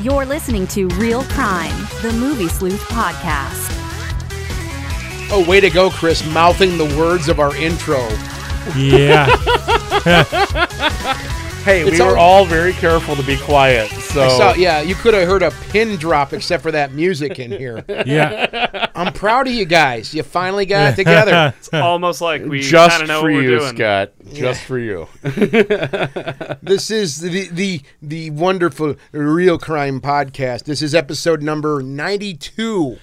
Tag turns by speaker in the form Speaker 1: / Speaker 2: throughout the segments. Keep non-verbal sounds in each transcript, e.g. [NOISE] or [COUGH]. Speaker 1: You're listening to Real Crime, the Movie Sleuth podcast.
Speaker 2: Oh, way to go, Chris, mouthing the words of our intro.
Speaker 3: Yeah.
Speaker 4: [LAUGHS] Hey,
Speaker 2: It's
Speaker 4: we were
Speaker 2: all-
Speaker 4: all very careful to be quiet. So,
Speaker 2: I
Speaker 3: Oh.
Speaker 2: saw, yeah, you could have heard a pin drop except for that music in here.
Speaker 3: [LAUGHS] Yeah.
Speaker 2: I'm proud of you guys. You finally got it
Speaker 3: [LAUGHS]
Speaker 2: together.
Speaker 5: Almost like we kind
Speaker 4: just
Speaker 5: of know
Speaker 4: for
Speaker 5: what we're
Speaker 4: you,
Speaker 5: doing.
Speaker 4: Scott. Just for you.
Speaker 2: [LAUGHS]
Speaker 4: [LAUGHS]
Speaker 2: This is the, the the wonderful Real Crime Podcast. This is episode number 92.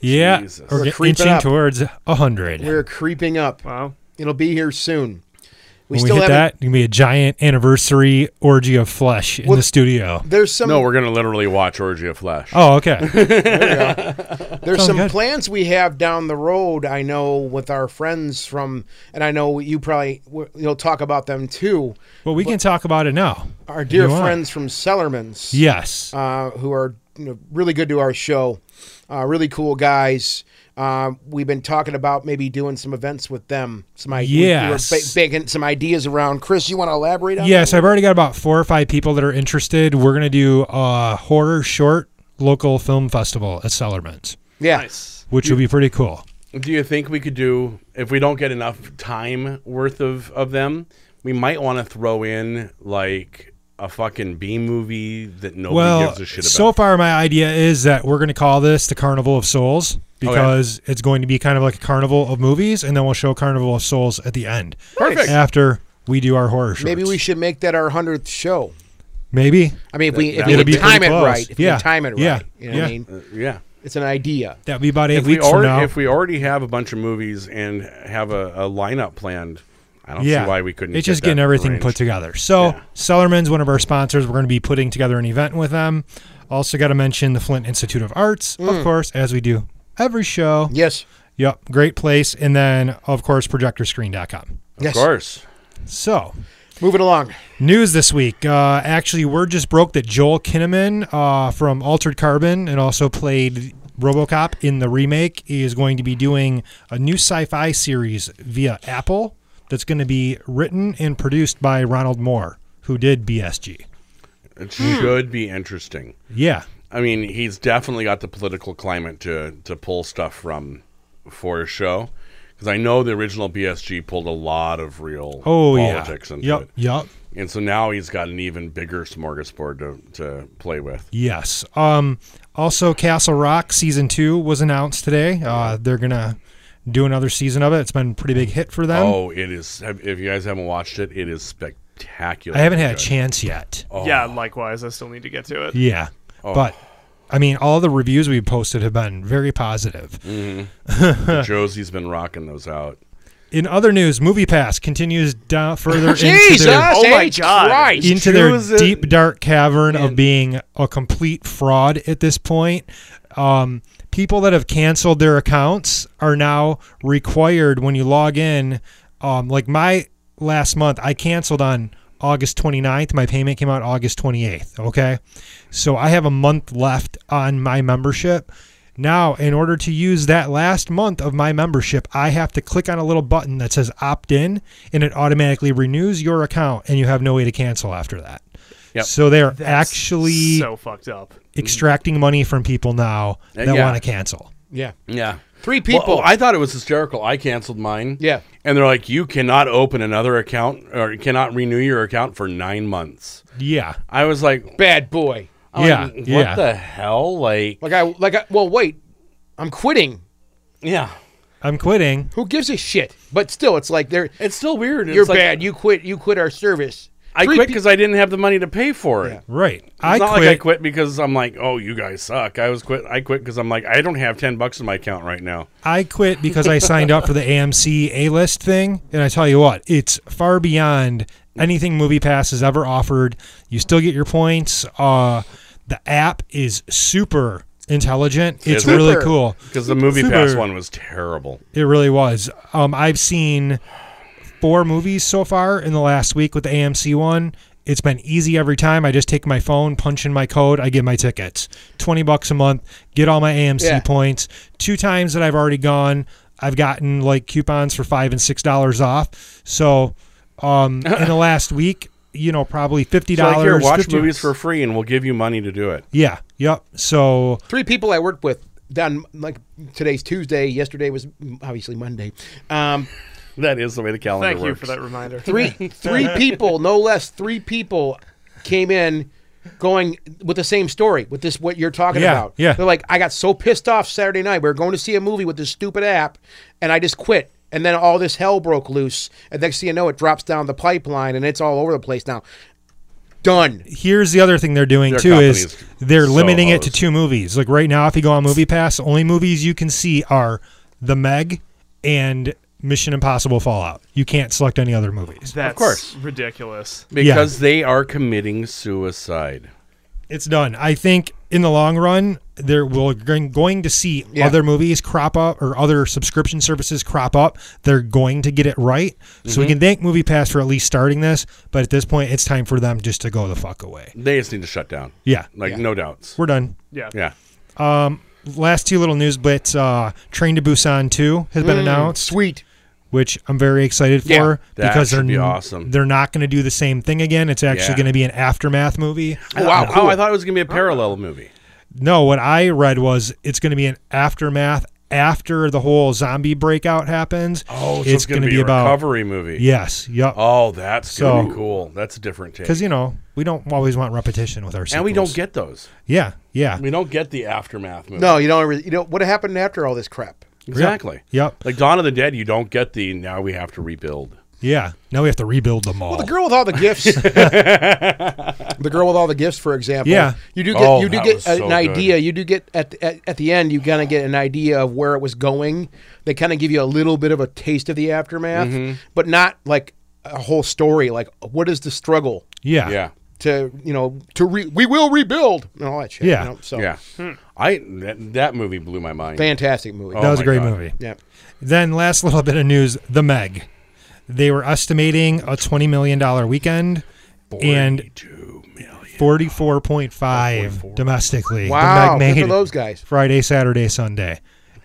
Speaker 3: Yeah.
Speaker 4: Jesus.
Speaker 3: We're,
Speaker 2: We're
Speaker 3: get-
Speaker 2: creeping
Speaker 3: inching
Speaker 2: up.
Speaker 3: towards a 100.
Speaker 2: We're creeping up.
Speaker 5: Wow.
Speaker 2: It'll be here soon. We
Speaker 3: when we
Speaker 2: still
Speaker 3: hit
Speaker 2: haven't.
Speaker 3: that, it's going to be a giant anniversary orgy of flesh in
Speaker 2: Well-
Speaker 3: the studio.
Speaker 2: There's some
Speaker 4: No, we're going to literally watch Orgy of Flesh.
Speaker 2: [LAUGHS]
Speaker 3: Oh, okay.
Speaker 2: There's
Speaker 3: Sounds
Speaker 2: some
Speaker 3: Oh, good.
Speaker 2: plans we have down the road. I know with our friends from, and I know you probably you'll talk about them too.
Speaker 3: Well, we can talk about it now.
Speaker 2: Our dear
Speaker 3: You want.
Speaker 2: friends from Sellerman's,
Speaker 3: Yes.
Speaker 2: uh, who are you know, really good to our show, uh, really cool guys. Uh, we've been talking about maybe doing some events with them. Some ideas,
Speaker 3: Yes.
Speaker 2: baking some ideas around. Chris, you want to elaborate on?
Speaker 3: Yes, I've already got about four or five people that are interested. We're going to do a horror short local film festival at Sellerman's,
Speaker 2: that? yeah.
Speaker 5: Nice.
Speaker 3: which will be pretty cool.
Speaker 4: Do you think we could do, if we don't get enough time worth of, of them, we might want to throw in like a fucking B movie that nobody
Speaker 3: Well,
Speaker 4: gives a shit about?
Speaker 3: so far my idea is that we're going to call this the Carnival of Souls because it's going to be kind of like a carnival of movies, and then we'll show Carnival of Souls at the end.
Speaker 4: Perfect.
Speaker 3: After we do our horror shorts.
Speaker 2: Maybe we should make that our hundredth show.
Speaker 3: Maybe
Speaker 2: I mean, if we if
Speaker 4: That
Speaker 2: we
Speaker 4: would
Speaker 2: can
Speaker 4: be
Speaker 2: time it
Speaker 3: pretty close.
Speaker 2: right, if we
Speaker 3: Yeah.
Speaker 2: can time it right,
Speaker 3: Yeah.
Speaker 2: you know what I
Speaker 3: Yeah.
Speaker 2: mean,
Speaker 4: Uh, yeah.
Speaker 2: it's an idea.
Speaker 3: that'd be about eight
Speaker 4: If we,
Speaker 3: weeks from now.
Speaker 4: already, if we already have a bunch of movies and have a, a lineup planned, I don't
Speaker 3: yeah,
Speaker 4: see why we couldn't.
Speaker 3: It's
Speaker 4: get
Speaker 3: just
Speaker 4: that
Speaker 3: getting everything
Speaker 4: arranged.
Speaker 3: put together. So
Speaker 4: Yeah.
Speaker 3: Sellerman's one of our sponsors. We're going to be putting together an event with them. Also, got to mention the Flint Institute of Arts,
Speaker 2: Mm.
Speaker 3: of course, as we do every show.
Speaker 2: Yes.
Speaker 3: Yep, great place. And then, of course, projectorscreen.com.
Speaker 2: Yes.
Speaker 4: Of course.
Speaker 3: So,
Speaker 2: Moving along.
Speaker 3: news this week. Uh, actually, we're just broke that Joel Kinnaman uh, from Altered Carbon and also played RoboCop in the remake is going to be doing a new sci-fi series via Apple that's going to be written and produced by Ronald Moore, who did BSG.
Speaker 4: It should be interesting.
Speaker 3: Yeah.
Speaker 4: I mean, he's definitely got the political climate to to pull stuff from for his show. Because I know the original BSG pulled a lot of real
Speaker 3: Oh
Speaker 4: politics
Speaker 3: yeah.
Speaker 4: into
Speaker 3: Yep.
Speaker 4: it,
Speaker 3: Yep.
Speaker 4: and so now he's got an even bigger smorgasbord to, to play with.
Speaker 3: Yes. Um, also, Castle Rock season two was announced today. Uh, they're gonna do another season of it. It's been a pretty big hit for them.
Speaker 4: oh, it is! have- If you guys haven't watched it, it is spectacular.
Speaker 3: I haven't had a
Speaker 4: Good.
Speaker 3: chance yet.
Speaker 5: Yeah,
Speaker 2: Oh.
Speaker 5: likewise. I still need to get to it.
Speaker 3: Yeah. But I mean, all the reviews we posted have been very positive.
Speaker 4: Josie's been rocking those out.
Speaker 3: In other news, MoviePass continues down further into
Speaker 2: Jesus!
Speaker 3: their,
Speaker 5: Oh my
Speaker 2: H.
Speaker 5: God.
Speaker 2: Christ.
Speaker 3: into their
Speaker 4: Jesus.
Speaker 3: deep dark cavern of being a complete fraud at this point. Um, people that have canceled their accounts are now required when you log in. Um, like my last month, I canceled on August 29th. My payment came out August 28th. Okay. So I have a month left on my membership. Now, in order to use that last month of my membership, I have to click on a little button that says opt in and it automatically renews your account and you have no way to cancel after that.
Speaker 4: Yep.
Speaker 3: So they're actually
Speaker 5: So fucked up.
Speaker 3: extracting money from people now
Speaker 4: Uh,
Speaker 3: that
Speaker 4: yeah.
Speaker 3: want to cancel.
Speaker 2: Yeah.
Speaker 4: Yeah.
Speaker 2: Three people.
Speaker 4: Well, oh, I thought it was hysterical. I canceled mine.
Speaker 2: Yeah.
Speaker 4: And they're like, you cannot open another account or cannot renew your account for nine months.
Speaker 3: Yeah.
Speaker 4: I was like,
Speaker 2: Bad boy.
Speaker 4: I'm
Speaker 3: yeah.
Speaker 4: like, what
Speaker 3: yeah.
Speaker 4: the hell? Like,
Speaker 2: Like I like I, well wait. I'm quitting.
Speaker 4: yeah.
Speaker 3: I'm quitting.
Speaker 2: Who gives a shit? But still it's like they're
Speaker 4: It's still weird. It's
Speaker 2: you're
Speaker 4: like,
Speaker 2: bad. You quit you quit our service.
Speaker 4: I
Speaker 2: Three
Speaker 4: quit
Speaker 2: pe-
Speaker 4: because I didn't have the money to pay for it.
Speaker 3: Right.
Speaker 4: It's
Speaker 3: I
Speaker 4: not
Speaker 3: quit. [LAUGHS]
Speaker 4: like I quit because I'm like, oh, you guys suck. I was quit. I quit because I'm like, I don't have ten bucks in my account right now.
Speaker 3: I quit because I signed up for the AMC A list thing. And I tell you what, it's far beyond anything Movie Pass has ever offered. You still get your points. Uh, the app is super intelligent. It's
Speaker 4: Is it?
Speaker 3: really
Speaker 2: Super.
Speaker 3: cool.
Speaker 4: Because the movie pass
Speaker 3: Super.
Speaker 4: one was terrible.
Speaker 3: It really was. Um, I've seen four movies so far in the last week with the AMC one. It's been easy every time. I just take my phone, punch in my code, I get my tickets. Twenty bucks a month, get all my AMC
Speaker 2: Yeah.
Speaker 3: points. Two times that I've already gone, I've gotten
Speaker 4: [LAUGHS]
Speaker 3: like coupons for five and six dollars off. So um, in the last week, you know, probably fifty
Speaker 4: So, like, here,
Speaker 3: dollars.
Speaker 4: watch movies for free, and we'll give you money to do it.
Speaker 3: yeah, yep. So
Speaker 2: three people I worked with done like today's Tuesday. Yesterday was obviously Monday. Um,
Speaker 4: That is the way the calendar
Speaker 5: Thank you
Speaker 4: works.
Speaker 5: for that reminder.
Speaker 2: three
Speaker 3: [LAUGHS]
Speaker 2: three people, no less, three people came in going with the same story with this what you're talking
Speaker 3: Yeah,
Speaker 2: about.
Speaker 3: yeah.
Speaker 2: They're like, I got so pissed off Saturday night. We were going to see a movie with this stupid app, and I just quit. And then all this hell broke loose. And next thing you know, it drops down the pipeline, and it's all over the place now. Done.
Speaker 3: here's the other thing they're doing
Speaker 4: Their
Speaker 3: too is
Speaker 4: company's
Speaker 3: they're
Speaker 4: so
Speaker 3: limiting it to
Speaker 4: hosed.
Speaker 3: two movies. Like right now, if you go on Movie Pass, the only movies you can see are The Meg and Mission Impossible Fallout. You can't select any other movies.
Speaker 5: That's
Speaker 4: course.
Speaker 5: ridiculous.
Speaker 4: Because they are committing suicide.
Speaker 3: It's done. I think in the long run, there will going going to see
Speaker 2: Yeah.
Speaker 3: other movies crop up or other subscription services crop up. They're going to get it right. So we can thank Movie Pass for at least starting this. But at this point, it's time for them just to go the fuck away.
Speaker 4: They just need to shut down.
Speaker 3: Yeah,
Speaker 4: Like, no doubts.
Speaker 3: we're done.
Speaker 5: Yeah.
Speaker 4: Yeah.
Speaker 3: last two little news bits uh train to busan 2 has
Speaker 4: Mm,
Speaker 3: been announced
Speaker 2: Sweet.
Speaker 3: which i'm very excited for
Speaker 2: Yeah,
Speaker 4: that
Speaker 3: because they're
Speaker 4: should be
Speaker 3: n-
Speaker 4: awesome.
Speaker 3: they're not going to do the same thing again it's actually
Speaker 4: Yeah.
Speaker 3: going to be an aftermath movie Uh,
Speaker 4: Oh, wow. Oh, I thought it was going to be a parallel movie.
Speaker 3: no what i read was it's going to be an aftermath after the whole zombie breakout happens
Speaker 4: Oh, so it's, going to
Speaker 3: gonna
Speaker 4: be, a
Speaker 3: about
Speaker 4: recovery movie.
Speaker 3: yes yep
Speaker 4: Oh, that's going
Speaker 3: So-
Speaker 4: to be cool. That's a different take.
Speaker 3: because you know we don't always want repetition with our
Speaker 4: and we don't
Speaker 3: sequels.
Speaker 4: get those.
Speaker 3: yeah yeah
Speaker 4: We don't get the aftermath movie.
Speaker 2: No, you don't. Re- you know what happened after all this crap?
Speaker 4: Exactly.
Speaker 3: Yep.
Speaker 4: Like Dawn of the Dead, you don't get the now we have to rebuild.
Speaker 3: yeah now we have to rebuild them all
Speaker 2: Well, the girl with all the
Speaker 4: [LAUGHS]
Speaker 2: gifts. the girl with all the gifts, for example.
Speaker 3: Yeah.
Speaker 2: you do get
Speaker 4: Oh,
Speaker 2: you do
Speaker 4: that
Speaker 2: get
Speaker 4: was so
Speaker 2: an
Speaker 4: good.
Speaker 2: idea. You do get at, at at the end, you kind of get an idea of where it was going. They kind of give you a little bit of a taste of the aftermath,
Speaker 4: Mm-hmm.
Speaker 2: but not like a whole story. Like, what is the struggle
Speaker 3: yeah
Speaker 4: Yeah.
Speaker 2: to you know to re- we will rebuild and all that shit.
Speaker 3: Yeah.
Speaker 2: you know? so
Speaker 4: Yeah.
Speaker 5: hmm.
Speaker 4: I that, that movie blew my mind.
Speaker 2: fantastic movie.
Speaker 3: that
Speaker 4: Oh
Speaker 3: was
Speaker 4: my
Speaker 3: a great
Speaker 4: God.
Speaker 3: movie
Speaker 2: Yeah,
Speaker 3: Then, last little bit of news: The Meg. They were estimating a twenty million dollar weekend and
Speaker 4: Two million.
Speaker 3: forty four point five domestically.
Speaker 2: wow,
Speaker 3: The Meg
Speaker 2: good
Speaker 3: made
Speaker 2: for those guys.
Speaker 3: Friday, Saturday, Sunday.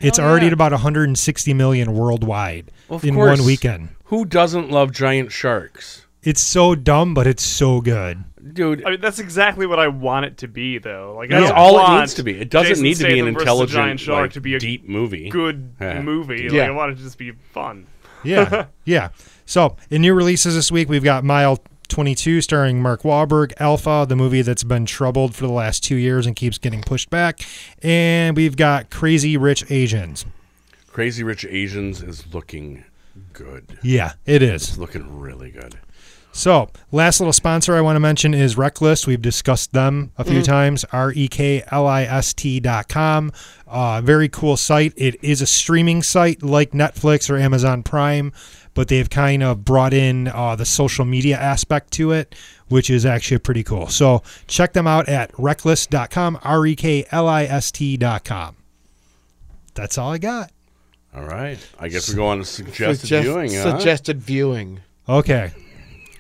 Speaker 3: It's already at about one hundred and sixty million worldwide
Speaker 4: Of
Speaker 3: in
Speaker 4: course.
Speaker 3: one weekend.
Speaker 4: Who doesn't love giant sharks?
Speaker 3: It's so dumb, but it's so good.
Speaker 4: Dude,
Speaker 5: I mean, that's exactly what I want it to be, though. Like I
Speaker 4: that's
Speaker 5: don't
Speaker 4: all it
Speaker 5: want
Speaker 4: needs to be. It doesn't
Speaker 5: Jason
Speaker 4: need to be an
Speaker 5: Statham versus the
Speaker 4: intelligent,
Speaker 5: giant shark
Speaker 4: like,
Speaker 5: to be a
Speaker 4: deep movie.
Speaker 5: good
Speaker 4: Yeah.
Speaker 5: movie. Like,
Speaker 2: Yeah.
Speaker 5: I want it to just be fun.
Speaker 3: Yeah, yeah. So, in new releases this week, we've got Mile 22 starring Mark Wahlberg, Alpha, the movie that's been troubled for the last two years and keeps getting pushed back, and we've got Crazy Rich Asians.
Speaker 4: Crazy Rich Asians is looking good.
Speaker 3: Yeah, it is.
Speaker 4: It's looking really good.
Speaker 3: So, last little sponsor I want to mention is Reckless. We've discussed them a few times. R E K L I S T dot com. Uh, very cool site. It is a streaming site like Netflix or Amazon Prime, but they've kind of brought in uh, the social media aspect to it, which is actually pretty cool. So, check them out at reckless.com, R E K L I S T dot com. That's all I got.
Speaker 4: All right. I guess we go on to suggested
Speaker 2: Suggest-
Speaker 4: viewing. huh?
Speaker 2: suggested viewing.
Speaker 3: Okay.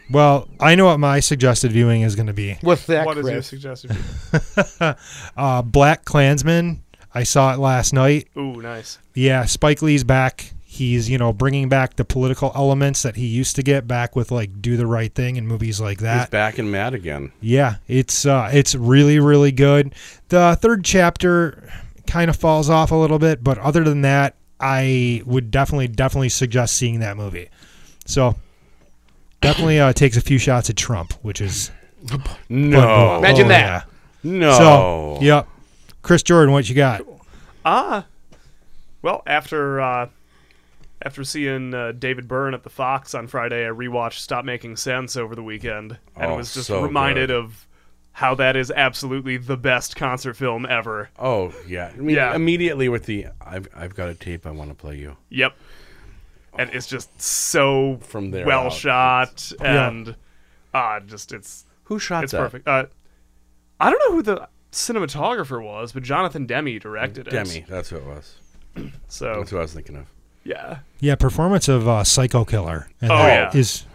Speaker 3: Well, I know what my suggested viewing is going to be.
Speaker 2: What's that?
Speaker 5: What is your
Speaker 2: Chris?
Speaker 5: suggested? view?
Speaker 3: uh, Black Klansman. I saw it last night.
Speaker 5: Ooh, nice.
Speaker 3: Yeah, Spike Lee's back. He's you know bringing back the political elements that he used to get back with like Do the Right Thing and movies like
Speaker 4: He's
Speaker 3: that.
Speaker 4: back and mad again.
Speaker 3: Yeah, it's uh, it's really really good. The third chapter kind of falls off a little bit, but other than that, I would definitely definitely suggest seeing that movie. So definitely uh, takes a few shots at Trump, which is
Speaker 4: No.
Speaker 2: Imagine
Speaker 3: Oh,
Speaker 2: that.
Speaker 3: yeah.
Speaker 4: No. Oh.
Speaker 3: So yep, Chris Jordan, what you got?
Speaker 5: Ah, well, after uh, after seeing uh, David Byrne at the Fox on Friday, I rewatched Stop Making Sense over the weekend and
Speaker 4: Oh,
Speaker 5: was just
Speaker 4: so
Speaker 5: reminded
Speaker 4: good.
Speaker 5: of how that is absolutely the best concert film ever.
Speaker 4: Oh yeah. I mean,
Speaker 5: Yeah.
Speaker 4: Immediately with the I've I've got a tape I want to play you.
Speaker 5: Yep. And it's just so
Speaker 4: From there
Speaker 5: well
Speaker 4: out,
Speaker 5: shot and uh, just it's
Speaker 4: Who shot
Speaker 5: it's
Speaker 4: that?
Speaker 5: perfect. Uh, I don't know who the cinematographer was, but Jonathan Demi directed it.
Speaker 4: Demi. That's who it was.
Speaker 5: Oh. So
Speaker 4: That's who I was thinking of.
Speaker 5: yeah,
Speaker 3: Yeah, performance of uh, Psycho Killer and
Speaker 5: Oh,
Speaker 3: that
Speaker 5: yeah.
Speaker 3: is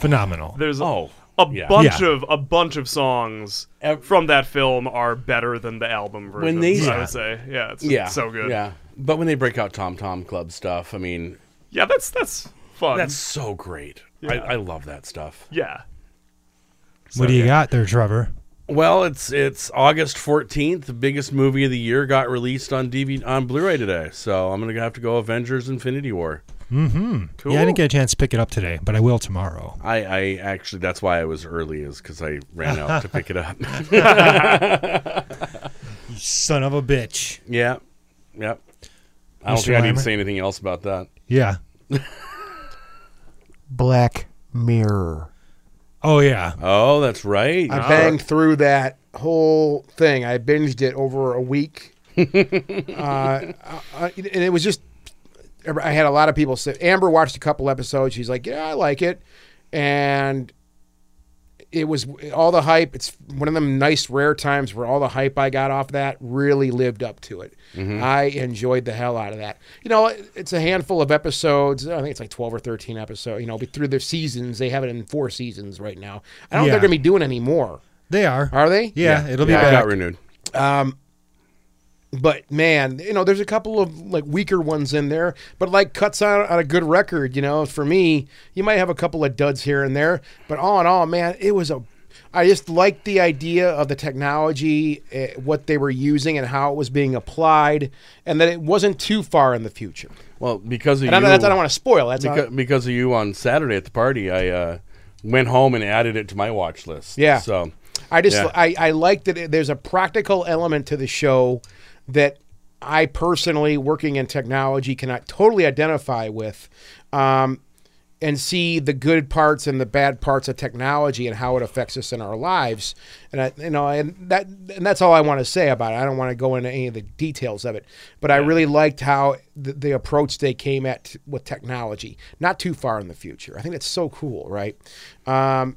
Speaker 3: phenomenal.
Speaker 5: there's
Speaker 4: Oh.
Speaker 5: a
Speaker 4: yeah.
Speaker 5: bunch
Speaker 3: Yeah.
Speaker 5: of a bunch of songs
Speaker 4: Ev-
Speaker 5: from that film are better than the album version.
Speaker 4: When they-
Speaker 5: I
Speaker 4: Yeah.
Speaker 5: would say, yeah, it's
Speaker 4: Yeah.
Speaker 5: it's so good.
Speaker 4: Yeah. But when they break out Tom Tom Club stuff, I mean,
Speaker 5: yeah, that's that's fun.
Speaker 4: that's so great. I, I love that stuff.
Speaker 5: yeah,
Speaker 3: what do you got there, Trevor?
Speaker 4: Well, it's it's August 14th. The biggest movie of the year got released on DVD on Blu-ray today. So I'm going to have to go Avengers Infinity War.
Speaker 5: Cool.
Speaker 3: Yeah, I didn't get a chance to pick it up today, but I will tomorrow.
Speaker 4: I, I actually that's why I was early is cuz I ran out to pick
Speaker 2: [LAUGHS]
Speaker 4: it up. [LAUGHS]
Speaker 3: You son of a bitch.
Speaker 4: yeah. Yep. I don't
Speaker 3: Mr.
Speaker 4: think I need
Speaker 3: Reimer?
Speaker 4: to say anything else about that.
Speaker 3: Yeah.
Speaker 6: Black Mirror.
Speaker 3: Oh yeah.
Speaker 4: Oh, that's right.
Speaker 2: I banged through that whole thing. I binged it over a week, uh, I, I- and it was just. I had a lot of people say Amber watched a couple episodes. She's like, "Yeah, I like it," and it was all the hype. It's one of them nice rare times where all the hype I got off that really lived up to it. I enjoyed the hell out of that. You know, it- it's a handful of episodes. I think it's like twelve or thirteen episodes. You know, but through their seasons, they have it in four seasons right now. I don't think
Speaker 3: Yeah.
Speaker 2: they're going to be doing any more.
Speaker 3: They are.
Speaker 2: Are they?
Speaker 3: yeah, it'll be
Speaker 4: yeah, it
Speaker 3: back.
Speaker 4: got renewed.
Speaker 2: But man, you know, there's a couple of like weaker ones in there, but like cuts out on a good record, you know. For me, you might have a couple of duds here and there, but all in all, man, it was a I just liked the idea of the technology, eh, what they were using and how it was being applied, and that it wasn't too far in the future.
Speaker 4: Well, because of
Speaker 2: And I,
Speaker 4: you,
Speaker 2: that's, I don't want to spoil. That's not-
Speaker 4: because, because of you on Saturday at the party, I uh, went home and added it to my watch list.
Speaker 2: Yeah.
Speaker 4: So
Speaker 2: I just
Speaker 4: Yeah.
Speaker 2: I, I like that it- there's a practical element to the show that I personally, working in technology, cannot totally identify with, um, and see the good parts and the bad parts of technology and how it affects us in our lives. And I, you know, and that and that's all I want to say about it. I don't want to go into any of the details of it, but I really liked how the, the approach they came at t- with technology, not too far in the future. I think that's so cool, right? Um,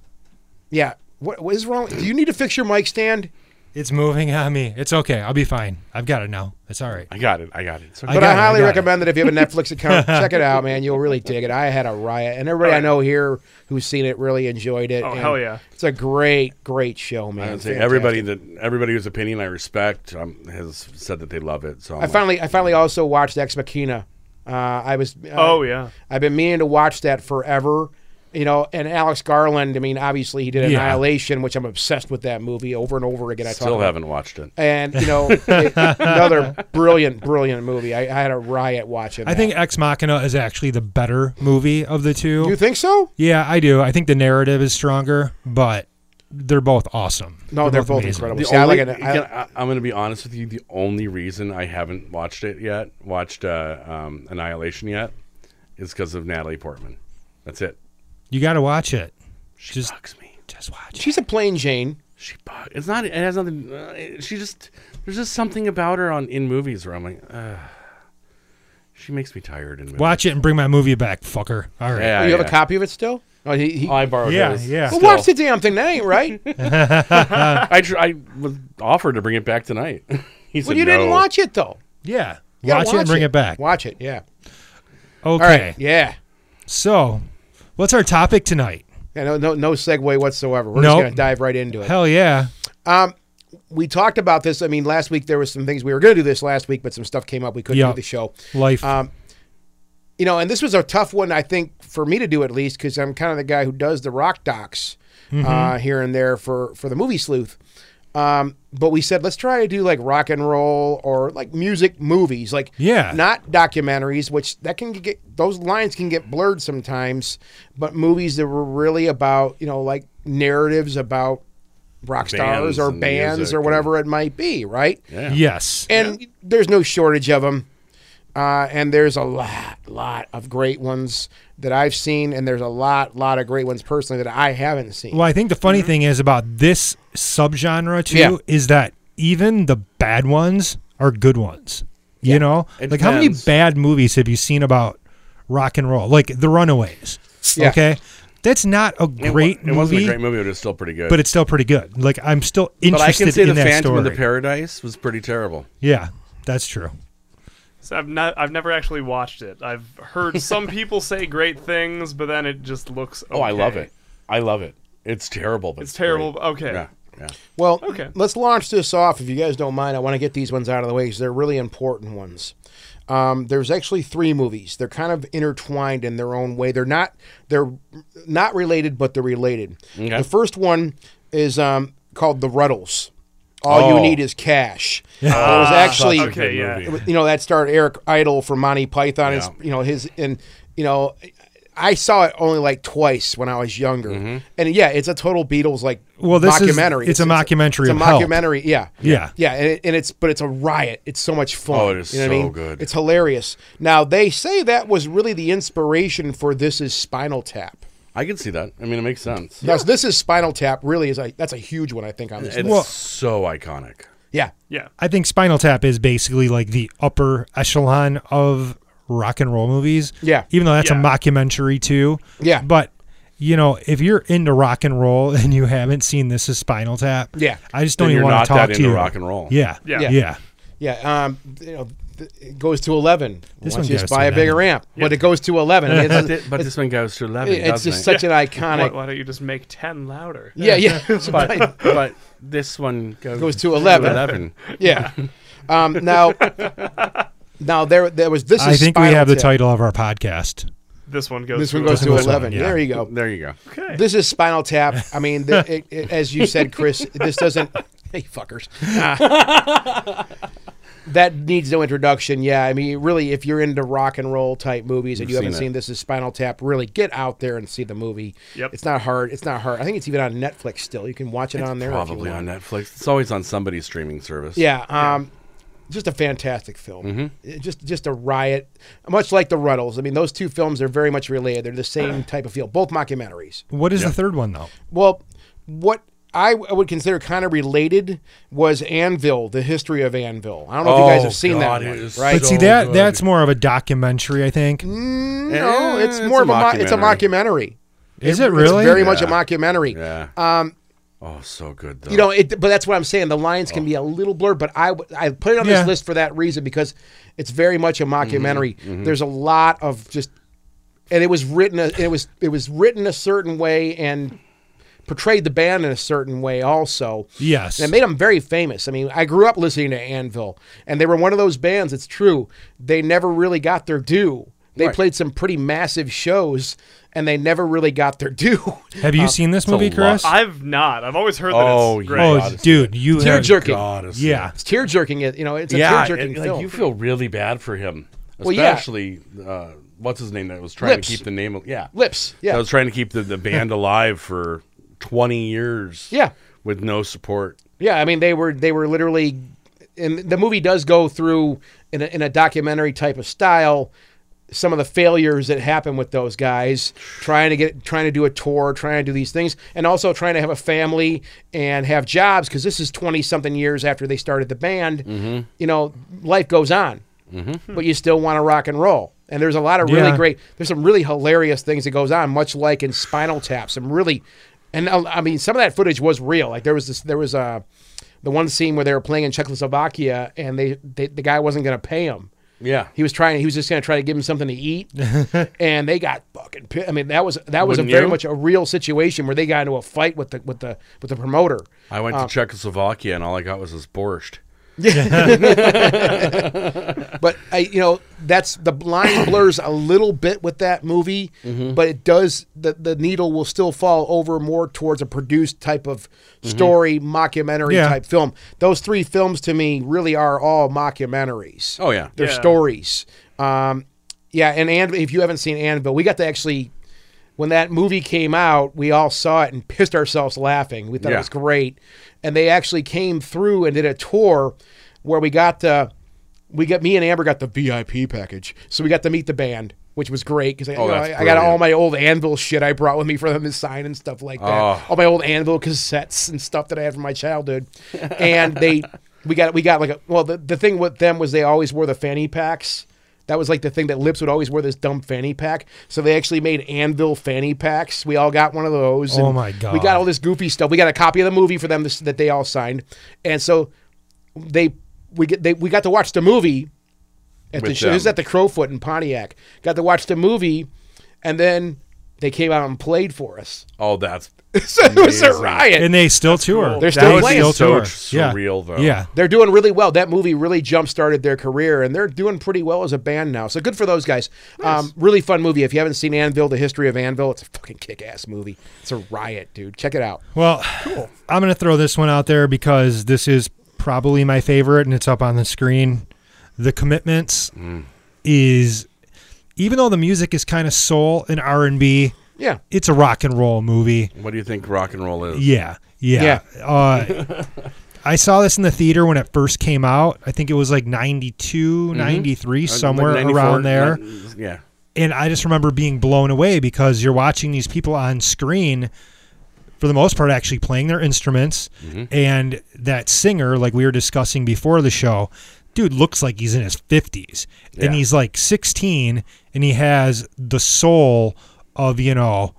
Speaker 2: yeah. What, what is wrong? Do you need to fix your mic stand?
Speaker 3: It's moving on me. It's okay. I'll be fine. I've got it now. It's all right.
Speaker 4: I got it. I got it. So
Speaker 3: I
Speaker 2: But
Speaker 3: got
Speaker 2: I,
Speaker 3: it,
Speaker 2: highly
Speaker 3: got it.
Speaker 2: recommend that if you have a
Speaker 3: [LAUGHS]
Speaker 2: Netflix account, check it out, man. You'll really dig it. I had a riot, and everybody I know here who's seen it really enjoyed it.
Speaker 5: Oh,
Speaker 2: and
Speaker 5: hell yeah.
Speaker 2: It's a great, great show,
Speaker 4: I
Speaker 2: man.
Speaker 4: would say
Speaker 2: Fantastic.
Speaker 4: everybody that everybody whose opinion I respect um, has said that they love it. So I'm
Speaker 2: I finally, I finally also watched Ex Machina. Uh, I was. Uh,
Speaker 5: Oh yeah.
Speaker 2: I've been meaning to watch that forever. You know, and Alex Garland. I mean, obviously he did
Speaker 3: Yeah.
Speaker 2: Annihilation, which I'm obsessed with that movie over and over again. I
Speaker 4: like,
Speaker 2: talk
Speaker 4: still
Speaker 2: about it.
Speaker 4: haven't watched it.
Speaker 2: And you
Speaker 3: [LAUGHS]
Speaker 2: know, it- another brilliant, brilliant movie. I, I had a riot watching.
Speaker 3: I
Speaker 2: that.
Speaker 3: think Ex Machina is actually the better movie of the two.
Speaker 2: You think so?
Speaker 3: yeah, I do. I think the narrative is stronger, but they're both awesome.
Speaker 2: No, they're, both,
Speaker 3: amazing.
Speaker 2: incredible.
Speaker 4: The
Speaker 2: See, I
Speaker 4: only-
Speaker 2: like it. I-
Speaker 4: can I, am going to be honest with you. The only reason I haven't watched it yet, watched uh, um, Annihilation yet, is because of Natalie Portman. That's it.
Speaker 3: You got to watch it.
Speaker 4: She
Speaker 3: Just-
Speaker 4: bugs me.
Speaker 3: Just watch it.
Speaker 2: she's a plain Jane.
Speaker 4: She bugs. It's not. It has nothing. Uh, it- she just. There's just something about her on in movies where I'm like, Ugh. she makes me tired. In movies.
Speaker 3: Watch it and bring my movie back, fucker. All right.
Speaker 4: Yeah,
Speaker 2: you have
Speaker 4: Ah, yeah.
Speaker 2: a copy of it still? Oh, he, he,
Speaker 4: I borrowed
Speaker 3: Yeah,
Speaker 4: hers.
Speaker 3: yeah.
Speaker 2: well,
Speaker 4: Still.
Speaker 2: watch the damn thing. That ain't right. well,
Speaker 4: I, tr- I was offered to bring it back tonight. [LAUGHS] he said
Speaker 2: you didn't
Speaker 4: no.
Speaker 2: watch it though.
Speaker 3: Yeah.
Speaker 2: You gotta
Speaker 3: Watch, it and bring it, back.
Speaker 2: Watch it. Yeah.
Speaker 3: Okay.
Speaker 2: All right. Yeah.
Speaker 3: So, what's our topic tonight?
Speaker 2: Yeah, no, no, no segue whatsoever. We're
Speaker 3: Nope.
Speaker 2: just gonna dive right into it.
Speaker 3: Hell yeah.
Speaker 2: We talked about this. I mean, last week there was some things we were gonna do this last week, but some stuff came up. We couldn't
Speaker 3: Yep.
Speaker 2: do the show.
Speaker 3: Life.
Speaker 2: Um, you know, and this was a tough one, I think, for me to do at least, because I'm kind of the guy who does the rock docs
Speaker 4: Mm-hmm.
Speaker 2: uh, here and there for for the movie sleuth. Um, but we said let's try to do like rock and roll or like music movies, like
Speaker 3: Yeah.
Speaker 2: not documentaries, which that can get those lines can get blurred sometimes. But movies that were really about you know like narratives about rock stars
Speaker 4: Bands
Speaker 2: or
Speaker 4: and
Speaker 2: bands
Speaker 4: music
Speaker 2: or
Speaker 4: and-
Speaker 2: whatever it might be, right?
Speaker 4: Yeah.
Speaker 3: yes.
Speaker 2: and there's no shortage of them. Uh, and there's a lot, lot of great ones that I've seen, and there's a lot, lot of great ones personally that I haven't seen.
Speaker 3: Well, I think the funny
Speaker 4: Mm-hmm.
Speaker 3: thing is about this subgenre too
Speaker 2: Yeah.
Speaker 3: is that even the bad ones are good ones. You know,
Speaker 4: It
Speaker 3: like how many
Speaker 4: depends.
Speaker 3: bad movies have you seen about rock and roll? Like The Runaways.
Speaker 2: Yeah.
Speaker 3: Okay, that's not a
Speaker 4: It wa-
Speaker 3: great
Speaker 4: It wasn't
Speaker 3: movie,
Speaker 4: a great movie, but it's still pretty good.
Speaker 3: but it's still pretty good. Like I'm still
Speaker 4: But I
Speaker 3: interested
Speaker 4: can say
Speaker 3: in
Speaker 4: the
Speaker 3: that
Speaker 4: Phantom of
Speaker 3: story.
Speaker 4: the Paradise was pretty terrible.
Speaker 3: yeah, that's true.
Speaker 5: So I've not. I've never actually watched it. I've
Speaker 4: [LAUGHS]
Speaker 5: heard some people say great things, but then it just looks.
Speaker 4: Oh, I love
Speaker 5: okay.
Speaker 4: it. I love it. It's terrible, but
Speaker 5: It's terrible.
Speaker 4: great.
Speaker 5: but Okay.
Speaker 4: Yeah, yeah.
Speaker 2: Well,
Speaker 5: Okay.
Speaker 2: let's launch this off. If you guys don't mind, I want to get these ones out of the way because they're really important ones. Um, there's actually three movies. They're kind of intertwined in their own way. They're not they're not related, but they're related.
Speaker 4: Okay.
Speaker 2: The first one is um, called The Ruddles. All you
Speaker 4: Oh. Ah,
Speaker 2: need is cash. it was actually
Speaker 5: Uh, okay, yeah.
Speaker 4: movie.
Speaker 2: it was- you know that starred Eric Idle from Monty Python. It's
Speaker 4: Yeah.
Speaker 2: you know his and you know I saw it only like twice when I was younger,
Speaker 4: Mm-hmm.
Speaker 2: and yeah, it's a total Beatles like
Speaker 3: Well, this is-
Speaker 2: mockumentary.
Speaker 3: it's a mockumentary
Speaker 2: It's a
Speaker 3: of Help.
Speaker 2: mockumentary. Yeah,
Speaker 3: Yeah.
Speaker 2: yeah, and, it, and it's but it's a riot. It's so much fun.
Speaker 4: Oh, it is
Speaker 2: you know what I
Speaker 4: so
Speaker 2: mean?
Speaker 4: good.
Speaker 2: It's hilarious. Now they say that was really the inspiration for This Is Spinal Tap.
Speaker 4: I can see that. I mean, it makes sense.
Speaker 2: Now This Is Spinal Tap really is a that's a huge one I think on this.
Speaker 4: It's
Speaker 2: list.
Speaker 4: so iconic.
Speaker 2: Yeah,
Speaker 5: Yeah.
Speaker 3: I think Spinal Tap is basically like the upper echelon of rock and roll movies.
Speaker 2: Yeah.
Speaker 3: Even though that's a
Speaker 5: Yeah.
Speaker 3: mockumentary too.
Speaker 2: Yeah.
Speaker 3: But you know, if you're into rock and roll [LAUGHS] and you haven't seen this is Spinal Tap,
Speaker 2: Yeah.
Speaker 3: I just don't
Speaker 4: Then
Speaker 3: even
Speaker 4: you're
Speaker 3: want
Speaker 4: not
Speaker 3: to talk
Speaker 4: that
Speaker 3: to
Speaker 4: into
Speaker 3: you.
Speaker 4: rock and roll.
Speaker 3: Yeah.
Speaker 5: Yeah.
Speaker 3: Yeah.
Speaker 5: Yeah.
Speaker 2: Yeah, um, you know, th- it goes to eleven. This
Speaker 3: This one
Speaker 2: one just
Speaker 3: goes
Speaker 2: buy
Speaker 3: to
Speaker 2: a bigger
Speaker 3: 11.
Speaker 2: amp, but it goes to eleven. I mean,
Speaker 4: But,
Speaker 2: it's,
Speaker 3: [LAUGHS]
Speaker 4: thi- but this one goes to 11,
Speaker 2: it's
Speaker 4: doesn't
Speaker 2: just
Speaker 4: it?
Speaker 2: such an
Speaker 5: Why,
Speaker 2: iconic.
Speaker 5: why don't you just make ten louder?
Speaker 2: Yeah, yeah,
Speaker 4: [LAUGHS]
Speaker 3: [LAUGHS]
Speaker 4: But, but this one goes,
Speaker 2: Goes to 11. yeah. Um,
Speaker 3: [LAUGHS]
Speaker 2: now, now there, there was this.
Speaker 3: I
Speaker 2: is
Speaker 3: think we
Speaker 2: Spinal
Speaker 3: have the
Speaker 2: Tap.
Speaker 3: title of our podcast.
Speaker 5: This one goes.
Speaker 2: This one
Speaker 5: to
Speaker 2: goes
Speaker 5: a-
Speaker 2: to
Speaker 3: This one,
Speaker 2: eleven.
Speaker 3: yeah.
Speaker 2: There you go.
Speaker 4: There you go.
Speaker 5: Okay.
Speaker 2: This is Spinal Tap. I mean, the, it, it, as you said, Chris, this
Speaker 4: [LAUGHS]
Speaker 2: doesn't. Hey, fuckers. Ah. [LAUGHS] that needs no introduction. Yeah, I mean, really, if you're into rock and roll type movies and
Speaker 4: You've
Speaker 2: you haven't
Speaker 4: seen it.
Speaker 2: seen this is Spinal Tap, really get out there and see the movie.
Speaker 5: Yep.
Speaker 2: It's not hard. It's not hard. I think it's even on Netflix still. You can watch it on there. if you
Speaker 4: Probably
Speaker 2: want.
Speaker 4: on Netflix. It's always on somebody's streaming service.
Speaker 2: Yeah, um, just a fantastic film.
Speaker 4: Mm-hmm.
Speaker 2: It- Just just a riot, much like the Ruddles. I mean, those two films are very much related. They're the
Speaker 4: [CLEARS THROAT]
Speaker 2: same type of feel, both mockumentaries.
Speaker 3: What is the third one though?
Speaker 2: Well, what I w- would consider kind of related was Anvil, the history of Anvil. I don't know if you guys
Speaker 4: Oh,
Speaker 2: have seen
Speaker 4: God,
Speaker 2: that
Speaker 4: it
Speaker 2: one,
Speaker 4: is
Speaker 2: right?
Speaker 3: But
Speaker 4: So
Speaker 3: see that
Speaker 4: good.
Speaker 3: that's more of a documentary, I think.
Speaker 2: Mm, no,
Speaker 4: Eh,
Speaker 2: it's more of a mo- it's a mockumentary.
Speaker 3: Is it really?
Speaker 2: It's very much a
Speaker 4: Yeah.
Speaker 2: mockumentary.
Speaker 4: Yeah. Um. Oh, so good though.
Speaker 2: You know, it, but that's what I'm saying. The lines can be a little blurred, but I, w- I put it on
Speaker 3: Yeah.
Speaker 2: this list for that reason because it's very much a mockumentary. There's a lot of just, and it was written. A, it was it was written a certain way and portrayed the band in a certain way also.
Speaker 3: Yes.
Speaker 2: And it made them very famous. I mean, I grew up listening to Anvil, and they were one of those bands. It's true. They never really got their due. They
Speaker 4: Right.
Speaker 2: played some pretty massive shows, and they never really got their [LAUGHS] due.
Speaker 3: Have you seen this
Speaker 4: a
Speaker 3: movie,
Speaker 4: lot.
Speaker 3: Chris?
Speaker 5: I've not. I've always heard that.
Speaker 4: Oh,
Speaker 5: it's
Speaker 4: yeah.
Speaker 5: great.
Speaker 3: Oh, dude, you
Speaker 2: Tear
Speaker 3: have,
Speaker 2: jerking.
Speaker 4: God,
Speaker 3: Yeah.
Speaker 2: It's tear jerking. It you know, it's a
Speaker 4: yeah.
Speaker 2: tear jerking
Speaker 4: it-
Speaker 2: film.
Speaker 4: like you feel really bad for him,
Speaker 2: yeah.
Speaker 4: especially uh, what's his name that was trying
Speaker 2: Lips.
Speaker 4: to keep the name. Of, yeah.
Speaker 2: Lips. Yeah.
Speaker 4: That was trying to keep the,
Speaker 2: [LAUGHS]
Speaker 4: the band alive for 20 years.
Speaker 2: Yeah.
Speaker 4: With no support.
Speaker 2: Yeah, I mean they were they were literally, and the movie does go through in a, in a documentary type of style some of the failures that happened with those guys trying to get trying to do a tour trying to do these things and also trying to have a family and have jobs because this is 20 something years after they started the band you know life goes on but you still want to rock and roll and there's a lot of really
Speaker 3: Yeah.
Speaker 2: great there's some really hilarious things that goes on much like in spinal tap some really and uh, i mean some of that footage was real like there was this there was uh the one scene where they were playing in czechoslovakia and they, they the guy wasn't going to pay him
Speaker 4: Yeah.
Speaker 2: he was trying. He was just going to try to give him something to
Speaker 4: [LAUGHS]
Speaker 2: eat, and they got fucking. pi- I mean, that was that was a
Speaker 4: Wouldn't
Speaker 2: very
Speaker 4: you?
Speaker 2: much a real situation where they got into a fight with the with the with the promoter.
Speaker 4: I went
Speaker 2: um,
Speaker 4: to Czechoslovakia and all I got was this borscht.
Speaker 2: But I, you know, that's the line blurs a little bit with that movie, but it does the the needle will still fall over more towards a produced type of story mockumentary
Speaker 3: Yeah.
Speaker 2: type film. Those three films to me really are all mockumentaries.
Speaker 4: Oh, yeah.
Speaker 2: their
Speaker 5: Yeah.
Speaker 2: stories. Um, yeah, and and if you haven't seen Anvil, we got to actually when that movie came out, we all saw it and pissed ourselves laughing. We thought
Speaker 4: Yeah.
Speaker 2: it was great, and they actually came through and did a tour where we got to we got me and Amber got the VIP package, so we got to meet the band. Which was great because I,
Speaker 4: Oh,
Speaker 2: you know,
Speaker 4: that's
Speaker 2: I- I got all
Speaker 4: brilliant.
Speaker 2: my old Anvil shit I brought with me for them to sign and stuff like that.
Speaker 4: Oh.
Speaker 2: All my old Anvil cassettes and stuff that I had from my childhood, and they
Speaker 4: [LAUGHS]
Speaker 2: we got we got like a well the, the thing with them was they always wore the fanny packs. That was like the thing that Lips would always wear this dumb fanny pack. So they actually made Anvil fanny packs. We all got one of those.
Speaker 3: Oh
Speaker 2: and
Speaker 3: my
Speaker 2: We
Speaker 3: God.
Speaker 2: got all this goofy stuff. We got a copy of the movie for them this, that they all signed, and so they we get they we got to watch the movie at the
Speaker 4: With
Speaker 2: show. It was
Speaker 4: them.
Speaker 2: at the Crowfoot in Pontiac. Got to watch the movie, and then They came out and played for us.
Speaker 4: Oh, that's
Speaker 2: [LAUGHS] so it was a
Speaker 4: Amazing.
Speaker 2: riot.
Speaker 3: and they still tour.
Speaker 5: cool.
Speaker 2: They're
Speaker 3: They
Speaker 2: still
Speaker 4: That
Speaker 2: playing.
Speaker 4: was so
Speaker 3: tour. yeah.
Speaker 4: surreal, though.
Speaker 3: Yeah.
Speaker 2: They're doing really well. That movie really jump started their career, and they're doing pretty well as a band now. So good for those guys. Um, really fun movie. If you haven't seen Anvil, The History of Anvil, it's a fucking kick ass movie. It's a riot, dude. Check it out.
Speaker 3: Well, I'm going to throw this one out there because this is probably my favorite and it's up on the screen. The Commitments is even though the music is kind of soul and R&B,
Speaker 2: Yeah.
Speaker 3: it's a rock and roll movie.
Speaker 4: What do you think rock and roll is?
Speaker 3: Yeah. Yeah. Uh, I saw this in the theater when it first came out. I think it was like 92, 93,
Speaker 4: Like
Speaker 3: somewhere
Speaker 4: 94,
Speaker 3: around there.
Speaker 4: not- yeah.
Speaker 3: and I just remember being blown away because you're watching these people on screen for the most part actually playing their instruments
Speaker 4: Mm-hmm.
Speaker 3: and that singer like we were discussing before the show dude looks like he's in his 50s
Speaker 4: Yeah.
Speaker 3: and he's like 16 and he has the soul of you know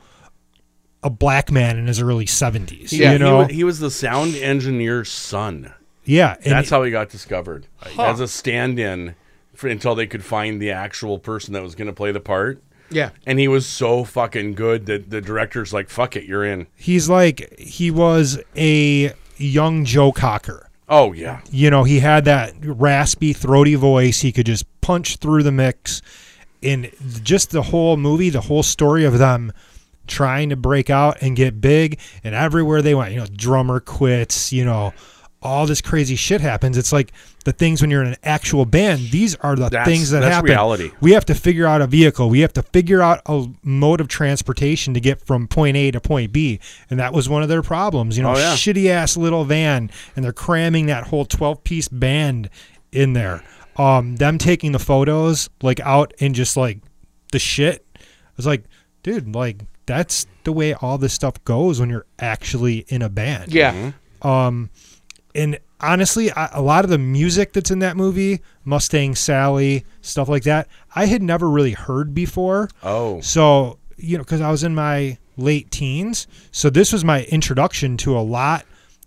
Speaker 3: a black man in his early 70s
Speaker 2: Yeah.
Speaker 3: you
Speaker 4: He,
Speaker 3: know
Speaker 4: was, he was the sound engineer's son.
Speaker 3: yeah and
Speaker 4: That's how he got discovered as a stand-in for, until they could find the actual person that was going to play the part.
Speaker 2: Yeah.
Speaker 4: And he was so fucking good that the director's like, "Fuck it, you're in."
Speaker 3: he's like he was a young joe cocker
Speaker 4: Oh yeah,
Speaker 3: you know, he had that raspy, throaty voice. He could just punch through the mix. And just the whole movie, the whole story of them trying to break out and get big, and everywhere they went, you know, drummer quits, you know, all this crazy shit happens. It's like the things when you're in an actual band, these are the
Speaker 4: That's-
Speaker 3: things that
Speaker 4: that's
Speaker 3: happen.
Speaker 4: reality.
Speaker 3: We have to figure out a vehicle. We have to figure out a mode of transportation to get from point A to point B. And that was one of their problems. You know,
Speaker 4: Oh, yeah.
Speaker 3: shitty ass little van, and they're cramming that whole 12 piece band in there. Um, them taking the photos like out and just like the shit. I was like, dude, like that's the way all this stuff goes when you're actually in a band
Speaker 2: Yeah.
Speaker 3: and honestly, I, a lot of the music that's in that movie, Mustang Sally, stuff like that, I had never really heard before.
Speaker 4: Oh.
Speaker 3: So, you know, because I was in my late teens. So this was my introduction to a lot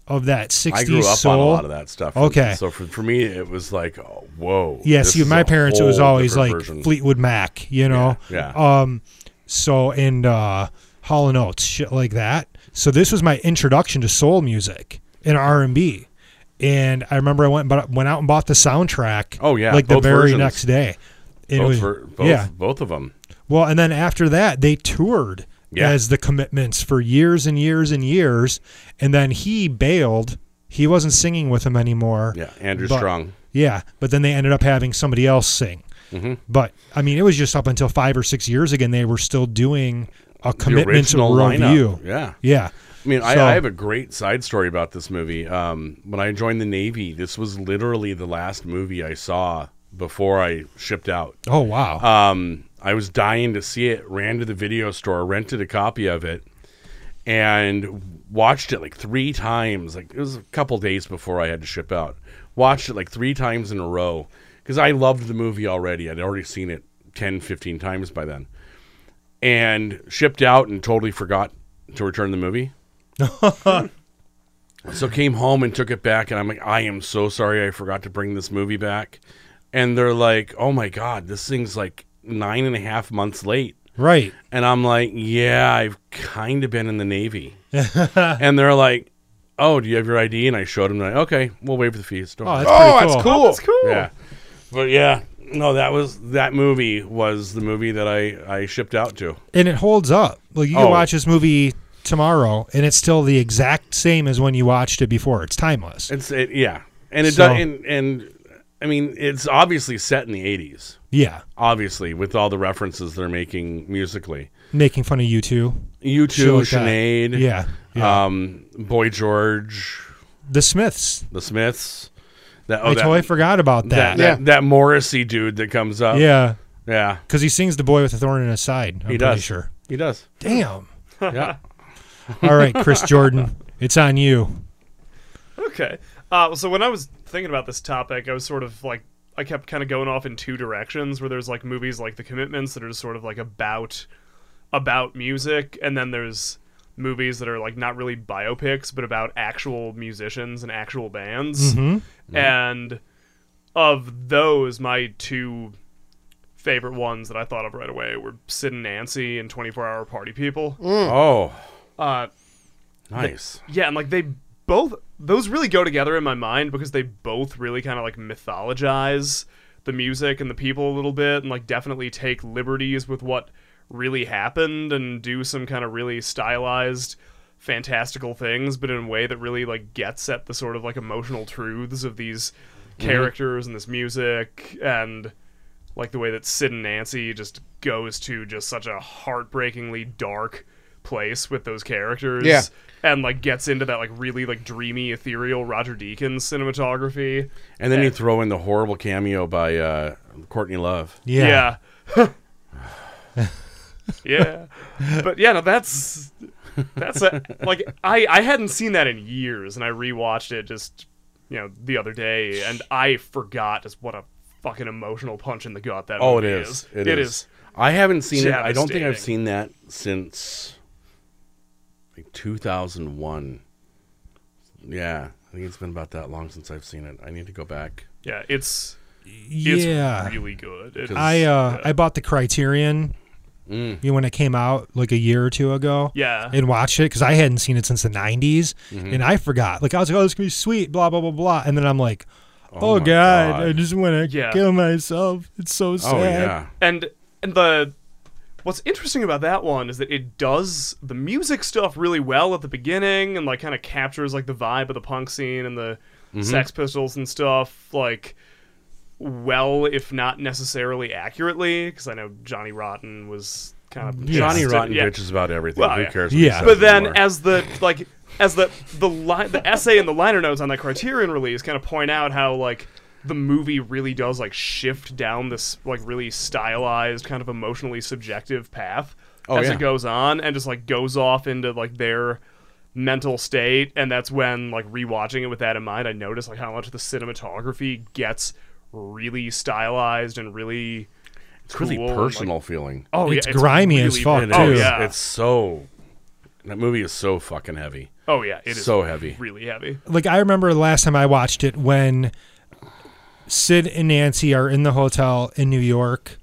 Speaker 3: of that 60s
Speaker 4: I grew up
Speaker 3: soul.
Speaker 4: on a lot of that stuff.
Speaker 3: Okay.
Speaker 4: so for, for me, it was like, oh, whoa.
Speaker 3: Yeah,
Speaker 4: this
Speaker 3: see,
Speaker 4: is
Speaker 3: my
Speaker 4: a
Speaker 3: parents, it was
Speaker 4: whole
Speaker 3: always
Speaker 4: different
Speaker 3: like
Speaker 4: version.
Speaker 3: Fleetwood Mac, you know?
Speaker 4: Yeah.
Speaker 3: Um, so, and uh, Hall & Oates, shit like that. So this was my introduction to soul music and R&B. And I remember I went, but went out and bought the soundtrack.
Speaker 4: Oh, yeah,
Speaker 3: Like the
Speaker 4: both
Speaker 3: very
Speaker 4: versions.
Speaker 3: next day. It
Speaker 4: both,
Speaker 3: was-
Speaker 4: ver- both,
Speaker 3: yeah.
Speaker 4: both of them.
Speaker 3: Well, and then after that, they toured
Speaker 4: Yeah.
Speaker 3: as the commitments for years and years and years. And then he bailed. He wasn't singing with them anymore.
Speaker 4: Yeah, Andrew
Speaker 3: But-
Speaker 4: Strong.
Speaker 3: Yeah, but then they ended up having somebody else sing.
Speaker 4: Mm-hmm.
Speaker 3: But I mean, it was just up until five or six years ago, they were still doing a commitment
Speaker 4: original lineup,
Speaker 3: review.
Speaker 4: yeah.
Speaker 3: yeah.
Speaker 4: I mean, I,
Speaker 3: So-
Speaker 4: I have a great side story about this movie. Um, when I joined the Navy, this was literally the last movie I saw before I shipped out.
Speaker 3: Oh wow.
Speaker 4: Um, I was dying to see it. Ran to the video store, rented a copy of it, and watched it like three times. Like it was a couple days before I had to ship out. Watched it like three times in a row because I loved the movie already. I'd already seen it 10, 15 times by then, and shipped out and totally forgot to return the movie. So came home and took it back, and I'm like, I am so sorry I forgot to bring this movie back. And they're like, Oh my god, this thing's like nine and a half months late.
Speaker 3: right.
Speaker 4: And I'm like, Yeah, I've kind of been in
Speaker 3: [LAUGHS]
Speaker 4: the Navy. and they're like, Oh, do you have your ID? And I showed them. Like, okay, we'll waive the fees. Don't
Speaker 3: Oh,
Speaker 4: worry."
Speaker 3: that's
Speaker 2: Oh,
Speaker 3: pretty
Speaker 2: that's
Speaker 3: cool.
Speaker 2: cool.
Speaker 5: That's cool.
Speaker 4: yeah, but yeah, no, that was that movie was the movie that I I shipped out to.
Speaker 3: And it holds up. Like you
Speaker 4: Oh.
Speaker 3: can watch this movie tomorrow, and it's still the exact same as when you watched it before. It's timeless.
Speaker 4: It's it, yeah, and it
Speaker 3: So-
Speaker 4: does, and, and I mean, it's obviously set in the '80s.
Speaker 3: yeah.
Speaker 4: obviously with all the references they're making musically.
Speaker 3: Making fun of you two.
Speaker 4: You
Speaker 3: Shit
Speaker 4: two,
Speaker 3: like that.
Speaker 4: Sinead,
Speaker 3: Yeah. yeah.
Speaker 4: um, Boy George,
Speaker 3: the Smiths.
Speaker 4: the Smiths. That oh
Speaker 3: I
Speaker 4: that,
Speaker 3: totally forgot about
Speaker 4: that,
Speaker 3: that.
Speaker 2: Yeah.
Speaker 4: that that Morrissey dude that comes up.
Speaker 3: Yeah.
Speaker 4: yeah,
Speaker 3: Because he sings the boy with a thorn in his side. I'm pretty
Speaker 4: he does.
Speaker 3: sure.
Speaker 4: He does.
Speaker 3: Damn.
Speaker 4: Yeah.
Speaker 3: [LAUGHS] All right, Chris Jordan, it's on you.
Speaker 5: Okay. Uh, so when I was thinking about this topic, I was sort of like I kept kind of going off in two directions where there's like movies like The Commitments that are just sort of like about about music and then there's movies that are like not really biopics but about actual musicians and actual bands. And of those my two favorite ones that I thought of right away were Sid and Nancy and 24 Hour Party People.
Speaker 4: Oh,
Speaker 5: Uh,
Speaker 4: nice.
Speaker 5: yeah, and like they both those really go together in my mind because they both really kind of like mythologize the music and the people a little bit and like definitely take liberties with what really happened and do some kind of really stylized fantastical things but in a way that really like gets at the sort of like emotional truths of these characters and this music and like the way that Sid and Nancy just goes to just such a heartbreakingly dark place with those characters
Speaker 2: Yeah.
Speaker 5: and like gets into that like really like dreamy ethereal Roger Deakins cinematography.
Speaker 4: And then you throw in the horrible cameo by uh, Courtney Love.
Speaker 3: yeah.
Speaker 5: [LAUGHS] Yeah. yeah. But yeah, no, that's that's a, like I I hadn't seen that in years and I rewatched it just you know the other day and I forgot just what a fucking emotional punch in the gut that
Speaker 4: Oh, it
Speaker 5: movie
Speaker 4: is.
Speaker 5: It is.
Speaker 4: I haven't seen it. I don't think I've
Speaker 5: Devastating.
Speaker 4: seen that since like 2001. Yeah, I think it's been about that long since I've seen it. I need to go back.
Speaker 5: Yeah, it's it's
Speaker 3: Yeah.
Speaker 5: really good. It
Speaker 3: I
Speaker 5: is-
Speaker 3: uh I bought the Criterion
Speaker 4: Mm.
Speaker 3: you know, when it came out like a year or two ago.
Speaker 5: yeah.
Speaker 3: And watched it because I hadn't seen it since the '90s,
Speaker 4: Mm-hmm.
Speaker 3: and I forgot. Like I was like, "Oh, this is gonna be sweet," blah blah blah blah, and then I'm like, "Oh,
Speaker 4: my
Speaker 3: god,
Speaker 4: God.
Speaker 3: I just want to
Speaker 5: Yeah.
Speaker 3: kill myself. It's so sad."
Speaker 4: Oh yeah,
Speaker 5: and and the what's interesting about that one is that it does the music stuff really well at the beginning and like kind of captures like the vibe of the punk scene and the
Speaker 4: Mm-hmm.
Speaker 5: sex pistols and stuff like well if not necessarily accurately because i know johnny rotten was kind
Speaker 3: Mm-hmm.
Speaker 5: of
Speaker 4: Johnny
Speaker 5: just-
Speaker 4: Rotten
Speaker 5: yeah.
Speaker 4: bitches about everything.
Speaker 5: Well,
Speaker 4: Who
Speaker 5: yeah.
Speaker 4: cares? what he
Speaker 3: Yeah.
Speaker 4: says
Speaker 5: but then
Speaker 4: anymore?
Speaker 5: as the like as the the li- the essay and the liner notes on that criterion release kind of point out how like the movie really does like shift down this like really stylized kind of emotionally subjective path
Speaker 4: Oh,
Speaker 5: as
Speaker 4: yeah.
Speaker 5: it goes on and just like goes off into like their mental state and that's when like rewatching it with that in mind i noticed like how much the cinematography gets really stylized and really
Speaker 4: it's really
Speaker 5: cool and, like-
Speaker 4: personal feeling.
Speaker 5: oh
Speaker 3: It's grimy as fuck,
Speaker 4: It
Speaker 5: oh
Speaker 4: is.
Speaker 5: yeah
Speaker 4: It's so. That movie is so fucking heavy.
Speaker 5: oh yeah it is
Speaker 4: so heavy.
Speaker 5: really heavy
Speaker 3: like I remember the last time I watched it when Sid and Nancy are in the hotel in New York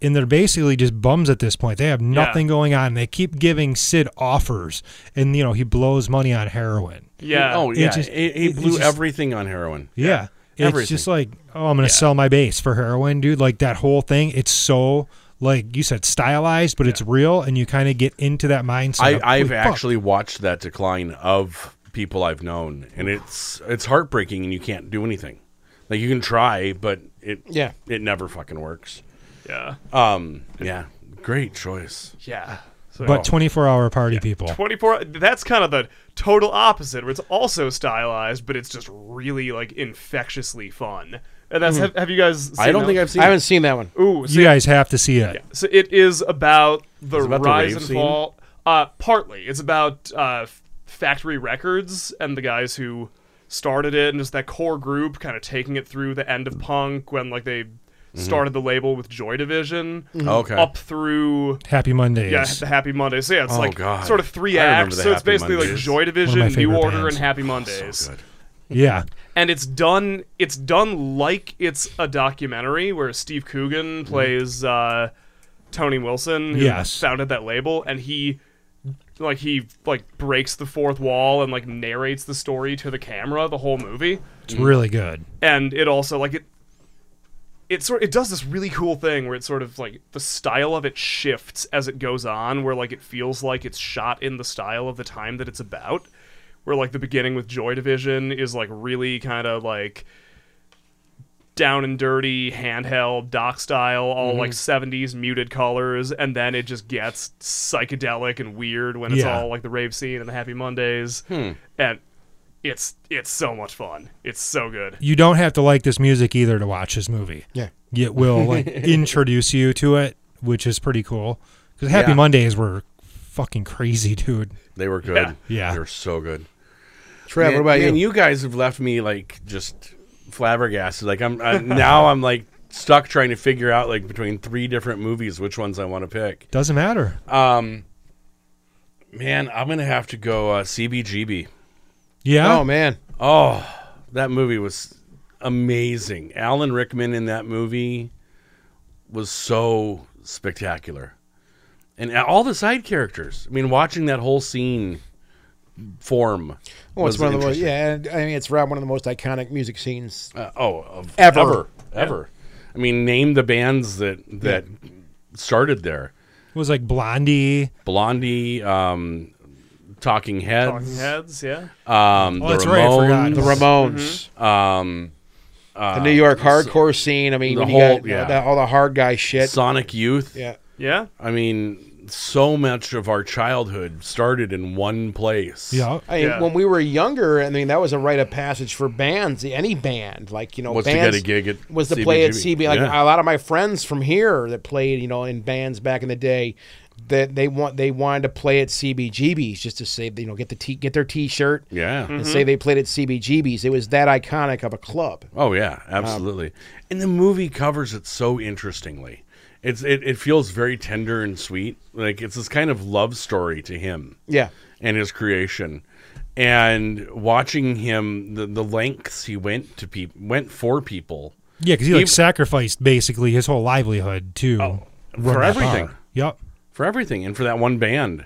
Speaker 3: and they're basically just bums at this point. They have nothing going on. They keep giving Sid offers and you know, he blows money on heroin.
Speaker 5: yeah
Speaker 4: oh yeah,
Speaker 3: just-
Speaker 4: he, he
Speaker 3: it-
Speaker 4: blew
Speaker 3: it's just-
Speaker 4: everything on heroin.
Speaker 3: Yeah. It's
Speaker 4: Everything.
Speaker 3: just like, oh, I'm gonna sell my base for heroin, dude. Like that whole thing, it's so like you said, stylized, but it's real, and you kind of get into that mindset. of,
Speaker 4: I, I've
Speaker 3: "Holy fuck."
Speaker 4: actually watched that decline of people I've known, and it's it's heartbreaking, and you can't do anything. Like you can try, but it
Speaker 2: Yeah.
Speaker 4: it never fucking works.
Speaker 5: yeah
Speaker 4: Um, yeah, great choice.
Speaker 5: Yeah. So
Speaker 4: Oh.
Speaker 3: but 24 hour party people.
Speaker 5: 24 that's kind of the total opposite where it's also stylized but it's just really like infectiously fun. And that's have, have you guys seen
Speaker 4: Hmm. I don't think I've seen.
Speaker 2: I haven't seen that one.
Speaker 5: I've Ooh, so,
Speaker 3: You guys have to see it.
Speaker 5: so it is about the
Speaker 4: about the
Speaker 5: rise
Speaker 4: rave
Speaker 5: and
Speaker 4: scene?
Speaker 5: fall uh partly. It's about uh F- Factory Records and the guys who started it and just that core group kind of taking it through the end of punk when like they started the label with Joy Division
Speaker 4: Mm-hmm. Oh, Okay.
Speaker 5: Mm-hmm. up through
Speaker 3: Happy Mondays.
Speaker 5: Yeah,
Speaker 4: [LAUGHS]
Speaker 5: the Happy Mondays. So yeah, it's
Speaker 4: Oh,
Speaker 5: like
Speaker 4: God.
Speaker 5: sort of three
Speaker 4: I remember
Speaker 5: acts.
Speaker 4: the
Speaker 5: So it's
Speaker 4: Happy
Speaker 5: basically like
Speaker 4: Mondays.
Speaker 5: Joy Division, New
Speaker 3: favorite
Speaker 5: Order,
Speaker 3: bands.
Speaker 5: and Happy Mondays.
Speaker 4: Good.
Speaker 3: yeah.
Speaker 5: and it's done. It's done like it's a documentary where Steve Coogan
Speaker 4: Mm-hmm.
Speaker 5: plays uh, Tony Wilson, who
Speaker 3: Yes.
Speaker 5: founded that label, and he like he like breaks the fourth wall and like narrates the story to the camera the whole movie
Speaker 3: It's
Speaker 4: Mm.
Speaker 3: really good.
Speaker 5: and it also like it it sort it does this really cool thing where it sort of like the style of it shifts as it goes on where like it feels like it's shot in the style of the time that it's about where like the beginning with joy division is like really kind of like down and dirty handheld doc style all like 70s muted colors and then it just gets psychedelic and weird when it's
Speaker 3: Yeah.
Speaker 5: all like the rave scene and the happy mondays and it's it's so much fun it's so good
Speaker 3: you don't have to like this music either to watch this movie.
Speaker 2: Yeah.
Speaker 3: It will like
Speaker 4: [LAUGHS]
Speaker 3: introduce you to it, which is pretty cool. Because Happy
Speaker 4: Yeah.
Speaker 3: Mondays were fucking crazy, dude.
Speaker 4: They were good.
Speaker 5: Yeah.
Speaker 3: Yeah.
Speaker 4: they were so good.
Speaker 2: Trev, what
Speaker 4: Man-
Speaker 2: about
Speaker 4: man,
Speaker 2: you?
Speaker 4: you guys have left me like just flabbergasted. Like I'm [LAUGHS] I, now I'm like stuck trying to figure out like between three different movies which ones I want to pick.
Speaker 3: Doesn't matter.
Speaker 4: Uh, Man, I'm gonna have to go uh, CBGB.
Speaker 3: Yeah.
Speaker 2: Oh man,
Speaker 4: Oh, that movie was amazing. Alan Rickman in that movie was so spectacular. And all the side characters. I mean, watching that whole scene form.
Speaker 2: Well,
Speaker 4: was
Speaker 2: it's one of the most,
Speaker 4: interesting.
Speaker 2: yeah, and, I mean, it's around one of the most iconic music scenes.
Speaker 4: Uh, oh, of
Speaker 2: Ever.
Speaker 4: ever, ever. I mean, name the bands that that started there.
Speaker 3: It was like Blondie.
Speaker 4: Blondie, um, Talking Heads,
Speaker 5: Talking Heads, yeah.
Speaker 4: Um,
Speaker 3: Oh,
Speaker 4: the
Speaker 3: that's
Speaker 4: Ramones,
Speaker 3: right, I forgot.
Speaker 2: The Ramones,
Speaker 4: um,
Speaker 2: Mm-hmm. the New York hardcore scene. I mean,
Speaker 4: the
Speaker 2: when
Speaker 4: whole-
Speaker 2: you got
Speaker 4: yeah.
Speaker 2: that- all the hard guy shit.
Speaker 4: Sonic Youth.
Speaker 2: yeah,
Speaker 5: Yeah.
Speaker 4: I mean, so much of our childhood started in one place.
Speaker 3: Yeah.
Speaker 2: I mean,
Speaker 5: Yeah.
Speaker 2: when we were younger, I mean, that was a rite of passage for bands, any band. Like you know,
Speaker 4: Was to get
Speaker 2: bands
Speaker 4: a gig at
Speaker 2: was to play at
Speaker 4: CBGB.
Speaker 2: CB. Like
Speaker 4: Yeah.
Speaker 2: a lot of my friends from here that played, you know, in bands back in the day, that they want they wanted to play at CBGBs just to say you know get the t- get their T-shirt
Speaker 4: Yeah.
Speaker 2: and say they played at CBGBs. It was that iconic of a club.
Speaker 4: Oh yeah, absolutely. and the movie covers it so interestingly. It's it, it feels very tender and sweet. Like it's this kind of love story to him.
Speaker 2: Yeah.
Speaker 4: and his creation and watching him the, the lengths he went to peop went for people
Speaker 3: Yeah, because he like
Speaker 4: Even- Oh,
Speaker 3: sacrificed basically his whole livelihood to run
Speaker 4: for
Speaker 3: that
Speaker 4: everything.
Speaker 3: bar. Yep.
Speaker 4: for everything and for that one band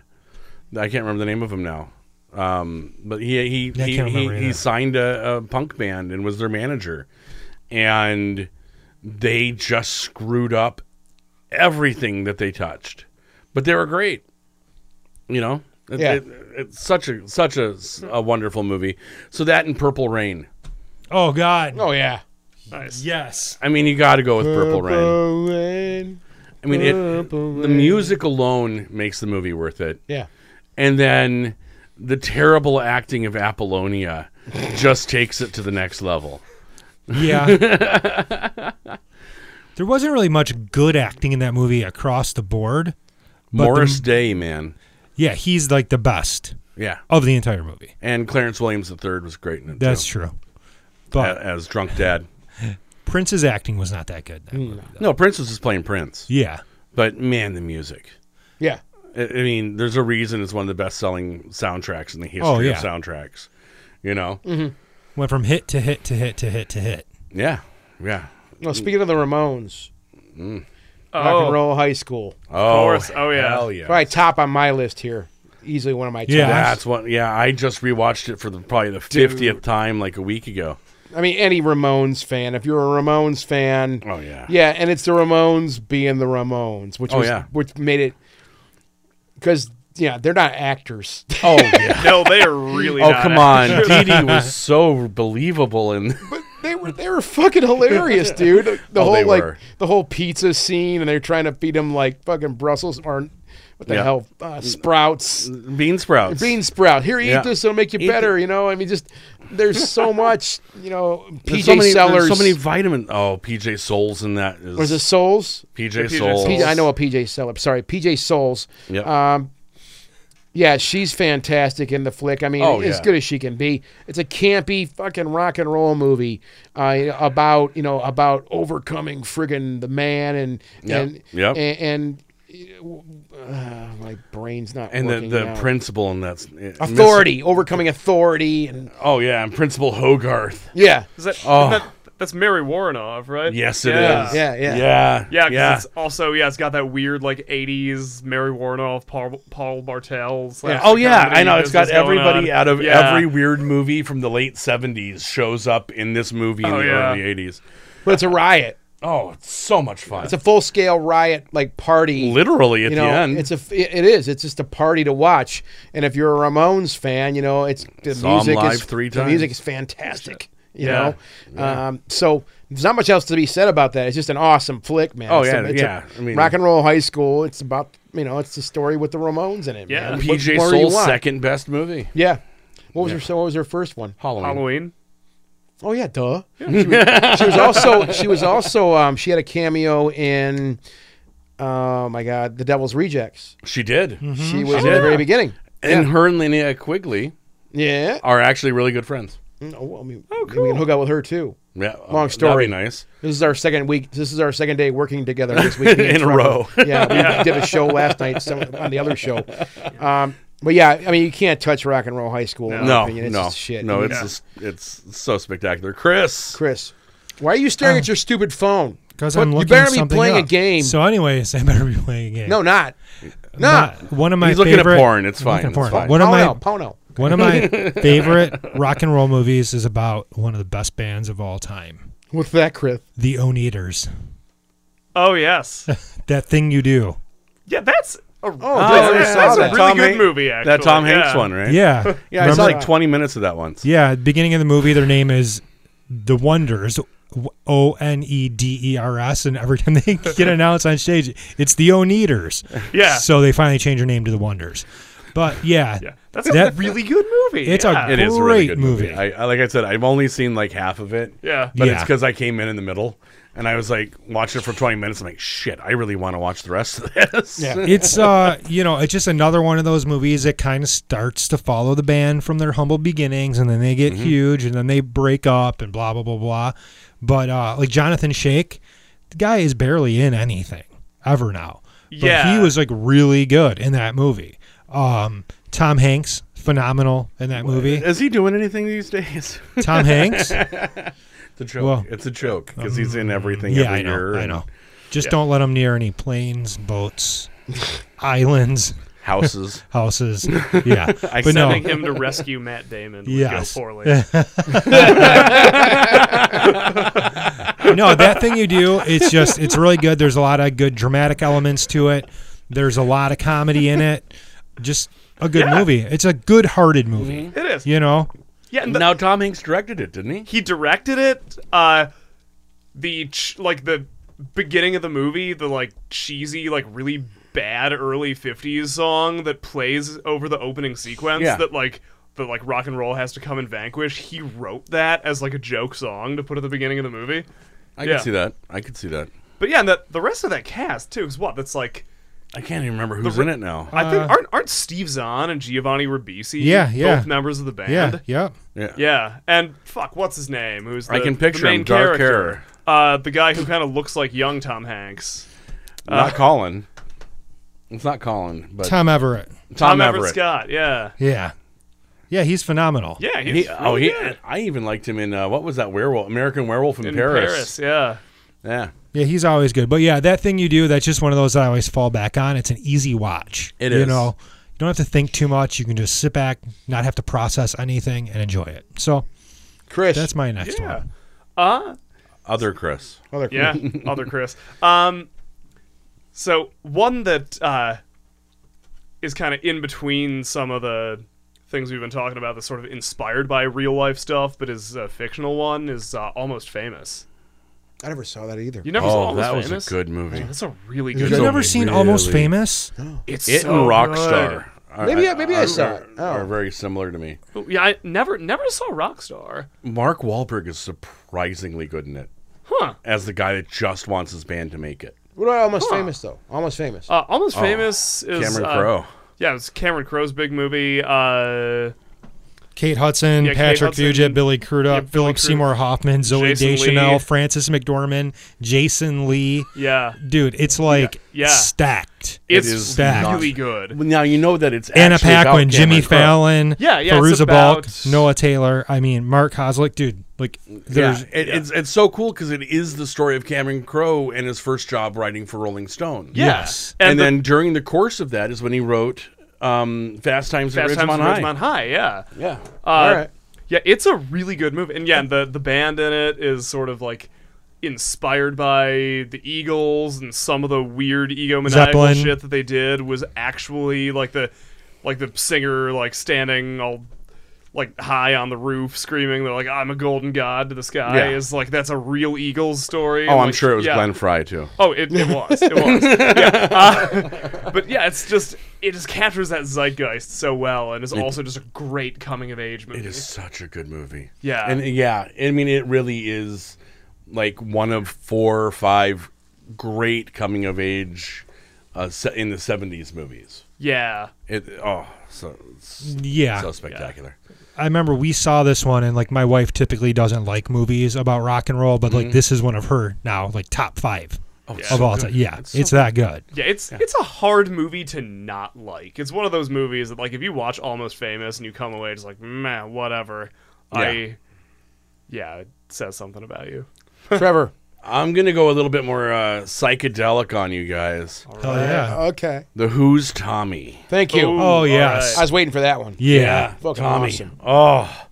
Speaker 4: i can't remember the name of him now um, but he he
Speaker 3: Yeah, I
Speaker 4: he,
Speaker 3: can't
Speaker 4: he,
Speaker 3: remember
Speaker 4: he
Speaker 3: either.
Speaker 4: signed a, a punk band and was their manager and they just screwed up everything that they touched but they were great you know It-
Speaker 2: Yeah.
Speaker 4: it- it's such a such a, a wonderful movie so that and purple rain
Speaker 3: Oh God.
Speaker 2: Oh yeah.
Speaker 5: Nice.
Speaker 3: Yes.
Speaker 4: I mean, you got to go with Purple Rain. I mean, it, the music alone makes the movie worth it.
Speaker 2: Yeah.
Speaker 4: And then the terrible acting of Apollonia just takes it to the next level.
Speaker 3: Yeah.
Speaker 4: [LAUGHS]
Speaker 3: there wasn't really much good acting in that movie across the board. But
Speaker 4: Morris
Speaker 3: the-
Speaker 4: Day, man.
Speaker 3: yeah, he's like the best
Speaker 4: Yeah.
Speaker 3: of the entire movie.
Speaker 4: And Clarence Williams III was great in it.
Speaker 3: That's
Speaker 4: too,
Speaker 3: true.
Speaker 4: a-
Speaker 3: But
Speaker 4: as drunk dad.
Speaker 3: Prince's acting was not that good. in that movie.
Speaker 4: No, Prince was just playing Prince.
Speaker 3: Yeah.
Speaker 4: But man, the music.
Speaker 2: Yeah.
Speaker 4: I I mean, there's a reason it's one of the best-selling soundtracks in the history
Speaker 3: Oh, yeah.
Speaker 4: of soundtracks. You know?
Speaker 3: Went from hit to hit to hit to hit to hit.
Speaker 5: Mm-hmm.
Speaker 4: Yeah, yeah.
Speaker 2: No, speaking of the Ramones,
Speaker 4: Mm.
Speaker 2: rock
Speaker 5: Oh,
Speaker 2: and roll high school.
Speaker 4: Oh, of
Speaker 5: course. Oh, yeah.
Speaker 4: yeah.
Speaker 2: Probably top on my list here. Easily one of my top.
Speaker 3: Yeah.
Speaker 4: That's what. Yeah, I just rewatched it for the, probably the fiftieth time, like a week ago.
Speaker 2: I mean, any Ramones fan. If you're a Ramones fan,
Speaker 4: Oh yeah.
Speaker 2: yeah, and it's the Ramones being the Ramones, which
Speaker 4: Oh,
Speaker 2: was,
Speaker 4: yeah.
Speaker 2: which made it because yeah, they're not actors. [LAUGHS]
Speaker 4: Oh [LAUGHS] yeah.
Speaker 5: no, they are
Speaker 4: [LAUGHS]
Speaker 5: really.
Speaker 4: oh
Speaker 5: not
Speaker 4: come
Speaker 5: actors.
Speaker 4: on,
Speaker 5: [LAUGHS]
Speaker 4: Dee Dee was so believable in. [LAUGHS]
Speaker 2: they were they were fucking hilarious, dude. The
Speaker 4: Oh,
Speaker 2: whole
Speaker 4: they
Speaker 2: like
Speaker 4: were.
Speaker 2: the whole pizza scene, and they're trying to feed him like fucking Brussels or what the
Speaker 4: Yeah. Mm.
Speaker 2: hell uh, sprouts.
Speaker 4: Bean sprouts.
Speaker 2: Bean sprout. Here, eat
Speaker 4: Yeah.
Speaker 2: this. It'll make you
Speaker 4: Eat
Speaker 2: better. You know, I mean, just there's
Speaker 4: [LAUGHS]
Speaker 2: so much. You know, PJ
Speaker 4: There's so many, there's
Speaker 2: Sellers.
Speaker 4: So many vitamin. Oh, PJ Souls in that is.
Speaker 2: Was it Souls?
Speaker 4: PJ
Speaker 5: PJ
Speaker 4: Souls.
Speaker 2: PJ, I know a PJ Seller. Sorry, PJ Souls.
Speaker 4: Yep.
Speaker 2: Um, yeah, she's fantastic in the flick. I mean,
Speaker 4: Oh,
Speaker 2: as
Speaker 4: yeah.
Speaker 2: good as she can be. It's a campy fucking rock and roll movie uh, about you know about overcoming friggin' the man and
Speaker 4: Yep.
Speaker 2: and
Speaker 4: Yep.
Speaker 2: and. and uh, my brain's not
Speaker 4: and the,
Speaker 2: working
Speaker 4: the
Speaker 2: now.
Speaker 4: principal in that's it-
Speaker 2: authority overcoming authority and
Speaker 4: Oh yeah, and Principal Hogarth.
Speaker 2: yeah
Speaker 5: Is that,
Speaker 4: Oh.
Speaker 5: isn't that, that's Mary Warrenoff, right?
Speaker 4: Yes, it is.
Speaker 2: yeah
Speaker 5: yeah.
Speaker 2: yeah
Speaker 4: Yeah.
Speaker 5: Yeah, 'cause
Speaker 4: yeah.
Speaker 5: it's also yeah, it's got that weird like '80s Mary Warrenoff, Paul, Paul Bartel. slash
Speaker 4: Oh yeah,
Speaker 5: comedy
Speaker 4: I know. It's got
Speaker 5: business going
Speaker 4: everybody
Speaker 5: on.
Speaker 4: out of
Speaker 5: Yeah.
Speaker 4: every weird movie from the late '70s shows up in this movie in
Speaker 5: Oh,
Speaker 4: the
Speaker 5: yeah.
Speaker 4: early '80s.
Speaker 2: but it's a riot
Speaker 4: Oh, it's so much fun.
Speaker 2: it's a full scale riot like party
Speaker 4: literally at
Speaker 2: you
Speaker 4: the
Speaker 2: know,
Speaker 4: end.
Speaker 2: It's a it it is. It's just a party to watch. And if you're a Ramones fan, you know it's the
Speaker 4: Saw 'em
Speaker 2: music
Speaker 4: live
Speaker 2: is
Speaker 4: three
Speaker 2: the music
Speaker 4: times.
Speaker 2: is fantastic. You
Speaker 5: Yeah.
Speaker 2: know, Um, so there's not much else to be said about that. It's just an awesome flick, man.
Speaker 4: Oh,
Speaker 2: It's a-
Speaker 4: yeah,
Speaker 2: it's a
Speaker 4: yeah. I mean-
Speaker 2: rock and roll high school. It's about you know it's the story with the Ramones in it.
Speaker 5: Yeah.
Speaker 2: man. What
Speaker 4: PJ
Speaker 2: more do you
Speaker 4: Soul's
Speaker 2: want?
Speaker 4: second best movie.
Speaker 2: Yeah. What was her? So what was her first one?
Speaker 4: Halloween.
Speaker 5: Halloween.
Speaker 2: Oh yeah, duh. She, was, she was also she was also um, she had a cameo in. Oh my God, The Devil's Rejects.
Speaker 4: She did.
Speaker 2: Mm-hmm. She was in the very beginning.
Speaker 4: And her and Linnea Quigley
Speaker 2: Yeah.
Speaker 4: are actually really good friends.
Speaker 2: Oh, well, I mean, maybe we can hook up with her too.
Speaker 4: Yeah.
Speaker 2: Long
Speaker 4: uh,
Speaker 2: story.
Speaker 4: That'd be nice.
Speaker 2: This is our second week. This is our second day working together this [LAUGHS] week
Speaker 4: In a row.
Speaker 2: Yeah, we did a show last night some, on the other show. Um, but yeah, I mean, you can't touch rock and roll high school. In my
Speaker 4: No,
Speaker 2: opinion. it's
Speaker 4: no,
Speaker 2: just shit.
Speaker 4: no.
Speaker 2: I mean,
Speaker 4: It's just, it's so spectacular. Chris,
Speaker 2: Uh. Chris. Why are you staring at your stupid phone?
Speaker 3: because
Speaker 2: But
Speaker 3: I'm
Speaker 2: you
Speaker 3: looking
Speaker 2: better be
Speaker 3: something
Speaker 2: playing a
Speaker 3: up.
Speaker 2: game.
Speaker 3: So, anyways, [LAUGHS] I better be playing a game.
Speaker 2: No, not. No.
Speaker 3: Not- one of my
Speaker 4: He's looking at
Speaker 3: favorite-
Speaker 4: porn, it's
Speaker 3: I'm looking
Speaker 4: fine,
Speaker 3: at
Speaker 4: it's
Speaker 3: porn.
Speaker 4: fine.
Speaker 3: One of my
Speaker 2: Pono, Pono.
Speaker 3: one of my favorite rock and roll movies is about one of the best bands of all time,
Speaker 2: What's that, Chris?
Speaker 3: the Oneaters.
Speaker 4: [LAUGHS]
Speaker 5: Oh yes,
Speaker 3: That thing you do.
Speaker 5: yeah, that's oh, a,
Speaker 2: yeah,
Speaker 5: that's,
Speaker 2: Oh, I
Speaker 5: a-
Speaker 2: saw
Speaker 5: that's a
Speaker 2: that.
Speaker 5: really
Speaker 4: Tom
Speaker 5: good
Speaker 4: Han-
Speaker 5: movie. Actually,
Speaker 4: that Tom Hanks
Speaker 5: yeah.
Speaker 4: one, right?
Speaker 3: Yeah.
Speaker 2: Yeah, I
Speaker 4: I
Speaker 3: Remember-
Speaker 4: saw
Speaker 2: saw
Speaker 4: like
Speaker 2: that.
Speaker 4: 20 minutes of that once.
Speaker 3: Yeah, beginning of the movie, their name is The Wonders, O N E D E R S, and every time
Speaker 5: [LAUGHS]
Speaker 3: they get announced on stage, it's the Oneaters.
Speaker 5: Yeah.
Speaker 3: So they finally change their name to The Wonders. But yeah,
Speaker 5: Yeah, that's a
Speaker 3: That-
Speaker 5: really good movie.
Speaker 3: it's a
Speaker 5: yeah.
Speaker 4: It is a
Speaker 3: Great
Speaker 4: really good movie.
Speaker 3: movie.
Speaker 4: I, I like I said, I've only seen like half of it.
Speaker 5: Yeah.
Speaker 4: but it's
Speaker 3: Yeah.
Speaker 4: because I came in in the middle and I was like watching it for 20 minutes. I'm like, shit, I really want to watch the rest of this. Yeah.
Speaker 3: it's uh, you know, it's just another one of those movies that kind of starts to follow the band from their humble beginnings, and then they get huge, and then they break up, and blah blah blah blah. But uh, like Jonathan Shake, the guy is barely in anything ever now. But
Speaker 5: Yeah.
Speaker 3: he was like really good in that movie. Um, Tom Hanks, phenomenal in that movie.
Speaker 4: [LAUGHS] Is he doing anything these days? [LAUGHS]
Speaker 3: Tom Hanks,
Speaker 4: it's a joke.
Speaker 3: Well, um,
Speaker 4: it's a joke because he's in everything
Speaker 3: yeah,
Speaker 4: every
Speaker 3: I know,
Speaker 4: year.
Speaker 3: I
Speaker 4: and
Speaker 3: know. Just don't let him near any planes, boats, islands,
Speaker 4: Houses.
Speaker 3: houses. Yeah,
Speaker 4: I
Speaker 3: but no,
Speaker 5: Sending him to rescue Matt Damon would
Speaker 3: Yes.
Speaker 4: [LAUGHS]
Speaker 5: go poorly.
Speaker 3: no, that thing you do, it's just it's really good. There's a lot of good dramatic elements to it. There's a lot of comedy in it. Just a good movie. It's a good-hearted movie.
Speaker 4: Mm-hmm.
Speaker 5: it is.
Speaker 3: You know,
Speaker 5: Yeah, and the-
Speaker 4: now Tom Hanks directed it, didn't he?
Speaker 5: he directed it. Uh, the ch- like the beginning of the movie, the like cheesy, like really bad early '50s song that plays over the opening sequence
Speaker 4: Yeah.
Speaker 5: that like the like rock and roll has to come and vanquish. He wrote that as like a joke song to put at the beginning of the movie.
Speaker 4: I
Speaker 5: Yeah.
Speaker 4: could see that. I could see that.
Speaker 5: But yeah, and that the rest of that cast too is what that's like.
Speaker 4: I can't even remember who's in it now.
Speaker 5: I think aren't aren't Steve Zahn and Giovanni Ribisi
Speaker 3: Uh, Yeah, yeah.
Speaker 5: both members of the band?
Speaker 3: yeah, yeah.
Speaker 4: yeah.
Speaker 5: Yeah, and fuck, what's his name? Who's the,
Speaker 4: I can picture
Speaker 5: the main
Speaker 4: him, dark
Speaker 5: character?
Speaker 4: hair.
Speaker 5: Uh, the guy who kind of looks like young Tom Hanks.
Speaker 4: Not Colin. It's not Colin, but Tom,
Speaker 3: Tom Everett.
Speaker 4: Everett.
Speaker 5: Scott. Yeah,
Speaker 3: Yeah, yeah. He's phenomenal.
Speaker 5: yeah. He's
Speaker 4: He, oh,
Speaker 5: really
Speaker 4: he,
Speaker 5: good.
Speaker 4: I even liked him in uh, what was that werewolf? American Werewolf in,
Speaker 5: in
Speaker 4: Paris.
Speaker 5: Paris. Yeah,
Speaker 4: Yeah,
Speaker 3: Yeah, he's always good. But yeah, that thing you do, that's just one of those that I always fall back on. It's an easy watch.
Speaker 4: It
Speaker 3: You
Speaker 4: is.
Speaker 3: know, you don't have to think too much. You can just sit back, not have to process anything, and enjoy it. So
Speaker 2: Chris.
Speaker 3: that's my next one.
Speaker 4: other Chris.
Speaker 2: Other-
Speaker 4: [LAUGHS]
Speaker 5: yeah. Other Chris. Um, so one that uh, is kind of in between some of the things we've been talking about that's sort of inspired by real life stuff, but is a fictional one is uh, almost famous.
Speaker 2: I never saw that either.
Speaker 5: You never saw
Speaker 4: Oh,
Speaker 5: almost
Speaker 4: that was
Speaker 5: famous?
Speaker 4: a good movie.
Speaker 5: Man, that's a really
Speaker 3: You've
Speaker 5: good.
Speaker 4: So
Speaker 3: never seen Almost
Speaker 4: really-
Speaker 3: Famous?
Speaker 5: It's
Speaker 4: It
Speaker 5: so
Speaker 4: and
Speaker 5: good.
Speaker 4: Rockstar. Are,
Speaker 2: Maybe I- maybe I
Speaker 4: are-
Speaker 2: saw it.
Speaker 4: Are,
Speaker 2: Oh.
Speaker 4: very similar to me.
Speaker 5: Yeah, I never never saw Rockstar.
Speaker 4: Mark Wahlberg is surprisingly good in it
Speaker 5: Huh.
Speaker 4: as the guy that just wants his band to make it.
Speaker 2: What about Almost Famous though? Almost Famous.
Speaker 5: Uh, Almost Famous is
Speaker 4: Oh, Cameron
Speaker 5: uh,
Speaker 4: Crowe.
Speaker 5: Yeah, it's Cameron Crowe's big movie. Uh,
Speaker 3: Kate Hudson,
Speaker 5: Yeah, Kate
Speaker 3: Patrick
Speaker 5: Hudson,
Speaker 3: Fugit, Billy Crudup,
Speaker 5: yeah, Billy
Speaker 3: Philip
Speaker 5: Crudup,
Speaker 3: Seymour Hoffman, Zoe
Speaker 5: Jason
Speaker 3: Deschanel,
Speaker 5: Lee.
Speaker 3: Francis McDormand, Jason Lee.
Speaker 5: yeah,
Speaker 3: Dude, it's like
Speaker 5: Yeah.
Speaker 3: stacked.
Speaker 5: it's
Speaker 4: is
Speaker 3: not-
Speaker 5: really good.
Speaker 4: Well, now you know that it's
Speaker 3: Anna
Speaker 4: actually about
Speaker 3: Paquin, Jimmy
Speaker 4: Cameron Crowe.
Speaker 3: Fallon,
Speaker 5: Yeah, yeah, it's
Speaker 3: Fairuza Balk,
Speaker 5: about-
Speaker 3: Noah Taylor. I mean, Mark Hoslick, dude. Like,
Speaker 4: Yeah,
Speaker 3: there's
Speaker 4: it, it's it's so cool because it is the story of Cameron Crowe and his first job writing for Rolling Stone.
Speaker 5: Yeah.
Speaker 3: Yes.
Speaker 4: and,
Speaker 5: and, the
Speaker 4: then during the course of that is when he wrote um, Fast Times at
Speaker 5: Fast Times
Speaker 4: Ridgemont
Speaker 5: at
Speaker 4: High.
Speaker 5: Ridgemont High. Yeah, Uh,
Speaker 4: Yeah,
Speaker 2: [LAUGHS]
Speaker 5: All
Speaker 2: right.
Speaker 5: Yeah, it's a really good movie, and yeah, and the the band in it is sort of like inspired by the Eagles and some of the weird egomaniacal
Speaker 3: Zeppelin.
Speaker 5: shit that they did was actually like the like the singer like standing all like high on the roof screaming they're like I'm a golden god to the sky
Speaker 4: Yeah.
Speaker 5: is like that's a real Eagles story.
Speaker 4: Oh,
Speaker 5: and,
Speaker 4: I'm
Speaker 5: like,
Speaker 4: sure it was
Speaker 5: yeah.
Speaker 4: Glenn Fry too.
Speaker 5: Oh, it, it was.
Speaker 4: [LAUGHS]
Speaker 5: It was. Yeah. Uh, [LAUGHS] but yeah, it's just it just captures that zeitgeist so well, and is also just a great coming of age movie.
Speaker 4: It is such a good movie.
Speaker 5: Yeah.
Speaker 4: and yeah, I mean it really is like one of four or five great coming of age uh, se- in the '70s movies.
Speaker 5: Yeah.
Speaker 4: It oh so
Speaker 3: Yeah.
Speaker 4: so spectacular.
Speaker 3: I remember we saw this one, and like my wife typically doesn't like movies about rock and roll, but like this is one of her now, like top five of
Speaker 4: Mm-hmm. Oh, so
Speaker 3: all time. Yeah, it's, that good.
Speaker 5: Yeah, it's it's a hard movie to not like. It's one of those movies that like if you watch Almost Famous and you come away just like, meh, whatever. I
Speaker 4: Yeah.
Speaker 5: Yeah, it says something about you.
Speaker 2: Trevor.
Speaker 4: I'm gonna go a little bit more uh, psychedelic on you guys.
Speaker 3: Hell yeah.
Speaker 2: Okay.
Speaker 4: The Who's Tommy.
Speaker 2: Thank you.
Speaker 5: Ooh,
Speaker 3: Oh
Speaker 5: all
Speaker 3: yes.
Speaker 2: I was waiting for that one.
Speaker 3: Yeah.
Speaker 2: Fucking awesome.
Speaker 4: Oh,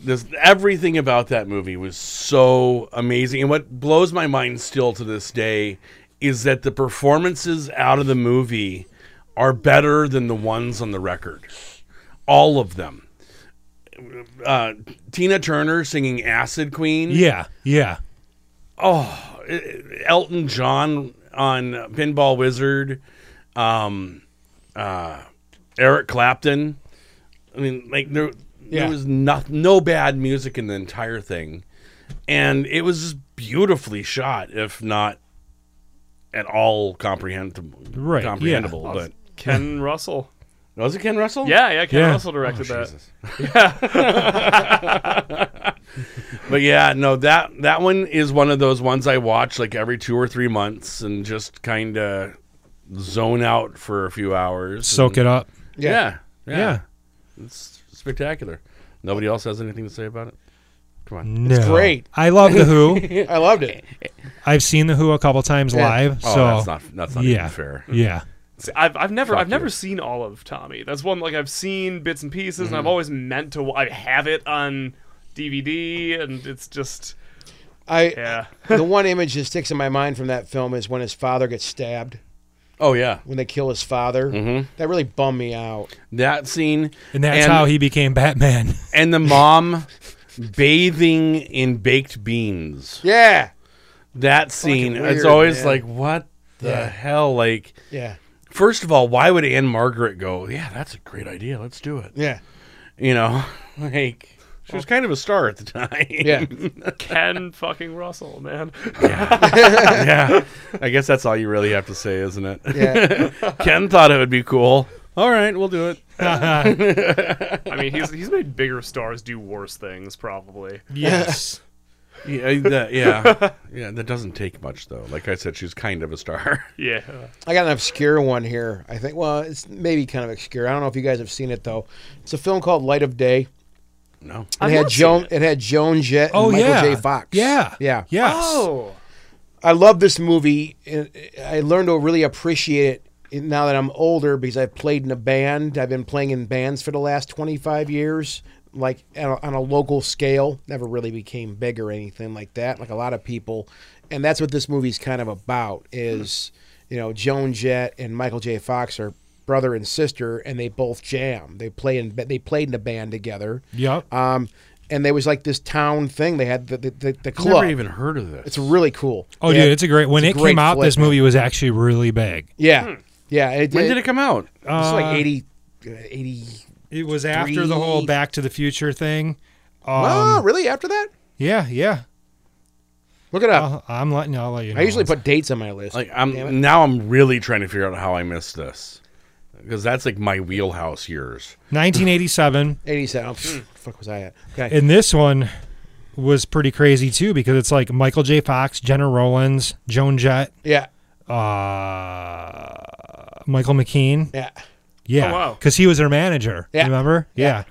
Speaker 4: this everything about that movie was so amazing. And what blows my mind still to this day is that the performances out of the movie are better than the ones on the record. All of them. Uh, Tina Turner singing "Acid Queen."
Speaker 3: Yeah. Yeah.
Speaker 4: Elton John on Pinball Wizard, um, uh, Eric Clapton. I mean, like there,
Speaker 2: Yeah.
Speaker 4: there was no, no bad music in the entire thing, and it was just beautifully shot, if not at all comprehensible.
Speaker 3: Right, yeah.
Speaker 4: comprehensible. But
Speaker 5: Ken Russell.
Speaker 4: was it Ken Russell?
Speaker 5: Yeah, yeah, Ken
Speaker 3: Yeah.
Speaker 5: Russell
Speaker 4: Oh,
Speaker 5: directed that.
Speaker 4: [LAUGHS] But yeah, no that that one is one of those ones I watch like every two or three months and just kind of zone out for a few hours.
Speaker 3: Soak it
Speaker 4: and-
Speaker 3: up.
Speaker 2: Yeah.
Speaker 4: Yeah.
Speaker 3: Yeah.
Speaker 4: It's spectacular. Nobody else has anything to say about it? Come on.
Speaker 3: No.
Speaker 2: great.
Speaker 3: I love
Speaker 2: [LAUGHS]
Speaker 3: the Who.
Speaker 2: I loved it.
Speaker 3: I've seen the Who a couple times
Speaker 2: Yeah.
Speaker 3: live.
Speaker 4: Oh,
Speaker 3: so
Speaker 4: that's not that's not
Speaker 3: yeah.
Speaker 4: even fair.
Speaker 3: Yeah.
Speaker 5: See, I've, I've never
Speaker 4: Fuck
Speaker 5: I've never
Speaker 4: you.
Speaker 5: seen all of Tommy. That's one like I've seen bits and pieces, and I've always meant to. I have it on DVD, and it's just
Speaker 2: I
Speaker 5: yeah.
Speaker 2: the one image that sticks in my mind from that film is when his father gets stabbed.
Speaker 4: Oh yeah.
Speaker 2: When they kill his father, that really bummed me out.
Speaker 4: That scene
Speaker 3: And that's
Speaker 4: and,
Speaker 3: how he became Batman.
Speaker 4: and the mom bathing in baked beans.
Speaker 2: Yeah,
Speaker 4: That scene it's
Speaker 2: weird,
Speaker 4: always
Speaker 2: man.
Speaker 4: like what the hell like
Speaker 2: yeah,
Speaker 4: First of all, why would Anne Margaret go? Yeah, that's a great idea. Let's do it.
Speaker 2: yeah,
Speaker 4: You know, [LAUGHS] Oh. like she was kind of a star at the time. [LAUGHS]
Speaker 2: yeah.
Speaker 5: Ken fucking Russell, man.
Speaker 4: yeah. I guess that's all you really have to say, isn't it?
Speaker 2: Yeah.
Speaker 4: [LAUGHS] Ken thought it would be cool. All right, we'll do it.
Speaker 5: I mean, he's he's made bigger stars do worse things, probably.
Speaker 3: yes.
Speaker 4: Yeah, that, [LAUGHS] yeah, yeah. That doesn't take much, though. Like I said, she's kind of a star. [LAUGHS]
Speaker 5: Yeah.
Speaker 2: I got an obscure one here. I think. Well, it's maybe kind of obscure. I don't know if you guys have seen it though. It's a film called Light of Day.
Speaker 4: No,
Speaker 2: It had Joan. It. had Joan Jett and
Speaker 3: Oh
Speaker 2: Michael
Speaker 3: yeah.
Speaker 2: J. Fox.
Speaker 3: Yeah.
Speaker 2: yeah,
Speaker 3: Yes.
Speaker 5: Oh,
Speaker 2: I love this movie. and I learned to really appreciate it now that I'm older because I've played in a band. I've been playing in bands for the last 25 years, like on a, on a local scale. Never really became big or anything like that, like a lot of people. And that's what this movie's kind of about is, you know, Joan Jett and Michael J. Fox are brother and sister, and they both jam. They play in they played in a band together.
Speaker 3: Yep.
Speaker 2: Um, and there was like this town thing. They had the the, the, the
Speaker 4: I've
Speaker 2: club.
Speaker 4: never even heard of this.
Speaker 2: It's really cool.
Speaker 3: oh,
Speaker 2: Yeah.
Speaker 3: dude, it's a great. When
Speaker 2: it's a
Speaker 3: it
Speaker 2: great
Speaker 3: came out,
Speaker 2: flick,
Speaker 3: this
Speaker 2: man.
Speaker 3: movie was actually really big.
Speaker 2: Yeah. Yeah. It,
Speaker 4: When did it come out?
Speaker 2: It's
Speaker 3: Uh,
Speaker 2: like 80. uh, 80
Speaker 3: It was after the whole
Speaker 2: Three-
Speaker 3: Back to the Future thing. Um,
Speaker 2: oh, really? After that?
Speaker 3: Yeah, yeah.
Speaker 2: Look it up.
Speaker 3: I'll, Uh, I'm letting. I'll let you. Know
Speaker 2: I usually
Speaker 3: once.
Speaker 2: put dates on my list.
Speaker 4: Like
Speaker 2: Damn
Speaker 4: I'm now, I'm really trying to figure out how I missed this because that's like my wheelhouse years.
Speaker 3: 1987,
Speaker 2: 87. Oh, pfft, fuck was I at? Okay.
Speaker 3: and this one was pretty crazy too because it's like Michael J. Fox, Jenna Rollins, Joan Jett,
Speaker 2: yeah.
Speaker 3: uh, Michael McKean.
Speaker 2: Yeah.
Speaker 3: Yeah,
Speaker 5: Oh, wow.
Speaker 3: because he was her manager.
Speaker 2: Yeah.
Speaker 3: Remember? Yeah,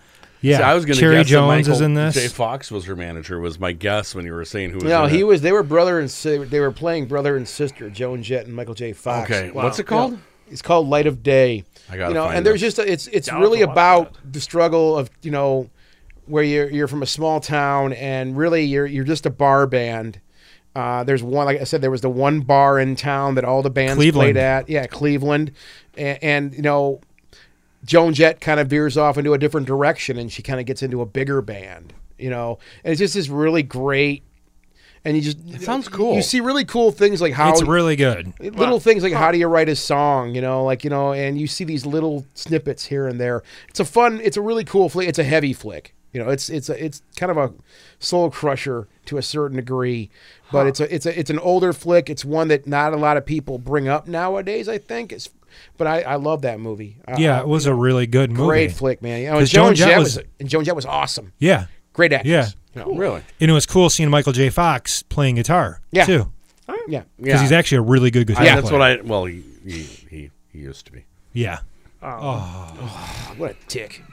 Speaker 4: See,
Speaker 3: yeah.
Speaker 4: I was going to
Speaker 3: Cherry
Speaker 4: guess that
Speaker 3: Jones
Speaker 4: Michael
Speaker 3: is in this.
Speaker 4: Jay Fox was her manager. Was my guess when you were saying who was. uh,
Speaker 2: No,
Speaker 4: in
Speaker 2: he
Speaker 4: it.
Speaker 2: was. They were brother and si- they were playing brother and sister, Joan Jett and Michael J. Fox.
Speaker 4: Okay,
Speaker 5: Wow.
Speaker 4: what's it called?
Speaker 2: It's called Light of Day.
Speaker 4: I gotta
Speaker 2: you know,
Speaker 4: find
Speaker 2: and there's
Speaker 4: this.
Speaker 2: just a, it's it's
Speaker 5: Yeah, I'll have
Speaker 2: really
Speaker 5: to watch
Speaker 2: about the struggle of you know where you're you're from a small town and really you're you're just a bar band. Uh, there's one, like I said, there was the one bar in town that all the bands
Speaker 3: Cleveland.
Speaker 2: played at. Yeah, Cleveland, and, and you know, Joan Jett kind of veers off into a different direction, and she kind of gets into a bigger band. You know, and it's just this really great, and you just it
Speaker 4: sounds cool.
Speaker 2: You see really cool things like how
Speaker 3: it's really good.
Speaker 2: little things like how do you write a song you know like you know and you see these little snippets here and there it's a fun it's a really cool flick it's a heavy flick you know it's it's a, it's kind of a soul crusher to a certain degree but it's a it's a it's an older flick it's one that not a lot of people bring up nowadays i think it's but i i love that movie uh,
Speaker 3: Yeah, it was a really good movie.
Speaker 2: great flick man you know,
Speaker 3: 'Cause
Speaker 2: joan, jett, was, and joan jett was awesome
Speaker 3: Yeah,
Speaker 2: great actress
Speaker 3: Yeah.
Speaker 2: you know.
Speaker 4: Really?
Speaker 3: and it was cool seeing Michael J. Fox playing guitar
Speaker 2: Yeah.
Speaker 3: too
Speaker 2: yeah
Speaker 4: Yeah,
Speaker 3: because he's actually a really good guitar
Speaker 4: I-
Speaker 3: player.
Speaker 4: that's what I. Well, he he, he he used to be.
Speaker 3: Yeah.
Speaker 2: what a tick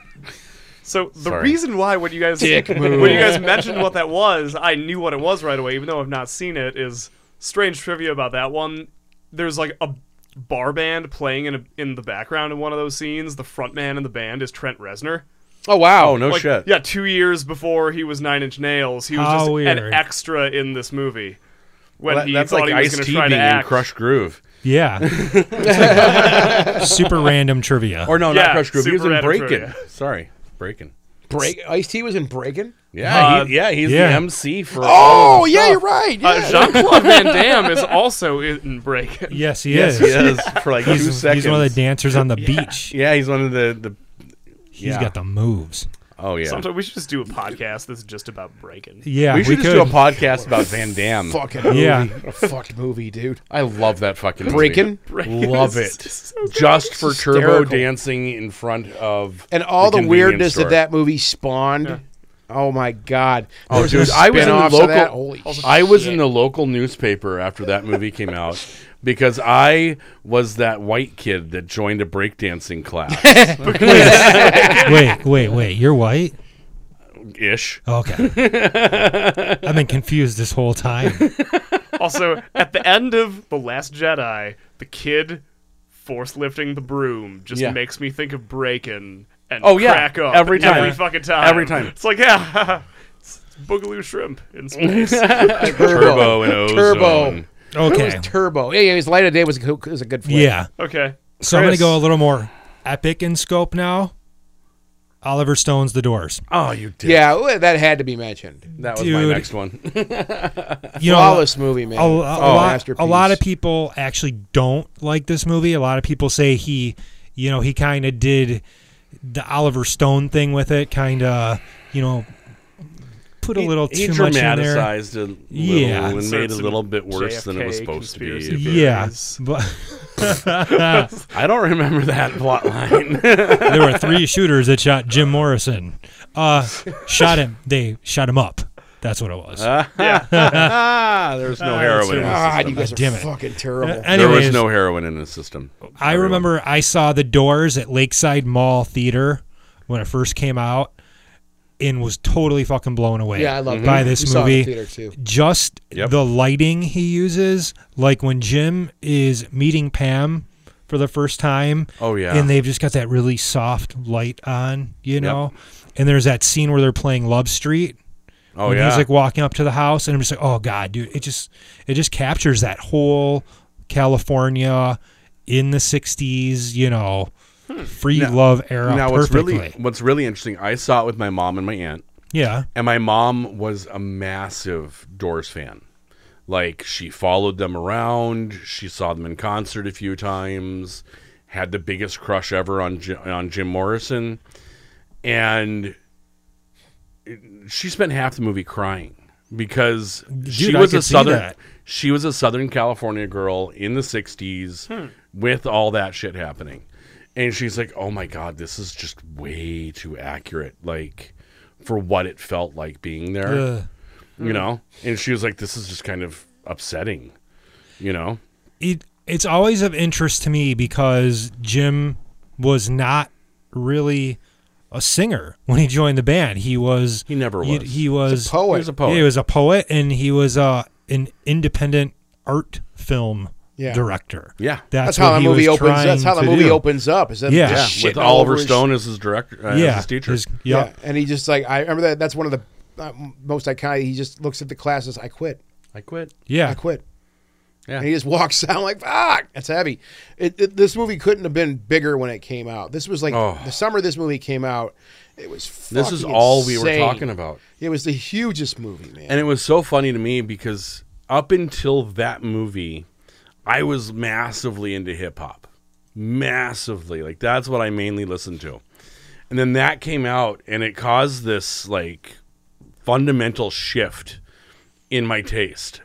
Speaker 5: so the
Speaker 4: Sorry.
Speaker 5: reason why when you guys when you guys mentioned what that was, I knew what it was right away, even though I've not seen it. Is strange trivia about that one. There's like a bar band playing in a, in the background in one of those scenes. The front man in the band is Trent Reznor.
Speaker 2: Oh wow!
Speaker 4: Oh no
Speaker 5: Like,
Speaker 4: shit.
Speaker 5: Yeah, two years before he was Nine Inch Nails, he was
Speaker 3: How
Speaker 5: just an
Speaker 3: weird.
Speaker 5: extra in this movie. When
Speaker 4: Well, that-
Speaker 5: he
Speaker 4: that's
Speaker 5: thought
Speaker 4: like
Speaker 5: he was
Speaker 4: Ice
Speaker 5: going to
Speaker 4: T
Speaker 5: try
Speaker 4: being
Speaker 5: to
Speaker 4: in
Speaker 5: act.
Speaker 4: Crush Groove. [LAUGHS]
Speaker 3: Yeah. Super random trivia.
Speaker 4: Or no, not
Speaker 5: Yeah,
Speaker 4: Crush Groove. He was
Speaker 5: Super
Speaker 4: in
Speaker 5: Red Intro,
Speaker 4: Breaking. Sorry, Breaking.
Speaker 2: Break Ice T was in Breaking.
Speaker 4: Yeah, he, yeah, he's
Speaker 3: Uh, yeah.
Speaker 4: the MC for. all
Speaker 2: Oh
Speaker 4: this
Speaker 2: yeah,
Speaker 4: stuff.
Speaker 2: you're right. Yeah.
Speaker 5: Uh, Jean Claude Van
Speaker 4: [LAUGHS]
Speaker 5: Damme is also in Breaking.
Speaker 3: yes, he is.
Speaker 4: Yes, he is for like
Speaker 3: [LAUGHS]
Speaker 4: two
Speaker 3: He's,
Speaker 4: seconds.
Speaker 3: he's one of the dancers on the beach.
Speaker 4: yeah, he's one of the the.
Speaker 3: He's
Speaker 4: yeah.
Speaker 3: got the moves.
Speaker 4: Oh yeah.
Speaker 5: Sometimes we should just do a podcast that's just about Breaking.
Speaker 3: Yeah,
Speaker 4: we should just
Speaker 3: could.
Speaker 4: do a podcast about Van Damme.
Speaker 2: fucking movie.
Speaker 3: Yeah.
Speaker 2: fucked movie, dude.
Speaker 4: I love that fucking movie.
Speaker 2: Breaking.
Speaker 4: Love it. Just for turbo
Speaker 2: hysterical.
Speaker 4: dancing in front of
Speaker 2: And all the,
Speaker 4: convenience
Speaker 2: weirdness
Speaker 4: store.
Speaker 2: that that movie spawned. Oh my god! There
Speaker 4: Oh,
Speaker 2: was
Speaker 4: dude,
Speaker 2: some
Speaker 4: I was in the
Speaker 2: spin-offs of
Speaker 4: local.
Speaker 2: that. Holy shit.
Speaker 4: I was in the local newspaper after that movie came out because I was that white kid that joined a
Speaker 2: [LAUGHS]
Speaker 4: breakdancing class
Speaker 3: wait, wait, wait. You're white?
Speaker 4: ish.
Speaker 3: Okay. I've been confused this whole time.
Speaker 5: Also, at the end of The Last Jedi, the kid force lifting the broom just
Speaker 4: Yeah.
Speaker 5: makes me think of Breaking and
Speaker 4: Oh, yeah.
Speaker 5: crack up
Speaker 4: Every time.
Speaker 5: every fucking time,
Speaker 4: Every time.
Speaker 5: It's like yeah, [LAUGHS] it's Boogaloo shrimp in
Speaker 4: [LAUGHS]
Speaker 5: space.
Speaker 4: Turbo and ozone.
Speaker 2: Turbo. It was
Speaker 3: Okay.
Speaker 2: Turbo. Yeah, yeah. His light of day was a, good- was a good. Flick.
Speaker 3: Yeah.
Speaker 5: okay,
Speaker 3: So I'm going
Speaker 5: Chris.
Speaker 3: to go a little more epic in scope now. Oliver Stone's The Doors.
Speaker 4: Oh, you did.
Speaker 2: yeah. well, That had to be mentioned.
Speaker 4: That was
Speaker 3: Dude.
Speaker 4: my next one.
Speaker 3: You
Speaker 2: Flawless movie, man. Oh,
Speaker 3: a, a,
Speaker 4: Oh,
Speaker 3: lot,
Speaker 2: masterpiece.
Speaker 3: a lot of people actually don't like this movie. A lot of people say he, you know, he kind of did the Oliver Stone thing with it, kind of, you know, put [LAUGHS] a little
Speaker 4: he,
Speaker 3: too
Speaker 4: he
Speaker 3: much in there.
Speaker 4: dramatized a little
Speaker 3: Yeah.
Speaker 4: and
Speaker 5: Insert
Speaker 4: made a
Speaker 5: some
Speaker 4: little bit worse than it was
Speaker 5: JFK
Speaker 4: supposed to be.
Speaker 5: conspiracy
Speaker 3: Yeah,
Speaker 5: theories.
Speaker 3: but
Speaker 4: I don't remember that plot line.
Speaker 3: there were three shooters that shot Jim Morrison. Uh, shot him. They shot him up. That's what it was.
Speaker 4: ah, there's no heroin in the
Speaker 2: God, Ah, you
Speaker 4: system.
Speaker 2: guys are
Speaker 3: Damn it.
Speaker 2: fucking terrible.
Speaker 4: There
Speaker 3: Ah, Anyways,
Speaker 4: was no heroin in the system.
Speaker 3: I remember I saw The Doors at Lakeside Mall Theater when it first came out, and was totally fucking blown away.
Speaker 2: yeah, I love
Speaker 3: by
Speaker 2: it.
Speaker 3: this
Speaker 2: We Saw it
Speaker 3: movie.
Speaker 2: in the theater too.
Speaker 3: just
Speaker 4: Mhm. Yep.
Speaker 3: the lighting he uses, like when Jim is meeting Pam for the first time.
Speaker 4: Oh, yeah.
Speaker 3: and they've just got that really soft light on, you know. And there's that scene where they're playing Love Street.
Speaker 4: Oh
Speaker 3: when
Speaker 4: yeah.
Speaker 3: he's like walking up to the house, and I'm just like, oh god, dude, it just it just captures that whole California in the '60s, you know, free love era
Speaker 4: Hmm. now what's
Speaker 3: perfectly.
Speaker 4: really what's really interesting, I saw it with my mom and my aunt.
Speaker 3: yeah,
Speaker 4: And my mom was a massive Doors fan. Like she followed them around. She saw them in concert a few times. Had the biggest crush ever on Ji- on Jim Morrison, and it- she spent half the movie crying because she
Speaker 3: I
Speaker 4: was a
Speaker 3: could see
Speaker 4: southern
Speaker 3: that.
Speaker 4: she was a Southern California girl in the '60s with all that shit happening, and she's like, "Oh my god, this is just way too accurate." Like for what it felt like being there,
Speaker 3: Ugh.
Speaker 4: you know. And she was like, "This is just kind of upsetting," you know.
Speaker 3: it it's always of interest to me because Jim was not really a singer when he joined the band. He was
Speaker 4: He never
Speaker 3: He,
Speaker 4: was.
Speaker 3: he was
Speaker 2: poet.
Speaker 4: He was a poet.
Speaker 3: He was a poet, and he was uh, an independent art film
Speaker 2: Yeah.
Speaker 3: director.
Speaker 4: Yeah.
Speaker 2: That's
Speaker 3: that's,
Speaker 2: how
Speaker 3: what
Speaker 2: the
Speaker 3: he
Speaker 2: movie
Speaker 3: was
Speaker 2: opens. That's
Speaker 3: trying
Speaker 2: how the
Speaker 3: to
Speaker 2: movie
Speaker 3: do.
Speaker 2: opens up. Is that
Speaker 3: Yeah.
Speaker 2: just
Speaker 3: Yeah,
Speaker 2: shit
Speaker 4: With
Speaker 2: all over
Speaker 4: Oliver
Speaker 2: his-
Speaker 4: Stone as his director, uh, as
Speaker 3: Yeah,
Speaker 4: his teacher.
Speaker 3: his- yeah.
Speaker 2: Yeah, and he just like I remember that. That's one of the uh, most iconic. He just looks at the classes. I quit.
Speaker 4: I quit.
Speaker 3: yeah.
Speaker 2: I quit.
Speaker 4: Yeah.
Speaker 2: And he just walks [LAUGHS] out like fuck. That's heavy. It, it- this movie couldn't have been bigger when it came out. This was like
Speaker 4: Oh.
Speaker 2: the summer this movie came out. It was.
Speaker 4: This is
Speaker 2: fucking
Speaker 4: all we were
Speaker 2: insane.
Speaker 4: talking about.
Speaker 2: It was the hugest movie, man.
Speaker 4: And it was so funny to me because up until that movie, I was massively into hip hop. Massively. Like that's what I mainly listened to. And then that came out and it caused this like fundamental shift in my taste.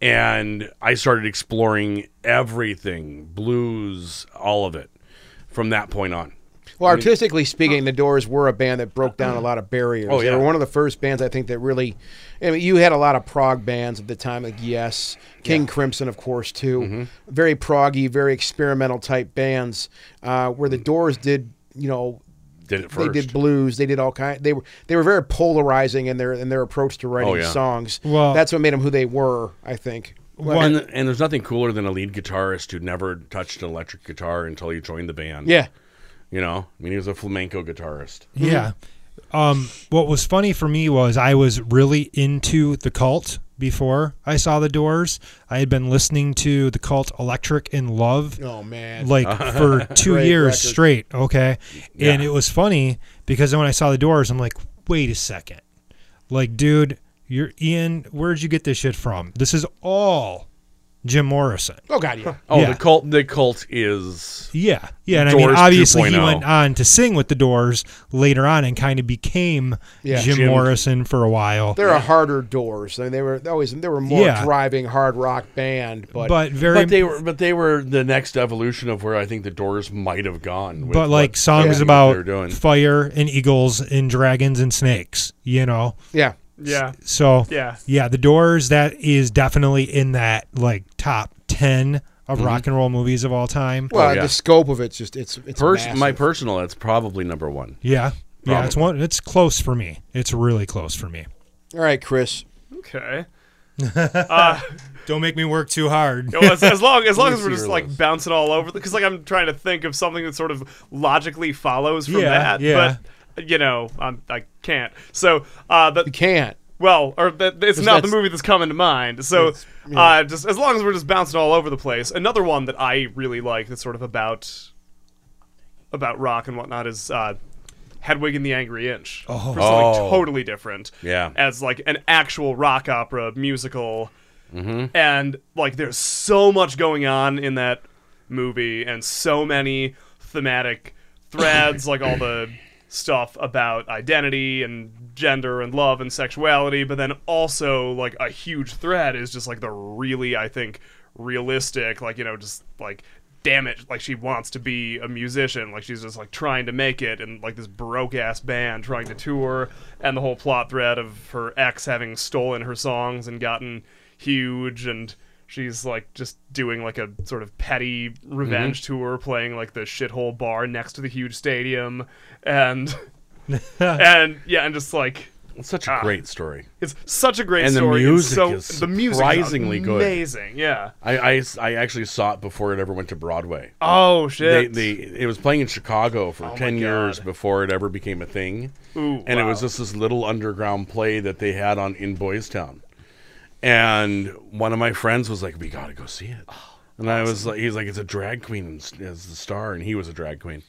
Speaker 4: And I started exploring everything, blues, all of it from that point on.
Speaker 2: Well, artistically speaking, the Doors were a band that broke down a lot of barriers.
Speaker 4: Oh,
Speaker 2: They
Speaker 4: yeah.
Speaker 2: were one of the first bands I think that really. I mean, you had a lot of prog bands at the time, like Yes, King Crimson, of course, too.
Speaker 4: Mm-hmm.
Speaker 2: Very proggy, very experimental type bands, uh, where the Doors did, you know,
Speaker 4: Did it Mm. first.
Speaker 2: they did blues, they did all kind. They were they were very polarizing in their in their approach to writing
Speaker 4: Oh, yeah.
Speaker 2: songs.
Speaker 3: Well-
Speaker 2: that's what made them who they were, I think.
Speaker 3: What-
Speaker 4: And, and there's nothing cooler than a lead guitarist who never touched an electric guitar until he joined the band.
Speaker 2: Yeah.
Speaker 4: You know, I mean, he was a flamenco guitarist.
Speaker 3: Yeah. Um, what was funny for me was I was really into the cult before I saw the doors. I had been listening to the cult Electric in Love
Speaker 2: Oh
Speaker 4: [LAUGHS]
Speaker 2: man.
Speaker 3: like for two
Speaker 2: Great
Speaker 3: years
Speaker 2: record.
Speaker 3: straight. Okay.
Speaker 4: Yeah.
Speaker 3: And it was funny because then when I saw the doors, I'm like, wait a second. Like, dude, you're Ian, where'd you get this shit from? This is all Jim Morrison.
Speaker 2: oh god, yeah.
Speaker 4: Oh,
Speaker 3: Yeah.
Speaker 4: the cult. The cult is
Speaker 3: Yeah, yeah, and I mean,
Speaker 4: Doors
Speaker 3: obviously, he
Speaker 4: 2.0.
Speaker 3: went on to sing with the Doors later on, and kind of became
Speaker 2: Yeah.
Speaker 3: Jim,
Speaker 4: Jim-
Speaker 3: Morrison for a while.
Speaker 2: There are harder doors. I mean, they were they always they were more
Speaker 3: Yeah.
Speaker 2: driving hard rock band, but,
Speaker 3: But very,
Speaker 4: But
Speaker 3: but,
Speaker 4: they were, but they were the next evolution of where I think the Doors might have gone. With
Speaker 3: like
Speaker 4: what-
Speaker 3: songs
Speaker 4: what
Speaker 3: about
Speaker 4: they're doing.
Speaker 3: fire and eagles and dragons and snakes, you know.
Speaker 2: yeah.
Speaker 5: Yeah.
Speaker 3: So
Speaker 5: Yeah.
Speaker 3: yeah, the Doors that is definitely in that like top ten of rock and roll movies of all time.
Speaker 2: Well,
Speaker 4: yeah.
Speaker 2: the scope of it's just it's it's
Speaker 4: Pers-
Speaker 2: massive.
Speaker 4: my personal, that's probably number one.
Speaker 3: yeah, yeah, it's
Speaker 4: Probably.
Speaker 3: one, it's close for me. It's really close for me.
Speaker 2: All right, Chris.
Speaker 5: Okay.
Speaker 3: Don't make me work too hard.
Speaker 5: You know, as, as long as long
Speaker 4: me
Speaker 5: as we're
Speaker 4: see
Speaker 5: just
Speaker 4: your
Speaker 5: like
Speaker 4: list.
Speaker 5: bouncing all over, because like I'm trying to think of something that sort of logically follows from
Speaker 3: Yeah,
Speaker 5: that.
Speaker 3: yeah.
Speaker 5: But you know, I'm, I can't. So uh, that
Speaker 2: You can't.
Speaker 5: Well, or that, it's not the
Speaker 2: that's-
Speaker 5: movie that's coming to mind. So, uh, just as long as we're just bouncing all over the place, another one that I really like that's sort of about about rock and whatnot is uh, Hedwig and the Angry Inch. Oh,
Speaker 4: Oh.
Speaker 5: totally different.
Speaker 4: Yeah.
Speaker 5: as like an actual rock opera musical, and like there's so much going on in that movie, and so many thematic threads, like all the stuff about identity and gender and love and sexuality, but then also like a huge thread is just like the really I think realistic, like you know, just like damn it, like she wants to be a musician, like she's just like trying to make it, and like this broke ass band trying to tour, and the whole plot thread of her ex having stolen her songs and gotten huge and she's like just doing like a sort of petty
Speaker 4: Mm-hmm.
Speaker 5: revenge tour playing like the shithole bar next to the huge stadium
Speaker 4: [LAUGHS]
Speaker 5: and and yeah and just like
Speaker 4: It's such a great story.
Speaker 5: it's such a great
Speaker 4: And the
Speaker 5: story it's
Speaker 4: music
Speaker 5: so
Speaker 4: is
Speaker 5: the music
Speaker 4: surprisingly
Speaker 5: is
Speaker 4: good.
Speaker 5: amazing yeah
Speaker 4: I, I s- I actually saw it before it ever went to Broadway.
Speaker 5: oh shit
Speaker 4: They, they it was playing in Chicago for ten
Speaker 5: God.
Speaker 4: years before it ever became a thing,
Speaker 5: Ooh,
Speaker 4: and it was
Speaker 5: wow.
Speaker 4: just this little underground play that they had on in Boys Town. And one of my friends was like, "We gotta go see it," and I was like, "He's like, it's a drag queen as the star," and he was a drag queen,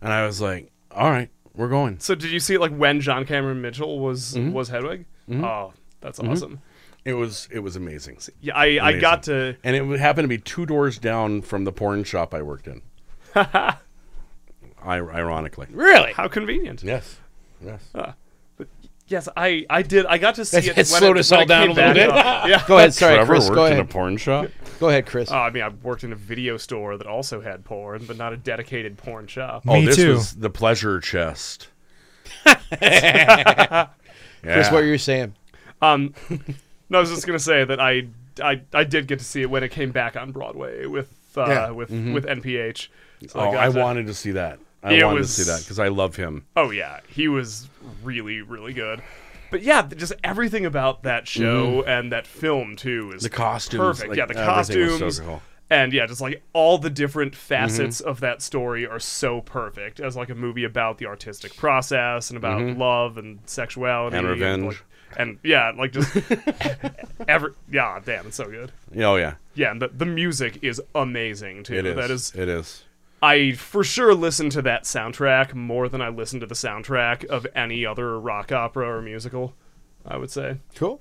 Speaker 4: and I was like, "All right, we're going."
Speaker 5: so did you see like when john cameron mitchell was
Speaker 4: Mm-hmm.
Speaker 5: was hedwig oh that's awesome
Speaker 4: It was it was amazing,
Speaker 5: yeah i i got to
Speaker 4: and it would- happened to be two doors down from the porn shop I worked in. I, ironically,
Speaker 2: Really?
Speaker 5: how convenient
Speaker 4: yes, yes.
Speaker 5: yes i i did i got to see it
Speaker 2: That
Speaker 5: when
Speaker 2: slowed
Speaker 5: it,
Speaker 2: us
Speaker 5: when
Speaker 2: all
Speaker 5: it
Speaker 2: down
Speaker 5: came
Speaker 2: a little
Speaker 5: back
Speaker 2: bit.
Speaker 4: [LAUGHS]
Speaker 5: up. yeah
Speaker 2: Go ahead. Sorry,
Speaker 4: Trevor
Speaker 2: Chris.
Speaker 4: worked
Speaker 2: Go
Speaker 4: in a
Speaker 2: ahead.
Speaker 4: porn shop.
Speaker 2: Go ahead, Chris.
Speaker 5: Oh, I mean, I worked in a video store that also had porn, but not a dedicated porn shop.
Speaker 3: Me
Speaker 4: oh, this
Speaker 3: too.
Speaker 4: was the pleasure chest. yeah.
Speaker 2: Chris, what were you saying?
Speaker 5: Um, no, I was just gonna say that I, I, I did get to see it when it came back on Broadway with uh,
Speaker 2: Yeah.
Speaker 5: with with NPH. So
Speaker 4: Mm-hmm. oh, I,
Speaker 5: got to-
Speaker 4: wanted to see that. I
Speaker 5: It
Speaker 4: wanted
Speaker 5: was-
Speaker 4: to see that because I love him.
Speaker 5: Oh yeah, he was really really good. But yeah, th- just everything about that show and that film too is
Speaker 4: Mm-hmm. The costumes,
Speaker 5: perfect.
Speaker 4: like,
Speaker 5: yeah, the
Speaker 4: everything was so
Speaker 5: costumes.
Speaker 4: cool. Mm-hmm.
Speaker 5: And yeah, just like all the different facets of that story are so perfect as like a movie about the artistic process and about love and sexuality
Speaker 4: Mm-hmm. And revenge.
Speaker 5: like- and yeah,
Speaker 4: [LAUGHS]
Speaker 5: like just every yeah, damn, it's so good.
Speaker 4: Oh yeah,
Speaker 5: Yeah, and the, the music is amazing too.
Speaker 4: it is.
Speaker 5: That is
Speaker 4: It is.
Speaker 5: I for sure listen to that soundtrack more than I listen to the soundtrack of any other rock opera or musical. I would say.
Speaker 2: Cool.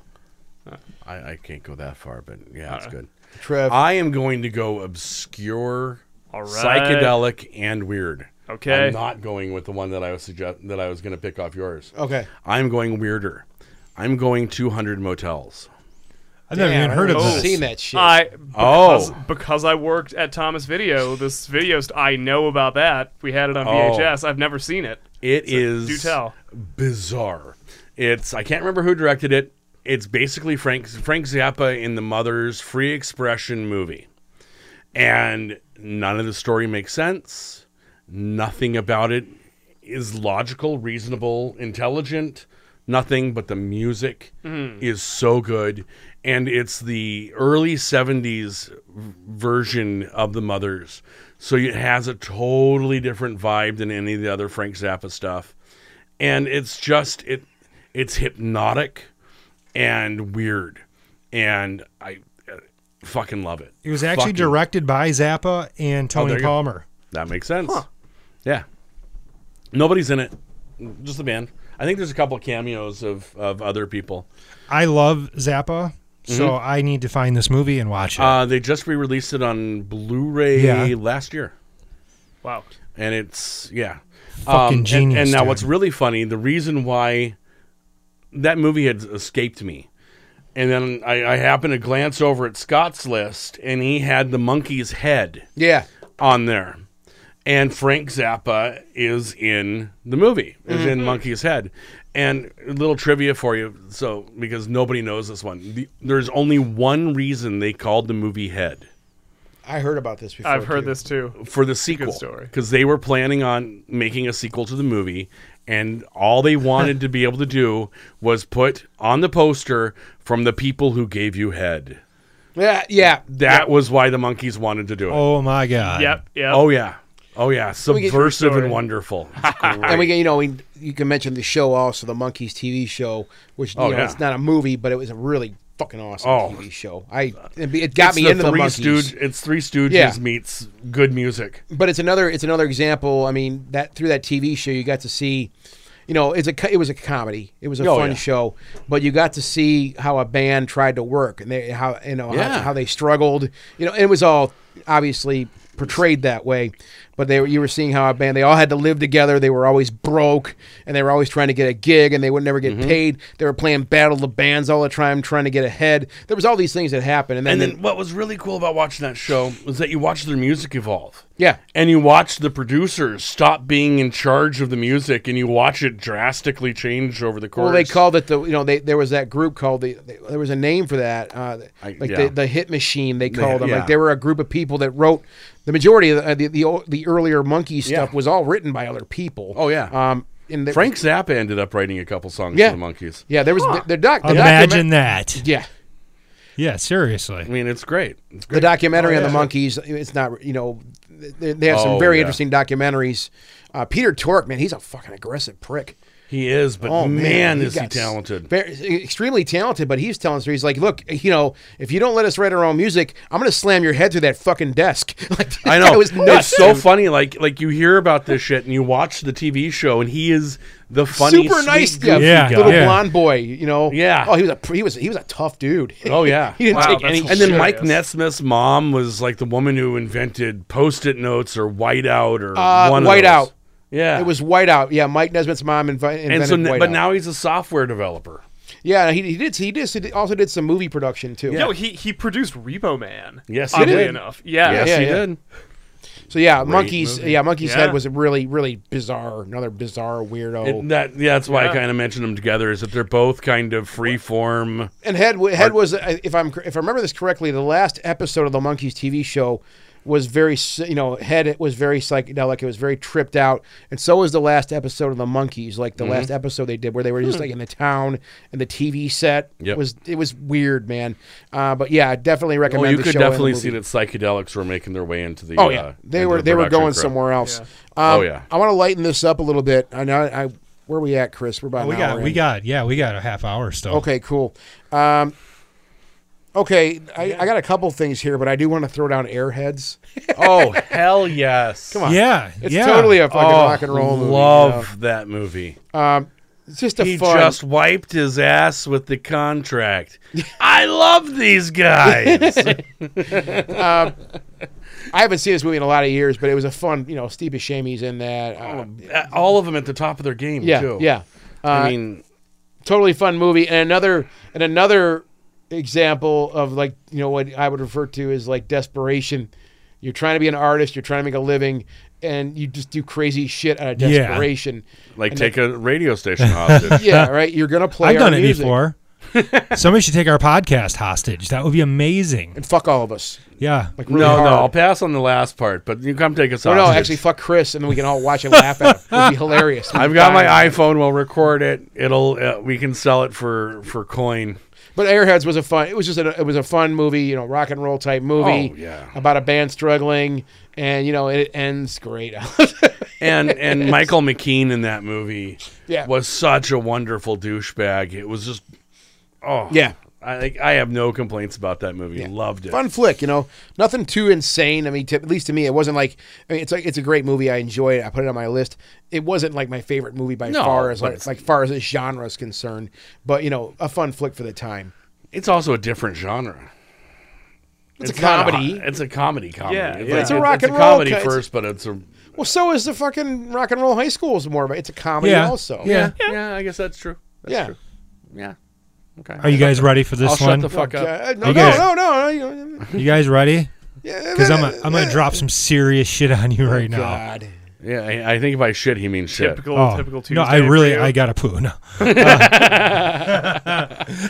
Speaker 4: I, I can't go that far, but yeah,
Speaker 5: Uh.
Speaker 4: it's good.
Speaker 2: Trev.
Speaker 4: I am going to go obscure,
Speaker 5: All right.
Speaker 4: psychedelic, and weird.
Speaker 5: Okay.
Speaker 4: I'm not going with the one that I was suggest that I was going to pick off yours.
Speaker 2: okay.
Speaker 4: I'm going weirder. I'm going 200 motels.
Speaker 3: I've never
Speaker 2: Damn,
Speaker 3: even heard of
Speaker 2: I've
Speaker 3: this.
Speaker 2: Seen that shit.
Speaker 5: I because,
Speaker 4: Oh.
Speaker 5: because I worked at Thomas Video. This video st- I know about that. We had it
Speaker 4: Oh.
Speaker 5: on VHS. I've never seen it.
Speaker 4: It is
Speaker 5: do tell.
Speaker 4: bizarre. It's I can't remember who directed it. It's basically Frank Frank Zappa in the Mother's Free Expression movie. And none of the story makes sense. Nothing about it is logical, reasonable, intelligent. nothing, but the music
Speaker 5: Hmm.
Speaker 4: is so good, and it's the early '70s v- version of the Mothers, so it has a totally different vibe than any of the other Frank Zappa stuff, and it's just it, it's hypnotic, and weird, and I uh, fucking love it.
Speaker 3: It was actually
Speaker 4: Fucking-
Speaker 3: directed by Zappa
Speaker 2: Oh,
Speaker 3: and Tony
Speaker 4: there you go.
Speaker 3: Palmer.
Speaker 4: that makes sense. Yeah. Nobody's in it. Just the band. I think there's a couple of cameos of, of other people.
Speaker 3: I love Zappa, so
Speaker 2: Mm-hmm.
Speaker 3: I need to find this movie and watch it.
Speaker 4: Uh, they just re released it on Blu ray
Speaker 3: Yeah.
Speaker 4: last year.
Speaker 5: Wow.
Speaker 4: And it's, yeah. Um,
Speaker 3: Fucking
Speaker 4: and-
Speaker 3: genius,
Speaker 4: And, now,
Speaker 3: dude.
Speaker 4: what's really funny, the reason why that movie had escaped me. And then I, I happened to glance over at Scott's list, and he had the monkey's head.
Speaker 2: Yeah.
Speaker 4: on there. And Frank Zappa is in the movie, is in Monkey's Head. And a little trivia for you, so because nobody knows this one. The, there's only one reason they called the movie Head
Speaker 2: I heard about this before.
Speaker 5: I've heard
Speaker 2: too.
Speaker 5: this too.
Speaker 4: for the sequel,
Speaker 5: story.
Speaker 4: because they were planning on making a sequel to the movie, and all [LAUGHS] they wanted to be able to do was put on the poster from the people who gave you Head.
Speaker 2: Yeah, yeah.
Speaker 4: That was why the monkeys wanted to do it. Oh,
Speaker 3: oh my god.
Speaker 5: Yep. Yep.
Speaker 4: yeah, oh yeah,
Speaker 2: get-
Speaker 4: subversive
Speaker 5: Sorry.
Speaker 4: and [LAUGHS] wonderful. It's great.
Speaker 2: And we can, you know, we, you can mention the show also, the Monkeys TV show, which you
Speaker 4: Oh,
Speaker 2: know,
Speaker 4: yeah.
Speaker 2: it's not a movie, but it was a really fucking awesome
Speaker 4: Oh.
Speaker 2: TV show. I it, it got me into the
Speaker 4: Three
Speaker 2: Monkeys.
Speaker 4: Stooge- it's Three Stooges
Speaker 2: Yeah.
Speaker 4: meets good music.
Speaker 2: but it's another it's another example. I mean that through that TV show you got to see, you know, it's a co- it was a comedy. It was a
Speaker 4: Oh,
Speaker 2: fun
Speaker 4: yeah.
Speaker 2: show, but you got to see how a band tried to work and they how you know how,
Speaker 4: Yeah.
Speaker 2: how they struggled. You know, and it was all obviously portrayed that way, but they were, you were seeing how a band they all had to live together. They were always broke and they were always trying to get a gig and they would never get
Speaker 4: Mm-hmm.
Speaker 2: paid. They were playing battle of the bands all the time, trying to get ahead. There was all these things that happened, and then,
Speaker 4: And then what was really cool about watching that show was that you watched their music evolve.
Speaker 2: yeah.
Speaker 4: And you watch the producers stop being in charge of the music and you watch it drastically change over the course.
Speaker 2: Well, they called it the you know they there was that group called the there was a name for that uh,
Speaker 4: I-
Speaker 2: like
Speaker 4: yeah.
Speaker 2: the, the hit machine they called them
Speaker 4: yeah.
Speaker 2: like they were a group of people that wrote the majority of the uh, the, the, o- the earlier monkey stuff
Speaker 4: Yeah.
Speaker 2: was all written by other people.
Speaker 4: Oh, yeah.
Speaker 2: um, and the,
Speaker 4: Frank Zappa ended up writing a couple songs
Speaker 2: Yeah.
Speaker 4: for the Monkeys.
Speaker 2: yeah, there was the, the doc. The
Speaker 3: Imagine
Speaker 2: document-
Speaker 3: that.
Speaker 2: yeah,
Speaker 3: Yeah,
Speaker 4: I
Speaker 3: seriously.
Speaker 4: mean, it's great. It's
Speaker 2: the
Speaker 4: great.
Speaker 2: documentary
Speaker 4: Oh,
Speaker 2: on the
Speaker 4: yeah.
Speaker 2: monkeys. It's not you know they, they have some
Speaker 4: Oh,
Speaker 2: very
Speaker 4: yeah.
Speaker 2: interesting documentaries. Uh, Peter Tork, man, he's a fucking aggressive prick.
Speaker 4: he is, but
Speaker 2: Oh
Speaker 4: man,
Speaker 2: man,
Speaker 4: is he
Speaker 2: got s-
Speaker 4: talented.
Speaker 2: Very, extremely talented, but he's telling us he's like, look, you know, if you don't let us write our own music, I'm gonna slam your head through that fucking desk. [LAUGHS] Like
Speaker 4: I
Speaker 2: that
Speaker 4: know.
Speaker 2: was nuts.
Speaker 4: It's so funny. Like like you hear about this shit and you watch the TV show and he is the funny,
Speaker 2: super
Speaker 4: sweet,
Speaker 2: nice,
Speaker 4: goofy
Speaker 2: yeah,
Speaker 3: guy.
Speaker 2: little
Speaker 3: Yeah.
Speaker 2: blonde boy. You know,
Speaker 4: Yeah.
Speaker 2: Oh, he was a he was he was a tough dude. [LAUGHS]
Speaker 4: Oh yeah.
Speaker 2: he didn't
Speaker 5: Wow,
Speaker 2: take
Speaker 5: that's
Speaker 2: any.
Speaker 4: And then
Speaker 5: Sure
Speaker 4: Mike
Speaker 5: is.
Speaker 4: Nesmith's mom was like the woman who invented post-it notes or whiteout or
Speaker 2: Uh,
Speaker 4: one of
Speaker 2: Whiteout.
Speaker 4: those. Yeah,
Speaker 2: It was Whiteout. Yeah, Mike Nesmith's mom invi- invented
Speaker 4: and so, n-
Speaker 2: Whiteout.
Speaker 4: but now he's a software developer.
Speaker 2: yeah, he, he did he did he also did some movie production too.
Speaker 5: No, he he produced Repo Man.
Speaker 4: Yes, he
Speaker 5: oddly
Speaker 4: did.
Speaker 5: enough. Yeah.
Speaker 4: Yes,
Speaker 2: yeah,
Speaker 4: he
Speaker 2: yeah.
Speaker 4: did.
Speaker 2: So yeah, monkeys. Yeah, monkey's
Speaker 5: Yeah.
Speaker 2: head was a really really bizarre. Another bizarre weirdo.
Speaker 4: It- that yeah, that's why
Speaker 5: Yeah.
Speaker 4: I kind of mentioned them together. Is that they're both kind of freeform.
Speaker 2: And head head was if I'm if I remember this correctly, the last episode of the monkeys TV show was very s- you know head was very psychedelic. It was very tripped out, and so was the last episode of the monkeys. Like the
Speaker 4: Mm-hmm.
Speaker 2: last episode they did where they were just like in the town and the TV set
Speaker 4: Hmm. Yep.
Speaker 2: was it was weird, man. Uh, but yeah, I definitely
Speaker 4: Oh,
Speaker 2: recommend.
Speaker 4: you
Speaker 2: the
Speaker 4: could
Speaker 2: show and the
Speaker 4: definitely
Speaker 2: movie.
Speaker 4: see that psychedelics were making their way into the.
Speaker 2: Oh yeah,
Speaker 4: uh,
Speaker 2: they
Speaker 4: into
Speaker 2: were
Speaker 4: the
Speaker 2: they were
Speaker 4: production
Speaker 2: going
Speaker 4: crew.
Speaker 2: somewhere else. Um,
Speaker 4: Oh, yeah.
Speaker 2: I want to lighten this up a little bit. I know I where we at, Chris? We're about
Speaker 3: Oh, We
Speaker 2: an hour
Speaker 3: got we
Speaker 2: in.
Speaker 3: got yeah, we got a half hour still.
Speaker 2: Okay, cool. Um, okay, I, I got a couple things here, but I do want to throw down Airheads. [LAUGHS]
Speaker 4: Oh hell yes! Come
Speaker 3: Yeah.
Speaker 2: It's
Speaker 3: yeah.
Speaker 2: totally a fucking
Speaker 4: oh,
Speaker 2: rock and roll movie.
Speaker 4: Love that movie.
Speaker 2: It's just a
Speaker 4: he
Speaker 2: fun.
Speaker 4: just wiped his ass with
Speaker 2: [LAUGHS]
Speaker 4: the contract. I love these guys.
Speaker 2: I haven't seen this movie in a lot of years, but it was a fun. You know, Steve Buscemi's in that. Uh,
Speaker 4: Uh, all of them at the top of their game
Speaker 2: yeah,
Speaker 4: too.
Speaker 2: yeah. Uh,
Speaker 4: I mean,
Speaker 2: totally fun movie and another and another example of like you know what i would refer to as like desperation you're trying to be an artist you're trying to make a living and you just do crazy shit out of
Speaker 3: Yeah.
Speaker 2: desperation
Speaker 4: like take a radio station
Speaker 2: [LAUGHS]
Speaker 4: hostage.
Speaker 2: yeah, right you're gonna play
Speaker 3: I've
Speaker 2: our
Speaker 3: done it
Speaker 2: music.
Speaker 3: before. Somebody should take our podcast hostage. That would be amazing.
Speaker 2: and fuck all of us.
Speaker 3: Yeah.
Speaker 2: Like really
Speaker 4: No,
Speaker 2: hard.
Speaker 4: no, I'll pass on the last part, but you come take us
Speaker 2: No,
Speaker 4: off.
Speaker 2: no, actually, fuck Chris, and then we can all watch and laugh at him. It'd be hilarious.
Speaker 4: [LAUGHS] I've got my iPhone. We'll record it. It'll uh, we can sell it for for coin.
Speaker 2: But Airheads was a fun. It was just a, it was a fun movie, you know, rock and roll type movie.
Speaker 4: Oh, yeah.
Speaker 2: About a band struggling, and you know, it ends great. [LAUGHS]
Speaker 4: Oh, And and Michael McKean in that movie
Speaker 2: Yeah.
Speaker 4: was such a wonderful douchebag. It was just oh
Speaker 2: yeah,
Speaker 4: I like, I have no complaints about that movie. Loved it.
Speaker 2: fun flick. You know, nothing too insane. I mean, to, at least to me, it wasn't like. I mean, it's like it's a great movie. I enjoy it. I put it on my list. It wasn't like my favorite movie by
Speaker 4: No,
Speaker 2: far as
Speaker 4: but
Speaker 2: like,
Speaker 4: it's-
Speaker 2: like far as this genre is concerned. But you know, a fun flick for the time.
Speaker 4: It's also a different genre.
Speaker 2: It's a
Speaker 4: not
Speaker 2: comedy.
Speaker 4: it's a comedy comedy.
Speaker 5: Yeah,
Speaker 4: it's,
Speaker 5: yeah. It's
Speaker 2: a
Speaker 4: a
Speaker 2: rock
Speaker 4: it's a
Speaker 2: and roll
Speaker 4: comedy
Speaker 2: co- it's-
Speaker 4: first, but it's a
Speaker 2: Well, so is the fucking rock and roll high school is more of it. It's a comedy
Speaker 3: Yeah.
Speaker 2: also.
Speaker 3: Yeah.
Speaker 4: yeah. I guess that's true. That's
Speaker 2: Yeah.
Speaker 4: true. Yeah. Okay.
Speaker 3: Are you guys ready for this
Speaker 4: I'll
Speaker 3: one?
Speaker 4: shut the fuck up.
Speaker 2: Uh, no, no,
Speaker 3: You guys-
Speaker 2: no, no, no, you-
Speaker 3: you guys ready?
Speaker 2: yeah,
Speaker 3: Because I'm, a, I'm going to drop some serious shit on you right now.
Speaker 2: God.
Speaker 4: Yeah, I, I think if I shit, he means shit.
Speaker 5: Typical,
Speaker 3: Oh,
Speaker 5: typical Tuesday.
Speaker 3: no, I
Speaker 5: for
Speaker 3: really,
Speaker 5: you.
Speaker 3: I gotta poo. No,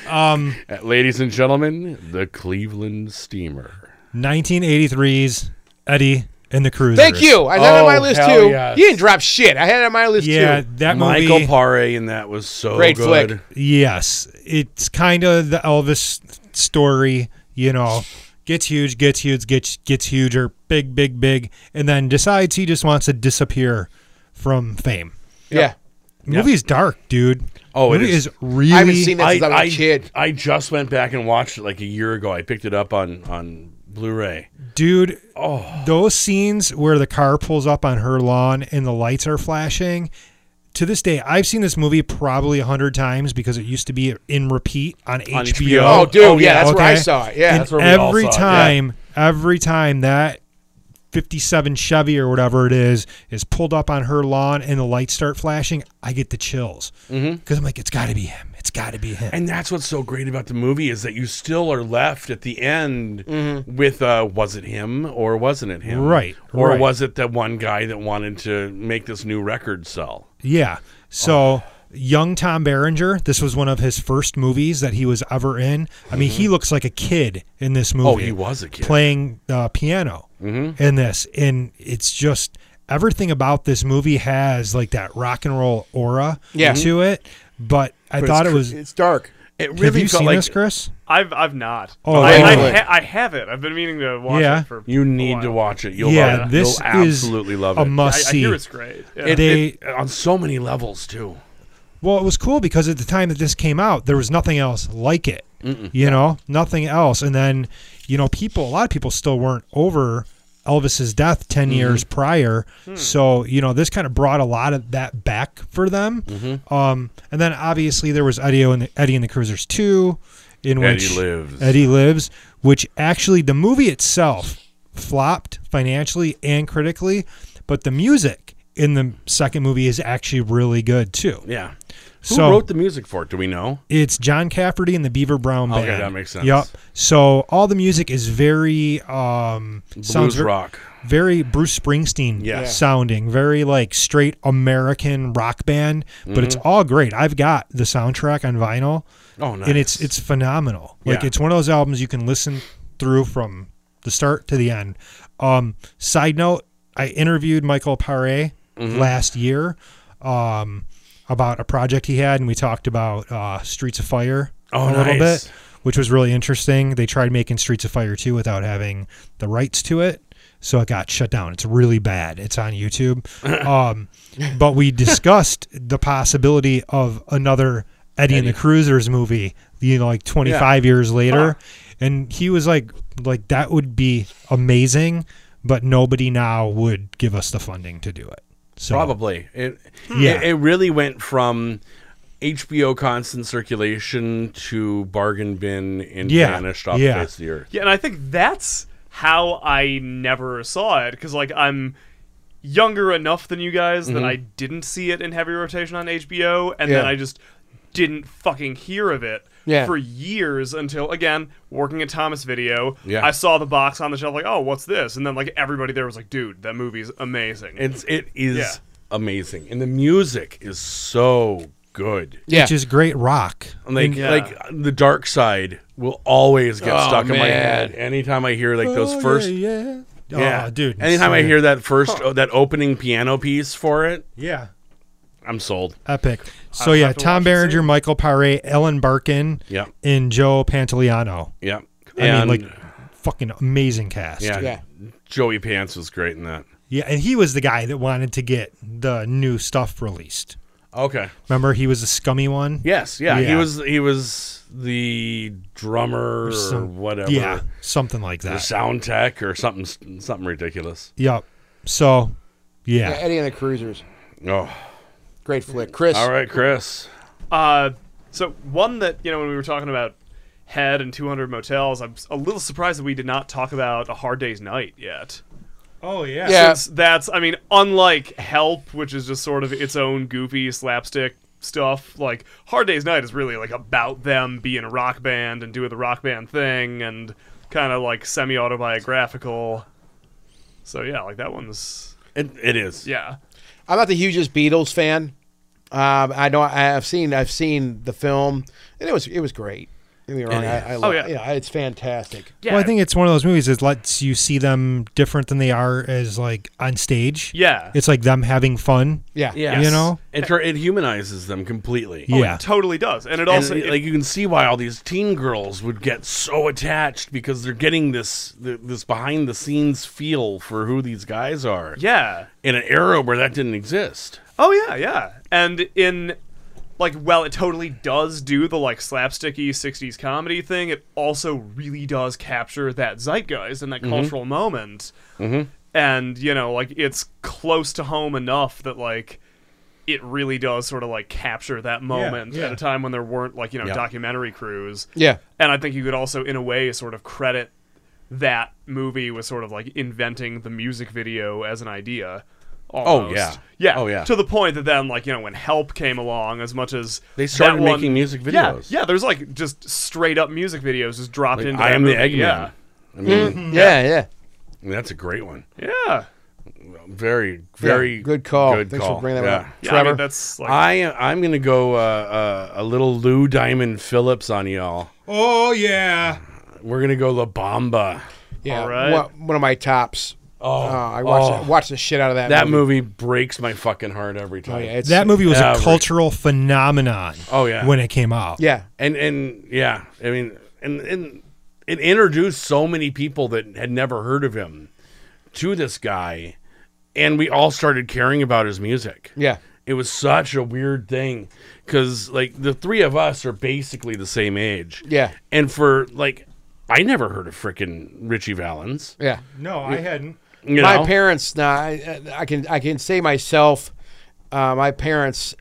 Speaker 4: Uh, ladies and gentlemen, the Cleveland Steamer.
Speaker 3: 1983's Eddie and the Cruisers.
Speaker 2: Thank you. I had it on my
Speaker 4: Oh,
Speaker 2: list
Speaker 4: hell
Speaker 2: too.
Speaker 4: yes.
Speaker 2: You didn't drop shit. I had it on my list
Speaker 3: Yeah,
Speaker 2: too.
Speaker 3: that
Speaker 4: Michael
Speaker 3: movie.
Speaker 4: Paré in that was so
Speaker 2: Great
Speaker 4: good.
Speaker 2: flick.
Speaker 3: yes, it's kind of the Elvis story. You know, gets huge, gets huge, gets gets huger, big, big, big, and then decides he just wants to disappear from fame.
Speaker 2: Yeah.
Speaker 3: Movie's dark, dude.
Speaker 4: Oh, it
Speaker 3: Movie
Speaker 4: is.
Speaker 3: is really.
Speaker 2: I haven't seen that since I, was a kid.
Speaker 4: I just went back and watched it like a year ago. I picked it up on on Blu-ray.
Speaker 3: dude
Speaker 2: Oh.
Speaker 3: those scenes where the car pulls up on her lawn and the lights are flashing to this day i've seen this movie probably a hundred times because it used to be in repeat on, hbo.
Speaker 4: HBO.
Speaker 2: Oh, dude,
Speaker 4: Oh,
Speaker 2: yeah,
Speaker 4: yeah,
Speaker 2: that's where I saw it. Yeah,
Speaker 3: And
Speaker 2: that's
Speaker 4: where we all
Speaker 3: every
Speaker 4: saw it, yeah.
Speaker 3: time every time that 57 chevy or whatever it is is pulled up on her lawn and the lights start flashing i get the chills because
Speaker 2: Mm-hmm.
Speaker 3: i'm like it's got to be him it's got to be him
Speaker 4: And that's what's so great about the movie is that you still are left at the end
Speaker 2: Mm-hmm.
Speaker 4: with uh, was it him or wasn't it him?
Speaker 3: Right,
Speaker 4: Or
Speaker 3: right.
Speaker 4: was it that one guy that wanted to make this new record sell?
Speaker 3: Yeah.
Speaker 4: Oh.
Speaker 3: So young Tom Berenger, this was one of his first movies that he was ever in. I mean, he looks like a kid in this movie.
Speaker 4: Mm-hmm. Oh, he was Mm-hmm. a kid.
Speaker 3: playing uh, piano in this, and it's just everything about this movie has like that rock and roll aura
Speaker 2: Yeah.
Speaker 3: to
Speaker 4: Mm-hmm.
Speaker 3: it. But I thought it was.
Speaker 2: It's dark.
Speaker 4: It really
Speaker 3: have you
Speaker 4: felt
Speaker 3: seen
Speaker 4: like
Speaker 3: this, Chris?
Speaker 5: I've I've not.
Speaker 3: Oh,
Speaker 5: I, I,
Speaker 2: really?
Speaker 5: ha- I have it. I've been meaning to watch
Speaker 3: Yeah.
Speaker 5: it for.
Speaker 4: you
Speaker 5: a
Speaker 4: need to
Speaker 5: while.
Speaker 4: watch it. You'll
Speaker 3: yeah,
Speaker 4: love it.
Speaker 3: this
Speaker 4: You'll
Speaker 3: is
Speaker 4: absolutely love
Speaker 3: a
Speaker 4: it.
Speaker 5: I,
Speaker 3: must
Speaker 5: I
Speaker 3: see.
Speaker 5: hear it's great. Yeah.
Speaker 4: It-
Speaker 3: They-
Speaker 4: it- on so many levels too.
Speaker 3: Well, it was cool because at the time that this came out, there was nothing else like it. You know, nothing else. And then, you know, people, a lot of people still weren't over Elvis's death
Speaker 4: Mm-hmm.
Speaker 3: 10 years prior.
Speaker 4: Hmm.
Speaker 3: So, you know, this kind of brought a lot of that back for them.
Speaker 4: Mm-hmm.
Speaker 3: Um, and then obviously there was Eddie and the, Eddie and the Cruisers 2, in
Speaker 4: Eddie
Speaker 3: which
Speaker 4: Lives.
Speaker 3: Eddie Lives, which actually the movie itself flopped financially and critically, but the music in the second movie is actually really good too.
Speaker 4: Yeah. Who
Speaker 3: So-
Speaker 4: wrote the music for it? Do we know?
Speaker 3: It's John Cafferty and the Beaver Brown
Speaker 4: Okay,
Speaker 3: Band.
Speaker 4: that makes sense.
Speaker 3: Yep. So all the music is very um, sounds
Speaker 4: Blues
Speaker 3: ver-
Speaker 4: rock.
Speaker 3: very Bruce Springsteen
Speaker 4: Yeah. Yeah.
Speaker 3: sounding, very like straight American rock band.
Speaker 4: Mm-hmm.
Speaker 3: But it's all great. I've got the soundtrack on vinyl,
Speaker 4: Oh, nice.
Speaker 3: and it's it's phenomenal. Like
Speaker 4: Yeah.
Speaker 3: it's one of those albums you can listen through from the start to the end. Um, side note: I interviewed Michael Paré
Speaker 4: Mm-hmm.
Speaker 3: last year. Um, about a project he had, and we talked about uh, Streets of Fire
Speaker 4: Oh,
Speaker 3: a little
Speaker 4: nice.
Speaker 3: bit, which was really interesting. They tried making Streets of Fire 2 without having the rights to it, so it got shut down. It's really bad. It's on
Speaker 4: [LAUGHS]
Speaker 3: YouTube. um, but we discussed the possibility of another Eddie, and the Cruisers movie, you know, like 25 years later. And he was like, like that would be amazing, but nobody now would give us the funding to do it. So
Speaker 4: Probably. It,
Speaker 3: Hmm. Yeah.
Speaker 4: It, it really went from HBO constant circulation to bargain bin and
Speaker 3: Yeah,
Speaker 4: vanished off
Speaker 3: yeah.
Speaker 4: the face of the earth.
Speaker 5: Yeah, and I think that's how I never saw it because like I'm younger enough than you guys that I didn't see it in heavy rotation on HBO, and then
Speaker 2: Mm-hmm. Yeah.
Speaker 5: I just didn't fucking hear of it.
Speaker 2: Yeah.
Speaker 5: For years until again working at Thomas Video,
Speaker 4: Yeah.
Speaker 5: I saw the box on the shelf like, oh, what's this? And then like everybody there was like, dude, that movie's amazing.
Speaker 4: It's it is
Speaker 5: Yeah.
Speaker 4: amazing. And the music is so good.
Speaker 2: Yeah.
Speaker 3: which is great rock.
Speaker 4: Like
Speaker 5: Yeah.
Speaker 4: like the dark side will always get
Speaker 2: Oh,
Speaker 4: stuck in my
Speaker 2: man.
Speaker 4: head. Anytime I hear like those first
Speaker 3: Oh, yeah, yeah,
Speaker 4: Yeah,
Speaker 3: Oh, dude.
Speaker 4: Anytime I
Speaker 3: so-
Speaker 4: hear that first oh, that opening piano piece for it,
Speaker 3: yeah,
Speaker 4: I'm sold.
Speaker 3: epic. So
Speaker 5: I'll
Speaker 3: yeah,
Speaker 5: have to
Speaker 3: Tom
Speaker 5: watch and
Speaker 3: Berenger,
Speaker 5: see.
Speaker 3: Michael Paré, Ellen Barkin,
Speaker 4: Yeah.
Speaker 3: and Joe Pantoliano.
Speaker 4: Yeah,
Speaker 3: I
Speaker 4: and
Speaker 3: mean, like, fucking amazing cast.
Speaker 4: yeah,
Speaker 2: Yeah.
Speaker 4: Joey Pants was great in that.
Speaker 3: yeah, and he was the guy that wanted to get the new stuff released.
Speaker 4: Okay.
Speaker 3: Remember, he was the scummy one.
Speaker 4: Yes. Yeah. He
Speaker 3: Yeah.
Speaker 4: was he was the drummer or
Speaker 3: Some-
Speaker 4: whatever.
Speaker 3: yeah, something like
Speaker 4: The
Speaker 3: that.
Speaker 4: sound tech or something something ridiculous.
Speaker 3: Yep. So, yeah.
Speaker 2: Yeah, Eddie and the Cruisers.
Speaker 4: Oh.
Speaker 2: Great flick. Chris.
Speaker 4: All right, Chris.
Speaker 5: Uh, so one that you know when we were talking about Head and 200 Motels, I'm s- a little surprised that we did not talk about A Hard Day's Night yet.
Speaker 3: Oh
Speaker 2: Yeah.
Speaker 5: Since that's, I mean, unlike Help, which is just sort of its own goofy slapstick stuff, like Hard Day's Night is really like about them being a rock band and doing the rock band thing and kind of like semi autobiographical. So yeah, like that one's
Speaker 4: It, it is.
Speaker 5: yeah.
Speaker 2: I'm not the hugest Beatles fan. Um, I know I've seen I've seen the film, and it was it was great. Don't get me wrong, I, I love,
Speaker 5: yeah.
Speaker 2: yeah, it's fantastic.
Speaker 5: Yeah,
Speaker 3: Well, I think it's one of those movies that lets you see them different than they are as like on stage.
Speaker 5: yeah,
Speaker 3: It's like them having fun.
Speaker 2: Yeah,
Speaker 4: Yeah.
Speaker 3: You know?
Speaker 4: It tur- it humanizes them completely.
Speaker 5: Oh,
Speaker 3: yeah.
Speaker 5: it totally does, and
Speaker 4: And,
Speaker 5: it also it-
Speaker 4: like you can see why all these teen girls would get so attached because they're getting this th- this behind the scenes feel for who these guys are
Speaker 5: yeah.
Speaker 4: in an era where that didn't exist.
Speaker 5: Oh yeah, yeah. And in like well, it totally does do the like slapsticky 60s comedy thing. It also really does capture that zeitgeist and that
Speaker 3: Mm-hmm.
Speaker 5: cultural moment. And, you know, like it's close to home enough that like it really does sort of like capture that moment
Speaker 3: yeah.
Speaker 5: at a time when there weren't like, you know, documentary crews.
Speaker 2: yeah.
Speaker 5: And I think you could also, in a way, sort of credit that movie with sort of like inventing the music video as an idea. Almost.
Speaker 4: Oh, yeah.
Speaker 5: yeah,
Speaker 4: Oh, yeah.
Speaker 5: To the point that then, like you know, when Help came along, as much as
Speaker 4: They started
Speaker 5: that one-
Speaker 4: making music
Speaker 5: Yeah,
Speaker 4: videos.
Speaker 5: yeah. There's like just straight up music videos just dropped
Speaker 4: Like,
Speaker 5: into.
Speaker 4: I
Speaker 5: that
Speaker 4: am the
Speaker 5: movie.
Speaker 4: Eggman.
Speaker 5: Yeah,
Speaker 4: I mean,
Speaker 2: Yeah, yeah.
Speaker 4: that's a great one.
Speaker 5: yeah.
Speaker 4: Very, very
Speaker 2: Yeah, good call.
Speaker 4: Good
Speaker 2: Thanks
Speaker 4: call.
Speaker 2: for bringing that
Speaker 4: yeah.
Speaker 2: one up.
Speaker 5: Yeah, I
Speaker 2: Trevor,
Speaker 5: mean, that's like
Speaker 4: I am. I'm gonna go uh, uh, a little Lou Diamond Phillips on y'all.
Speaker 3: Oh yeah.
Speaker 4: We're gonna go La Bamba.
Speaker 2: yeah,
Speaker 5: all right.
Speaker 2: one, one of my tops. Oh, I watched
Speaker 4: oh.
Speaker 2: watched the shit out of that.
Speaker 4: That movie breaks my fucking heart every time.
Speaker 2: Oh, yeah, it's,
Speaker 3: That movie was
Speaker 4: Yeah,
Speaker 3: a
Speaker 4: right.
Speaker 3: cultural phenomenon.
Speaker 4: Oh, yeah.
Speaker 3: When it came out.
Speaker 2: yeah,
Speaker 4: and and yeah, I mean, and and it introduced so many people that had never heard of him to this guy, and we all started caring about his music.
Speaker 2: yeah,
Speaker 4: It was such a weird thing because like the three of us are basically the same age.
Speaker 2: Yeah.
Speaker 4: and for like, I never heard of frickin' Richie Valens.
Speaker 2: yeah.
Speaker 3: No, I hadn't.
Speaker 4: You
Speaker 2: my
Speaker 4: know?
Speaker 2: parents now I, I can i can say myself uh, my parents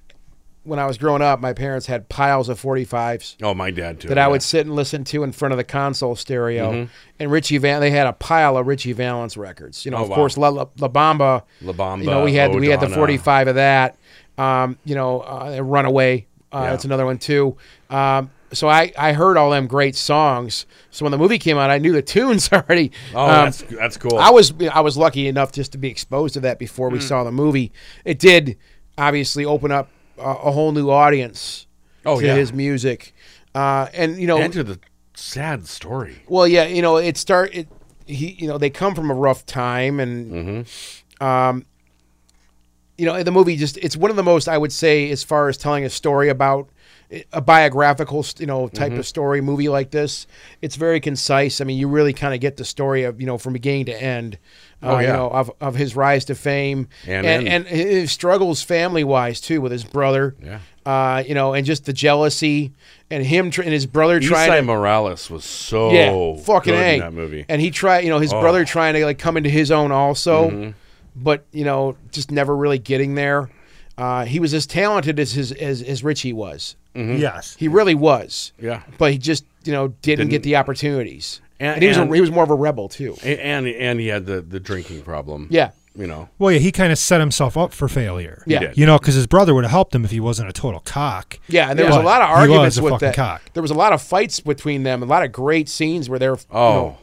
Speaker 2: when i was growing up my parents had piles of 45s
Speaker 4: Oh, my dad too.
Speaker 2: that i would sit and listen to in front of the console stereo
Speaker 4: Mm-hmm.
Speaker 2: and richie van they had a pile of richie valens records you know
Speaker 4: Oh,
Speaker 2: of
Speaker 4: wow.
Speaker 2: course la, la, la bamba
Speaker 4: La Bamba,
Speaker 2: you know we had we had the
Speaker 4: O'Donna.
Speaker 2: 45 of that um, you know uh, runaway uh,
Speaker 4: Yeah.
Speaker 2: that's another one too um, so I, I heard all them great songs. So when the movie came out, I knew the tunes [LAUGHS] already.
Speaker 4: Oh,
Speaker 2: Um,
Speaker 4: that's that's cool. Hmm.
Speaker 2: I was I was lucky enough just to be exposed to that before we saw the movie. It did obviously open up a, a whole new audience
Speaker 4: Oh,
Speaker 2: to
Speaker 4: yeah.
Speaker 2: his music, uh, and you know,
Speaker 4: Enter the sad story.
Speaker 2: well, yeah, you know, it start it. He, you know, they come from a rough time, and um,
Speaker 4: Mm-hmm.
Speaker 2: you know, the movie just it's one of the most I would say as far as telling a story about a biographical, you know, type
Speaker 4: Mm-hmm.
Speaker 2: of story movie like this. It's very concise. I mean, you really kind of get the story of you know from beginning to end. Uh,
Speaker 4: Oh, yeah.
Speaker 2: you know of, of his rise to fame
Speaker 4: And
Speaker 2: and, and
Speaker 4: then-
Speaker 2: his struggles family wise too with his brother
Speaker 4: Yeah.
Speaker 2: uh, you know and just the jealousy and him tr- and his brother trying
Speaker 4: Isai
Speaker 2: to
Speaker 4: Morales was so
Speaker 2: yeah, fucking
Speaker 4: good
Speaker 2: a.
Speaker 4: Oh, in that movie. Oh.
Speaker 2: And he tried, you know, his brother trying to like come into his own also,
Speaker 4: Mm-hmm.
Speaker 2: but you know, just never really getting there. Uh, he was as talented as his as, as Richie was.
Speaker 4: Mm-hmm.
Speaker 3: Yes.
Speaker 2: He really was.
Speaker 4: Yeah.
Speaker 2: But he just you know didn't, get the opportunities.
Speaker 4: And-
Speaker 2: And, he was a,
Speaker 4: and-
Speaker 2: he was more of a rebel too.
Speaker 4: A- and and he had the the drinking problem.
Speaker 2: Yeah.
Speaker 4: you know.
Speaker 3: Well, yeah, he kind of set himself up for failure.
Speaker 2: Yeah. He did.
Speaker 3: You know, because his brother would have helped him if he wasn't a total cock.
Speaker 2: Yeah, and there was a
Speaker 3: But
Speaker 2: lot of
Speaker 3: he
Speaker 2: arguments
Speaker 3: was a
Speaker 2: with
Speaker 3: fucking
Speaker 2: that.
Speaker 3: cock.
Speaker 2: There was a lot of fights between them. A lot of great scenes where they're you
Speaker 4: Oh,
Speaker 2: know,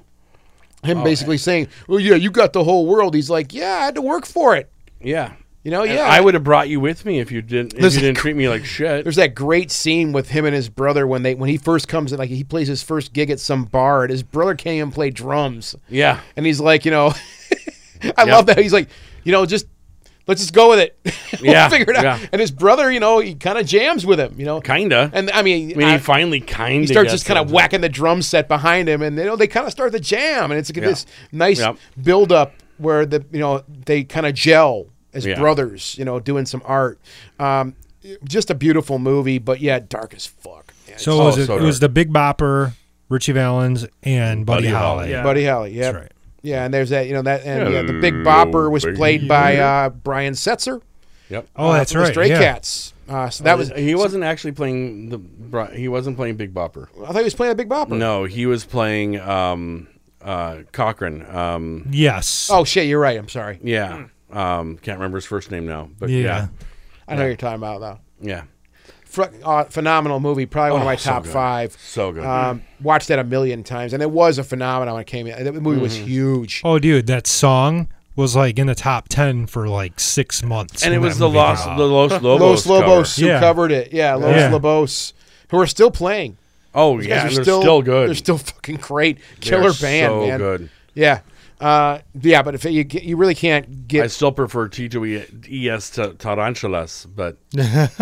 Speaker 2: him basically saying, "Well, yeah, you got the whole world." He's like, "Yeah, I had to work for it."
Speaker 4: yeah.
Speaker 2: You know,
Speaker 4: And
Speaker 2: yeah.
Speaker 4: I would have brought you with me if you didn't. If
Speaker 2: There's
Speaker 4: you
Speaker 2: a
Speaker 4: didn't
Speaker 2: cr-
Speaker 4: treat me like shit.
Speaker 2: There's that great scene with him and his brother when they when he first comes in, like he plays his first gig at some bar, and his brother can't even play drums.
Speaker 4: yeah,
Speaker 2: and he's like, you know, [LAUGHS] I
Speaker 4: Yep.
Speaker 2: love that. He's like, you know, just let's just go with it. [LAUGHS] we'll
Speaker 4: Yeah,
Speaker 2: figure it out.
Speaker 4: yeah.
Speaker 2: And his brother, you know, he kind of jams with him, you know,
Speaker 4: kinda.
Speaker 2: And I mean,
Speaker 4: I mean,
Speaker 2: I-
Speaker 4: he finally kind of
Speaker 2: he starts just kind of whacking the drum set behind him, and you know, they kind of start the jam, and it's like this nice
Speaker 4: Yep.
Speaker 2: build up where the you know they kind of gel as
Speaker 4: Yeah.
Speaker 2: brothers, you know, doing some art. Um, just a beautiful movie, but yeah, dark as fuck. Yeah,
Speaker 3: So
Speaker 4: Oh,
Speaker 3: it was it,
Speaker 4: so
Speaker 3: it was the
Speaker 4: dark.
Speaker 3: Big Bopper, Richie Valens, and Buddy,
Speaker 4: Buddy
Speaker 3: Holly.
Speaker 4: Holly.
Speaker 5: Yeah.
Speaker 2: Buddy Holly, yeah,
Speaker 3: That's right.
Speaker 2: yeah, and there's that you know that and yeah, the Big
Speaker 4: Hello,
Speaker 2: Bopper was
Speaker 4: baby.
Speaker 2: played by uh, Brian Setzer.
Speaker 4: Yep.
Speaker 3: Oh,
Speaker 2: uh,
Speaker 3: that's
Speaker 2: from the
Speaker 3: right.
Speaker 2: Stray
Speaker 3: yeah.
Speaker 2: Cats. Uh, so that was I
Speaker 4: Oh, he wasn't actually playing the. Bri- He wasn't playing Big Bopper.
Speaker 2: thought he was playing the Big Bopper.
Speaker 4: No, he was playing um, uh, Cochran. Um,
Speaker 3: Yes.
Speaker 2: Oh shit, you're right. I'm sorry.
Speaker 4: yeah, um, can't remember his first name now, but
Speaker 3: yeah.
Speaker 4: yeah,
Speaker 2: I know what you're talking about though.
Speaker 4: yeah,
Speaker 2: Fr- uh, phenomenal movie, probably one of
Speaker 4: Oh,
Speaker 2: my
Speaker 4: so
Speaker 2: top
Speaker 4: good.
Speaker 2: five.
Speaker 4: so good.
Speaker 2: Um, watched that a million times, and it was a phenomenon when it came in. The movie was
Speaker 4: Mm-hmm.
Speaker 2: huge.
Speaker 3: Oh, dude, that song was like in the top ten for like six months.
Speaker 4: and it
Speaker 3: when
Speaker 4: was
Speaker 3: that
Speaker 4: the
Speaker 3: movie
Speaker 4: Los,
Speaker 3: came
Speaker 4: the
Speaker 3: out.
Speaker 4: Oh, Los Lobos.
Speaker 2: Los
Speaker 4: cover.
Speaker 2: Lobos who
Speaker 3: Yeah.
Speaker 2: covered it. Yeah, Los
Speaker 3: Yeah.
Speaker 2: Lobos, who are still playing.
Speaker 4: Oh
Speaker 2: These guys
Speaker 4: yeah, and they're still, good.
Speaker 2: They're still fucking great.
Speaker 4: They are
Speaker 2: Killer band,
Speaker 4: So
Speaker 2: man.
Speaker 4: good.
Speaker 2: Yeah, uh, yeah, but if you you really can't
Speaker 4: I
Speaker 2: get
Speaker 4: still prefer Tito E- Es to Tarantulas, but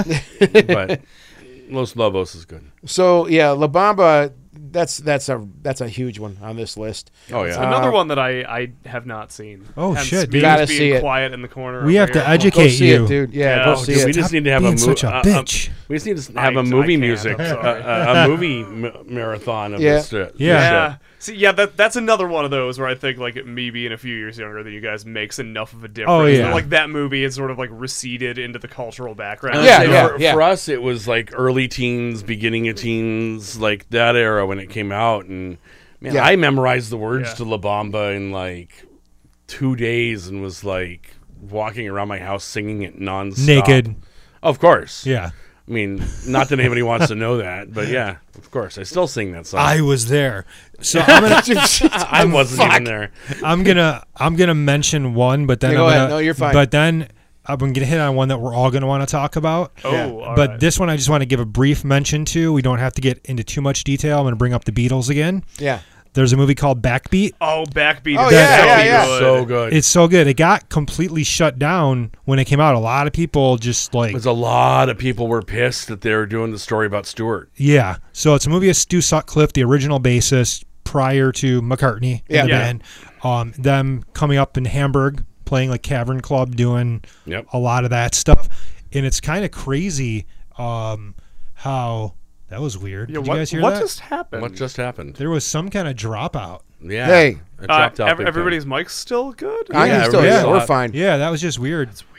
Speaker 4: but Los Lobos is good.
Speaker 2: So yeah, La Bamba. That's that's a that's a huge one on this list.
Speaker 4: Oh yeah,
Speaker 5: Another one that I, I have not seen.
Speaker 3: Oh,
Speaker 5: Hence
Speaker 3: shit,
Speaker 5: me
Speaker 3: dude.
Speaker 5: just
Speaker 2: Gotta
Speaker 5: being
Speaker 2: see it.
Speaker 5: quiet in the corner.
Speaker 3: We have
Speaker 5: over
Speaker 3: to
Speaker 5: here.
Speaker 2: Go
Speaker 3: educate
Speaker 2: see
Speaker 3: you.
Speaker 2: it, dude. Yeah,
Speaker 5: Yeah,
Speaker 2: go
Speaker 5: oh,
Speaker 2: see
Speaker 4: Dude, we
Speaker 2: it.
Speaker 4: just need to have a
Speaker 3: being
Speaker 4: movie.
Speaker 3: such a bitch.
Speaker 4: we just need to
Speaker 5: I-
Speaker 4: have a
Speaker 5: I
Speaker 4: movie
Speaker 5: can't,
Speaker 4: music,
Speaker 5: I'm
Speaker 4: [LAUGHS]
Speaker 5: sorry.
Speaker 4: a, a, a movie m- marathon of
Speaker 2: Yeah.
Speaker 4: this.
Speaker 3: Yeah.
Speaker 4: shit. This shit.
Speaker 5: Yeah. See, yeah, that that's another one of those where I think like me being a few years younger than you guys makes enough of a difference.
Speaker 3: Oh, yeah.
Speaker 5: that, like that movie is sort of like receded into the cultural background.
Speaker 4: And
Speaker 2: Yeah,
Speaker 4: I'd say
Speaker 2: yeah,
Speaker 4: for,
Speaker 2: yeah.
Speaker 4: for us, it was like early teens, beginning of teens, like that era when it came out. And man,
Speaker 2: Yeah.
Speaker 4: I memorized the words
Speaker 5: Yeah.
Speaker 4: to La Bamba in like two days and was like walking around my house singing it nonstop.
Speaker 3: Naked.
Speaker 4: Of course.
Speaker 3: Yeah.
Speaker 4: I mean, not that anybody wants to know that, but yeah, of course. I still sing that song.
Speaker 3: I was there.
Speaker 4: [LAUGHS]
Speaker 3: So I'm gonna [LAUGHS]
Speaker 4: I wasn't even there.
Speaker 3: I'm gonna I'm gonna mention one, but then
Speaker 2: Yeah,
Speaker 3: I'm
Speaker 2: go
Speaker 3: gonna,
Speaker 2: ahead. No, you're fine.
Speaker 3: But then I'm gonna hit on one that we're all gonna want to talk about.
Speaker 5: Oh,
Speaker 2: Yeah.
Speaker 5: all
Speaker 3: but
Speaker 5: right.
Speaker 3: this one I just want to give a brief mention to. We don't have to get into too much detail. I'm gonna bring up the Beatles again.
Speaker 2: Yeah,
Speaker 3: There's a movie called Backbeat.
Speaker 5: oh, backbeat.
Speaker 2: Oh,
Speaker 5: is
Speaker 2: yeah,
Speaker 5: so
Speaker 2: yeah, yeah.
Speaker 5: good.
Speaker 4: So good.
Speaker 3: It's so good. It got completely shut down when it came out. A lot of people just like
Speaker 4: Because a lot of people were pissed that they were doing the story about Stewart.
Speaker 3: Yeah. So it's a movie of Stu Sutcliffe, the original bassist, prior to McCartney in
Speaker 2: Yeah.
Speaker 3: the
Speaker 5: Yeah.
Speaker 3: band. Um, them coming up in Hamburg, playing like Cavern Club, doing
Speaker 4: Yep.
Speaker 3: a lot of that stuff. And it's kind of crazy um, how that was weird.
Speaker 5: Yeah,
Speaker 3: Did
Speaker 5: what
Speaker 3: you guys hear
Speaker 5: what
Speaker 3: that?
Speaker 5: just happened?
Speaker 4: What just happened?
Speaker 3: there was some kind of dropout.
Speaker 4: Yeah.
Speaker 2: Hey.
Speaker 4: it
Speaker 5: Uh,
Speaker 4: dropped out
Speaker 5: ev-
Speaker 4: big time.
Speaker 5: everybody's mic's still good.
Speaker 2: I
Speaker 4: Yeah,
Speaker 2: can still
Speaker 3: yeah.
Speaker 2: yeah, we're fine.
Speaker 3: Yeah, that was just weird. That's weird.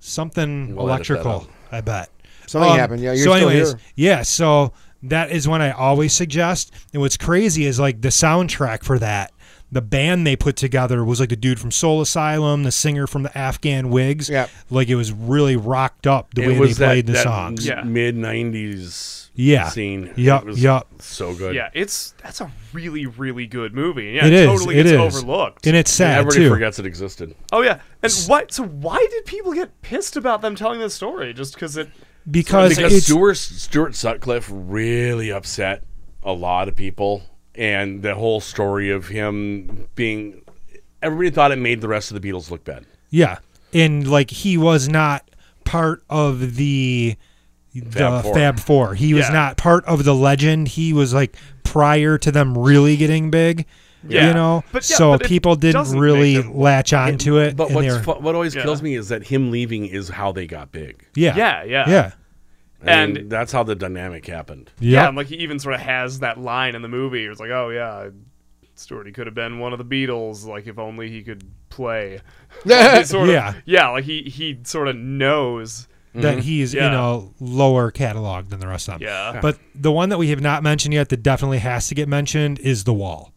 Speaker 3: Something electrical, I bet.
Speaker 2: Something happened. Yeah, you're
Speaker 3: Um, so
Speaker 2: still
Speaker 3: anyways,
Speaker 2: here.
Speaker 3: yeah. So that is one I always suggest. And what's crazy is like the soundtrack for that. The band they put together was like the dude from Soul Asylum, the singer from the Afghan Wigs.
Speaker 2: Yep.
Speaker 3: Like it was really rocked up the way they played the songs.
Speaker 5: Yeah.
Speaker 4: mid '90s
Speaker 3: Yeah.
Speaker 4: scene.
Speaker 3: Yup,
Speaker 4: It was
Speaker 3: yup.
Speaker 4: So good.
Speaker 5: Yeah, it's that's a really really good movie. Yeah,
Speaker 3: It is,
Speaker 5: totally
Speaker 3: it
Speaker 5: gets
Speaker 3: is.
Speaker 5: overlooked.
Speaker 3: And it's sad
Speaker 4: Everybody
Speaker 3: too.
Speaker 4: forgets it existed.
Speaker 5: oh yeah, and why? So why did people get pissed about them telling this story just because it?
Speaker 3: Because,
Speaker 4: Because
Speaker 3: it's
Speaker 4: Stuart Stuart Sutcliffe really upset a lot of people, and the whole story of him being everybody thought it made the rest of the Beatles look bad.
Speaker 3: Yeah, and like he was not part of the the Fab
Speaker 4: Four.
Speaker 3: Four. He was
Speaker 5: Yeah.
Speaker 3: not part of the legend. He was like prior to them really getting big.
Speaker 5: Yeah.
Speaker 3: You know,
Speaker 5: But yeah,
Speaker 3: so
Speaker 5: but it
Speaker 3: people didn't
Speaker 5: doesn't make
Speaker 3: really
Speaker 5: them-
Speaker 3: latch on to it.
Speaker 4: But
Speaker 3: and
Speaker 4: what's
Speaker 3: they're-
Speaker 4: fu- what always
Speaker 5: Yeah.
Speaker 4: kills me is that him leaving is how they got big.
Speaker 3: yeah,
Speaker 5: Yeah, yeah,
Speaker 3: yeah,
Speaker 4: And
Speaker 5: And-
Speaker 4: that's how the dynamic happened.
Speaker 5: Yeah,
Speaker 3: yeah.
Speaker 5: and like he even sort of has that line in the movie. It's like, oh yeah, Stewart, he could have been one of the Beatles. Like if only he could play.
Speaker 3: [LAUGHS]
Speaker 2: [LAUGHS]
Speaker 5: He sort of-
Speaker 3: Yeah.
Speaker 5: yeah. Like he he sort of knows.
Speaker 3: that he's in
Speaker 5: Mm-hmm. Yeah.
Speaker 3: a lower catalog than the rest of them.
Speaker 5: Yeah.
Speaker 3: But the one that we have not mentioned yet that definitely has to get mentioned is the wall.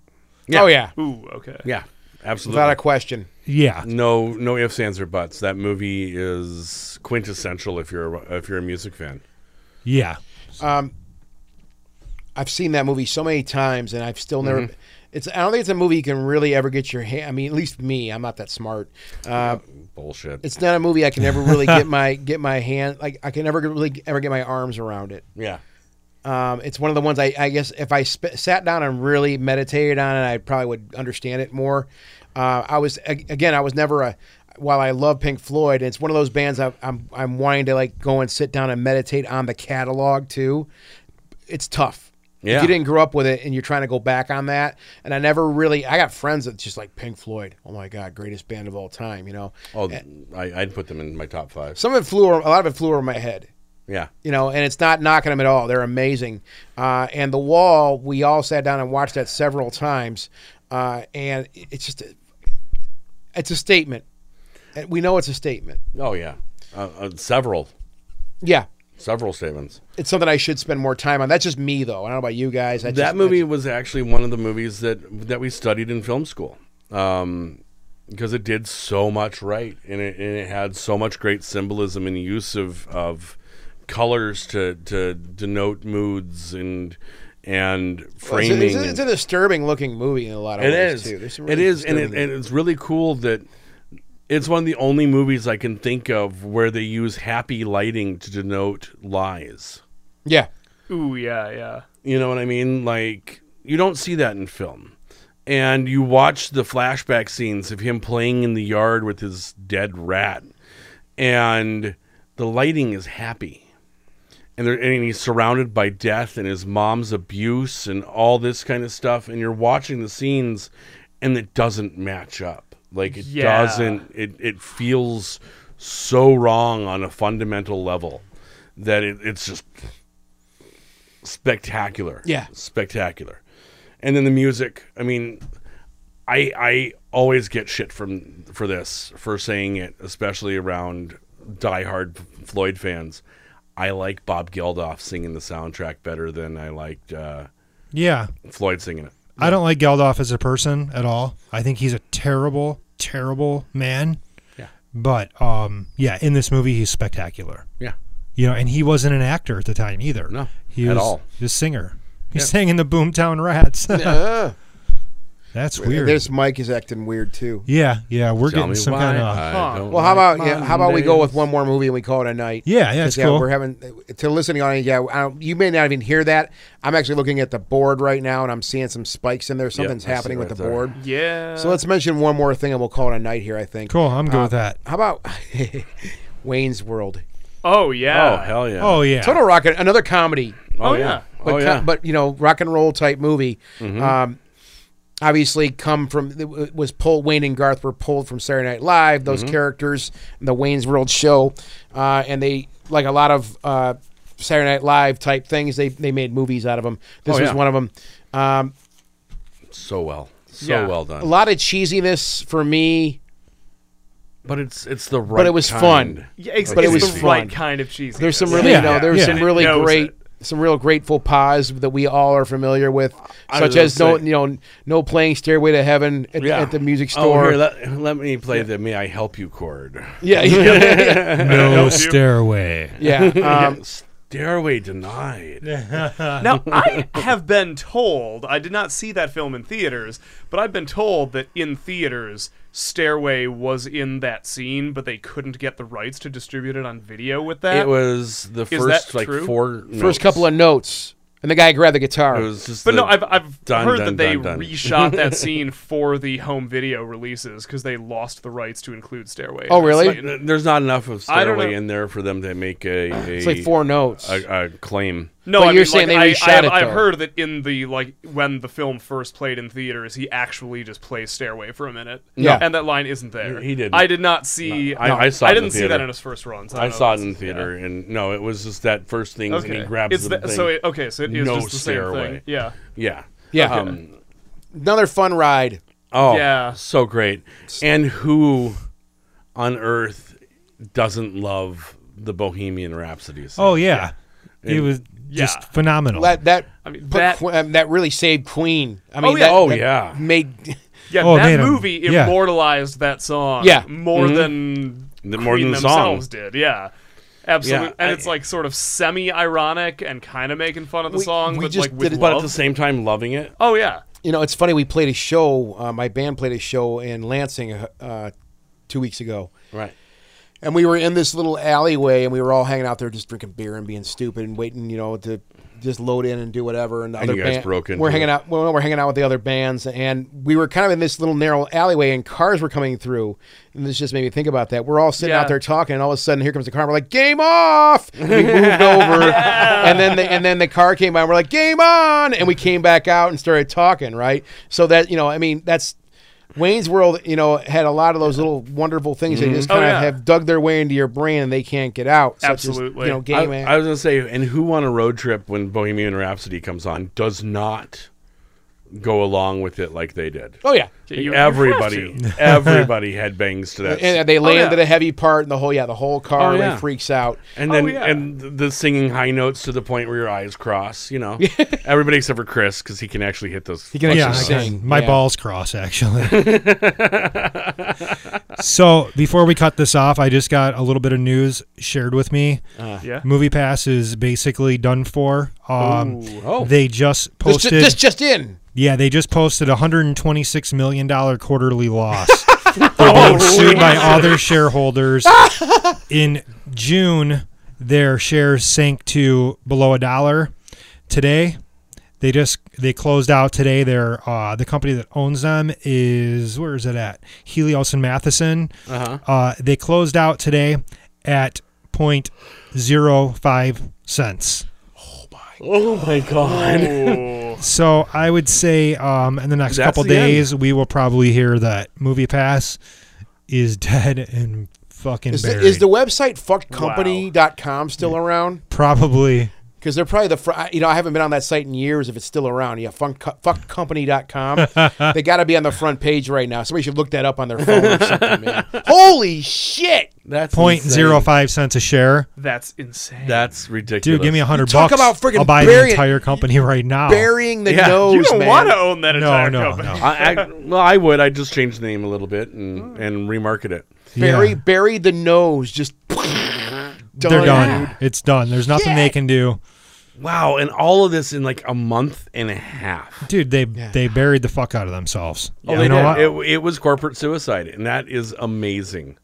Speaker 2: Oh yeah,
Speaker 5: Ooh, okay.
Speaker 4: Yeah, absolutely.
Speaker 2: without a question.
Speaker 3: Yeah.
Speaker 5: Mm.
Speaker 4: no, no ifs, ands, or buts. That movie is quintessential if you're a, if you're a music fan.
Speaker 3: Yeah.
Speaker 2: I've seen that movie so many times, and I've still never. It's. I don't think it's a movie you can really ever get your hand. I mean, at least me. I'm not that smart. Uh,
Speaker 4: Bullshit.
Speaker 2: it's not a movie I can ever really [LAUGHS] get my get my hand. Like I can never really ever get my arms around it.
Speaker 4: yeah.
Speaker 2: Um, it's one of the ones I, I guess if I sp- sat down and really meditated on it, I probably would understand it more. Uh, I was a- again, I was never a. While I love Pink Floyd, and it's one of those bands I, I'm I'm wanting to like go and sit down and meditate on the catalog too. It's tough.
Speaker 4: Yeah.
Speaker 2: If you didn't grew up with it and you're trying to go back on that, and I never really. I got friends that just like Pink Floyd. Oh my God, greatest band of all time. You know,
Speaker 4: Oh, I, I'd put them in my top five.
Speaker 2: some of it flew. over- A lot of it flew over my head
Speaker 4: Yeah.
Speaker 2: you know, and it's not knocking them at all. They're amazing. Uh, and The Wall, we all sat down and watched that several times, uh, and it- it's just a, it's a statement. And We know it's a statement.
Speaker 4: Oh, yeah. Uh, uh, several,
Speaker 2: Yeah,
Speaker 4: several statements.
Speaker 2: it's something I should spend more time on. That's just me, though. I don't know about you guys. That's
Speaker 4: that
Speaker 2: just-
Speaker 4: movie
Speaker 2: that's-
Speaker 4: was actually one of the movies that that we studied in film school um, because it did so much right and it, and it had so much great symbolism and use of of colors to to denote moods and and
Speaker 2: it's,
Speaker 4: framing
Speaker 2: a, it's, a,
Speaker 4: and-
Speaker 2: it's a disturbing looking movie in a lot of
Speaker 4: it
Speaker 2: ways
Speaker 4: is.
Speaker 2: too. There's some
Speaker 4: it
Speaker 2: really
Speaker 4: is, and, it,
Speaker 2: disturbing-
Speaker 4: and it's really cool that it's one of the only movies I can think of where they use happy lighting to denote lies.
Speaker 2: yeah,
Speaker 5: Ooh, yeah, yeah.
Speaker 4: You know what I mean? Like you don't see that in film. And you watch the flashback scenes of him playing in the yard with his dead rat, and the lighting is happy, and there, and he's surrounded by death and his mom's abuse and all this kind of stuff. And you're watching the scenes, and it doesn't match up. Like it
Speaker 5: Yeah.
Speaker 4: doesn't. It it feels so wrong on a fundamental level that it, it's just spectacular.
Speaker 2: Yeah.
Speaker 4: spectacular. And then the music. I mean, I I always get shit from for this for saying it, especially around diehard Floyd fans. I like Bob Geldof singing the soundtrack better than I liked uh,
Speaker 3: Yeah.
Speaker 4: Floyd singing it.
Speaker 3: I don't like Geldof as a person at all. I think he's a terrible, terrible man.
Speaker 4: Yeah.
Speaker 3: But um, yeah, in this movie, he's spectacular.
Speaker 4: Yeah,
Speaker 3: You know, and he wasn't an actor at the time either.
Speaker 4: No,
Speaker 3: he
Speaker 4: at
Speaker 3: was
Speaker 4: all.
Speaker 3: Just singer. He sang in the Boomtown
Speaker 4: [LAUGHS]
Speaker 3: Rats.
Speaker 2: Ah,
Speaker 3: That's weird.
Speaker 2: This Mike is acting weird too.
Speaker 3: yeah, yeah, we're
Speaker 4: tell
Speaker 3: getting
Speaker 4: me
Speaker 3: some
Speaker 4: why. uh,
Speaker 3: kind of.
Speaker 4: I
Speaker 5: Huh.
Speaker 4: don't
Speaker 2: Well, how
Speaker 4: like
Speaker 2: about yeah, how about we go with
Speaker 4: Mondays.
Speaker 2: one more movie and we call it a night?
Speaker 3: Yeah, yeah,
Speaker 2: 'Cause,
Speaker 3: it's cool.
Speaker 2: We're having to listening on. Yeah, I don't, you may not even hear that. I'm actually looking at the board right now, and I'm seeing some spikes in there. Something's
Speaker 4: I see
Speaker 2: happening with
Speaker 4: right
Speaker 2: the
Speaker 4: there.
Speaker 2: board.
Speaker 5: Yeah.
Speaker 2: So let's mention one more thing, and we'll call it a night here. I think.
Speaker 3: Cool, I'm good with that.
Speaker 2: How about [LAUGHS] Wayne's World?
Speaker 5: Oh, yeah.
Speaker 4: Oh hell yeah!
Speaker 3: Oh yeah,
Speaker 2: Total Rocket, another comedy,
Speaker 4: Oh,
Speaker 5: Oh,
Speaker 4: yeah!
Speaker 5: yeah.
Speaker 2: but co-
Speaker 4: Oh yeah! Mm-hmm.
Speaker 2: but you know, rock and roll type movie. Um, obviously, come from it was pulled. Wayne and Garth were pulled from Saturday Night Live. Those
Speaker 4: Mm-hmm.
Speaker 2: characters, the Wayne's World show, uh, and they like a lot of uh, Saturday Night Live type things. They they made movies out of them. This
Speaker 4: Oh,
Speaker 2: was
Speaker 4: yeah.
Speaker 2: one of them. Um,
Speaker 4: so well, so
Speaker 5: Yeah.
Speaker 4: well
Speaker 2: a
Speaker 4: done.
Speaker 2: lot of cheesiness for me.
Speaker 4: But it's it's the right.
Speaker 2: it was fun.
Speaker 4: kind.
Speaker 5: Yeah, it's,
Speaker 2: But it
Speaker 5: it's
Speaker 2: was
Speaker 5: the
Speaker 2: fun.
Speaker 5: right kind of cheese.
Speaker 2: There's some really
Speaker 3: Yeah,
Speaker 2: you know, there's
Speaker 3: yeah.
Speaker 2: some
Speaker 3: And
Speaker 5: it
Speaker 2: really
Speaker 5: knows
Speaker 2: great
Speaker 5: it.
Speaker 2: some real grateful paws that we all are familiar with,
Speaker 4: I was
Speaker 2: such as
Speaker 4: gonna
Speaker 2: no
Speaker 4: say-
Speaker 2: you know no playing Stairway to Heaven at, at the music
Speaker 4: Oh,
Speaker 2: store.
Speaker 4: here, let, let me play the "May I Help You" chord.
Speaker 2: yeah, yeah,
Speaker 3: no stairway.
Speaker 2: yeah.
Speaker 4: [LAUGHS]
Speaker 2: [LAUGHS] Um,
Speaker 4: Stairway denied.
Speaker 5: Now,
Speaker 2: [LAUGHS]
Speaker 5: I have been told, I did not see that film in theaters, but I've been told that in theaters, Stairway was in that scene, but they couldn't get the rights to distribute it on video with that.
Speaker 4: It was the
Speaker 5: that
Speaker 4: first like
Speaker 5: true?
Speaker 4: four
Speaker 2: first couple of notes, and the guy grabbed the guitar.
Speaker 4: It was just
Speaker 5: but no,
Speaker 4: the-
Speaker 5: I've, I've
Speaker 4: dun,
Speaker 5: heard
Speaker 4: dun,
Speaker 5: that they
Speaker 4: dun, dun.
Speaker 5: reshot
Speaker 4: [LAUGHS]
Speaker 5: that scene for the home video releases because they lost the rights to include Stairway. in
Speaker 2: Oh,
Speaker 5: that
Speaker 2: really?
Speaker 5: scene.
Speaker 4: N- There's not enough of
Speaker 5: I don't
Speaker 4: stairway
Speaker 5: know.
Speaker 4: in there for them to make a a,
Speaker 2: it's like four notes.
Speaker 4: a, a claim.
Speaker 5: No,
Speaker 2: But
Speaker 5: I
Speaker 2: you're
Speaker 5: mean,
Speaker 2: saying
Speaker 5: like,
Speaker 2: they
Speaker 5: I,
Speaker 2: reshot
Speaker 5: I, have-
Speaker 2: it,
Speaker 5: I've
Speaker 2: though.
Speaker 5: heard that in the like when the film first played in theaters, he actually just plays Stairway for a minute.
Speaker 2: Yeah.
Speaker 5: and that line isn't there.
Speaker 4: He- he didn't.
Speaker 5: I did not see.
Speaker 4: I- I saw it
Speaker 5: I
Speaker 4: in the
Speaker 5: didn't see that
Speaker 4: theater.
Speaker 5: in his first run. So
Speaker 4: I
Speaker 5: don't know
Speaker 4: saw it
Speaker 5: if
Speaker 4: in
Speaker 5: it's- yeah.
Speaker 4: theater, and no, it was just that first thing, and
Speaker 5: Okay,
Speaker 4: he grabs
Speaker 5: it's
Speaker 4: the,
Speaker 5: the-
Speaker 4: thing.
Speaker 5: so it, okay, so it is
Speaker 4: No
Speaker 5: just the same
Speaker 4: Stairway.
Speaker 5: thing. Yeah,
Speaker 4: yeah,
Speaker 2: yeah,
Speaker 4: Um,
Speaker 2: another fun ride.
Speaker 4: oh,
Speaker 5: Yeah.
Speaker 4: so great. And who on earth doesn't love the Bohemian Rhapsody? Song?
Speaker 3: Oh yeah, it was just
Speaker 5: Yeah.
Speaker 3: phenomenal.
Speaker 2: That that
Speaker 5: I mean,
Speaker 2: put
Speaker 5: that-
Speaker 2: Que- um, that really saved Queen. I mean,
Speaker 5: yeah.
Speaker 2: that-
Speaker 4: Oh,
Speaker 2: that
Speaker 4: yeah.
Speaker 2: made [LAUGHS]
Speaker 5: yeah.
Speaker 3: Oh,
Speaker 5: that
Speaker 3: man, um,
Speaker 5: movie
Speaker 3: yeah.
Speaker 5: immortalized that song.
Speaker 2: Yeah.
Speaker 5: more
Speaker 4: Mm-hmm.
Speaker 5: than
Speaker 4: The- more
Speaker 5: Queen
Speaker 4: than the song.
Speaker 5: themselves did. Yeah. Absolutely,
Speaker 4: Yeah,
Speaker 5: and
Speaker 4: I-
Speaker 5: it's like sort of semi-ironic and kind of making fun of the
Speaker 2: We-
Speaker 5: song,
Speaker 2: we
Speaker 5: but
Speaker 2: just
Speaker 5: like with
Speaker 2: did it-
Speaker 4: but at
Speaker 5: love.
Speaker 4: the same time loving it.
Speaker 5: oh yeah,
Speaker 2: You know, it's funny. We played a show. Uh, my band played a show in Lansing uh, two weeks ago,
Speaker 4: Right.
Speaker 2: and we were in this little alleyway, and we were all hanging out there, just drinking beer and being stupid, and waiting, you know, to just load in and do whatever. And the
Speaker 4: And
Speaker 2: other
Speaker 4: you guys
Speaker 2: band-
Speaker 4: broke into
Speaker 2: We're hanging
Speaker 4: it.
Speaker 2: out. Well, we're hanging out with the other bands, and we were kind of in this little narrow alleyway, and cars were coming through, and this just made me think about that. We're all sitting out
Speaker 5: Yeah.
Speaker 2: there talking, and all of a sudden, here comes the car. And we're like, "Game off!" And we moved over, and then the, and then the car came by. And we're like, "Game on!" And we came back out and started talking. Right, so that you know, I mean, that's. Wayne's World, you know, had a lot of those little wonderful things
Speaker 4: Mm-hmm.
Speaker 2: that just
Speaker 5: Oh,
Speaker 2: kind of
Speaker 5: yeah.
Speaker 2: have dug their way into your brain and they can't get out. such as,
Speaker 5: Absolutely.
Speaker 2: you know,
Speaker 4: I,
Speaker 2: game.
Speaker 4: I was gonna say, and who on a road trip when Bohemian Rhapsody comes on does not go along with it like they did?
Speaker 2: oh yeah,
Speaker 5: You- you have
Speaker 4: everybody, everybody headbangs to that,
Speaker 2: and they land
Speaker 5: yeah.
Speaker 2: at a heavy part, and the whole yeah, the whole car
Speaker 4: Oh,
Speaker 2: really
Speaker 4: yeah.
Speaker 2: freaks out.
Speaker 4: and then
Speaker 5: Oh, yeah.
Speaker 4: and the singing high notes to the point where your eyes cross. You know, everybody except for Chris because he can actually hit those.
Speaker 6: He can
Speaker 3: yeah,
Speaker 6: actually
Speaker 3: I
Speaker 6: sing.
Speaker 3: can- my
Speaker 2: yeah.
Speaker 3: balls cross actually. so before we cut this off, I just got a little bit of news shared with me.
Speaker 2: Uh-huh.
Speaker 5: Yeah.
Speaker 3: Movie Pass is basically done for. Um,
Speaker 4: oh.
Speaker 3: They just
Speaker 2: This, ju-
Speaker 3: posted.
Speaker 2: this just in.
Speaker 3: yeah, they just posted a 126 million dollar quarterly loss.
Speaker 2: [LAUGHS]
Speaker 4: Oh,
Speaker 3: They're being sued by other shareholders.
Speaker 4: [LAUGHS]
Speaker 3: In June, their shares sank to below a dollar. Today, they just they closed out today. Their uh, the company that owns them is where is it at? Helios and Matheson. Uh-huh. they closed out today at point zero five cents.
Speaker 4: Oh my god!
Speaker 5: Ooh.
Speaker 3: [LAUGHS] So I would say um, in the next
Speaker 4: That's
Speaker 3: couple
Speaker 4: the
Speaker 3: days we will probably hear that Movie Pass is dead and fucking
Speaker 2: Is the,
Speaker 3: buried.
Speaker 2: is the website fuckedcompany.com still around?
Speaker 3: probably
Speaker 2: Because they're probably the fr- I- you know I haven't been on that site in years. If it's still around, yeah, funk, fuckcompany.com. they got to be on the front page right now. Somebody should look that up on their phone or something. Man. [LAUGHS] Holy shit!
Speaker 4: That's
Speaker 3: point
Speaker 4: insane.
Speaker 3: zero five cents a share.
Speaker 5: That's insane.
Speaker 4: That's ridiculous.
Speaker 3: Dude, give me a hundred
Speaker 2: talk
Speaker 3: bucks.
Speaker 2: about friggin'
Speaker 3: I'll buy the
Speaker 2: burying-
Speaker 3: entire company right now.
Speaker 2: Burying the
Speaker 4: Yeah.
Speaker 2: nose,
Speaker 5: you don't
Speaker 2: man.
Speaker 5: want to own that entire
Speaker 3: no,
Speaker 5: company.
Speaker 3: no.
Speaker 4: I, I, well, I would. I'd just change the name a little bit and and remarket it.
Speaker 2: bury
Speaker 3: Yeah.
Speaker 2: bury the nose. Just
Speaker 3: They're done. It's done. There's nothing they
Speaker 2: Shit.
Speaker 3: can do.
Speaker 4: Wow, and all of this in like a month and a half.
Speaker 3: Dude, they they buried the fuck out of themselves.
Speaker 4: Oh,
Speaker 3: you
Speaker 4: they
Speaker 3: know what?
Speaker 4: did. It, it was corporate suicide, and that is amazing.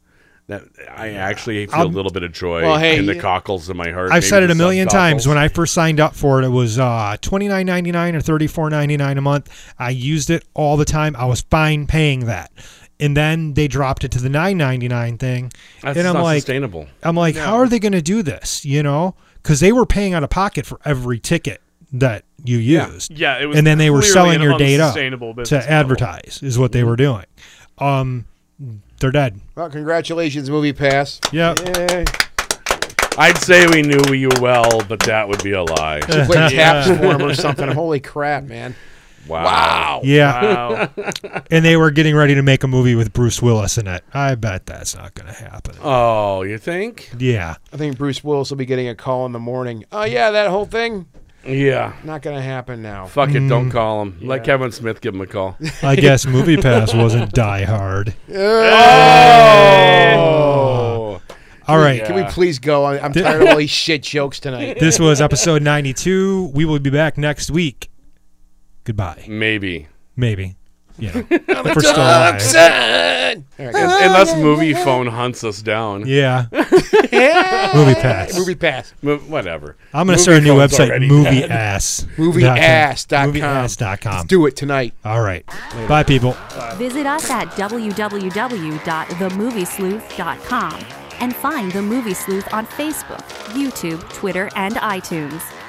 Speaker 4: That I actually
Speaker 3: Um,
Speaker 4: feel a little bit of joy
Speaker 2: Well, hey,
Speaker 4: in the
Speaker 2: you-
Speaker 4: cockles of my heart.
Speaker 3: I've said it a million times. When I first signed up for it, it was uh, twenty nine ninety nine or thirty four ninety nine a month. I used it all the time. I was fine paying that, and then they dropped it to the nine ninety nine thing,
Speaker 4: That's
Speaker 3: and I'm
Speaker 4: not
Speaker 3: like,
Speaker 4: sustainable.
Speaker 3: I'm like, how are they going to do this? You know, because they were paying out of pocket for every ticket that you used.
Speaker 5: Yeah, it was
Speaker 3: and then they were
Speaker 5: clearly
Speaker 3: selling
Speaker 5: an
Speaker 3: your data
Speaker 5: unsustainable business
Speaker 3: to
Speaker 5: model.
Speaker 3: advertise is what they were doing. Um, they're dead.
Speaker 2: Well, congratulations, movie pass.
Speaker 3: Yeah.
Speaker 2: Yeah.
Speaker 4: I'd say we knew you well, but that would be a lie.
Speaker 2: Play taps for him or something. Holy crap, man!
Speaker 4: Wow.
Speaker 3: Yeah.
Speaker 5: Wow.
Speaker 3: [LAUGHS] and they were getting ready to make a movie with Bruce Willis in it. I bet that's not going to happen.
Speaker 4: Oh, you think?
Speaker 3: Yeah.
Speaker 2: I think Bruce Willis will be getting a call in the morning. Oh yeah, that whole thing
Speaker 4: Yeah.
Speaker 2: not gonna happen now.
Speaker 4: Fuck it. Don't
Speaker 3: Mm.
Speaker 4: call him. Let Kevin Smith give him a call.
Speaker 3: I guess Movie Pass wasn't Die Hard.
Speaker 4: oh.
Speaker 3: All right.
Speaker 2: Can we please go? I- I'm tired of all these shit jokes
Speaker 3: [LAUGHS]
Speaker 2: tonight.
Speaker 3: This was episode 92. We will be back next week. Goodbye.
Speaker 4: Maybe.
Speaker 3: Maybe. You know, if we're still alive.
Speaker 2: All right,
Speaker 4: Un-
Speaker 2: guys.
Speaker 4: Unless movie phone hunts us down.
Speaker 3: Yeah. Movie Pass.
Speaker 2: Movie pass.
Speaker 4: Mo- Whatever.
Speaker 3: I'm going to
Speaker 4: Movie
Speaker 3: start a new
Speaker 4: phone's
Speaker 3: website,
Speaker 4: already
Speaker 3: Movie Ass.
Speaker 2: Movieass.com.
Speaker 3: Movieass.com.
Speaker 2: Do it tonight.
Speaker 3: All right. Bye, people.
Speaker 1: Visit us at www.themoviesleuth.com and find The Movie Sleuth on Facebook, YouTube, Twitter, and iTunes.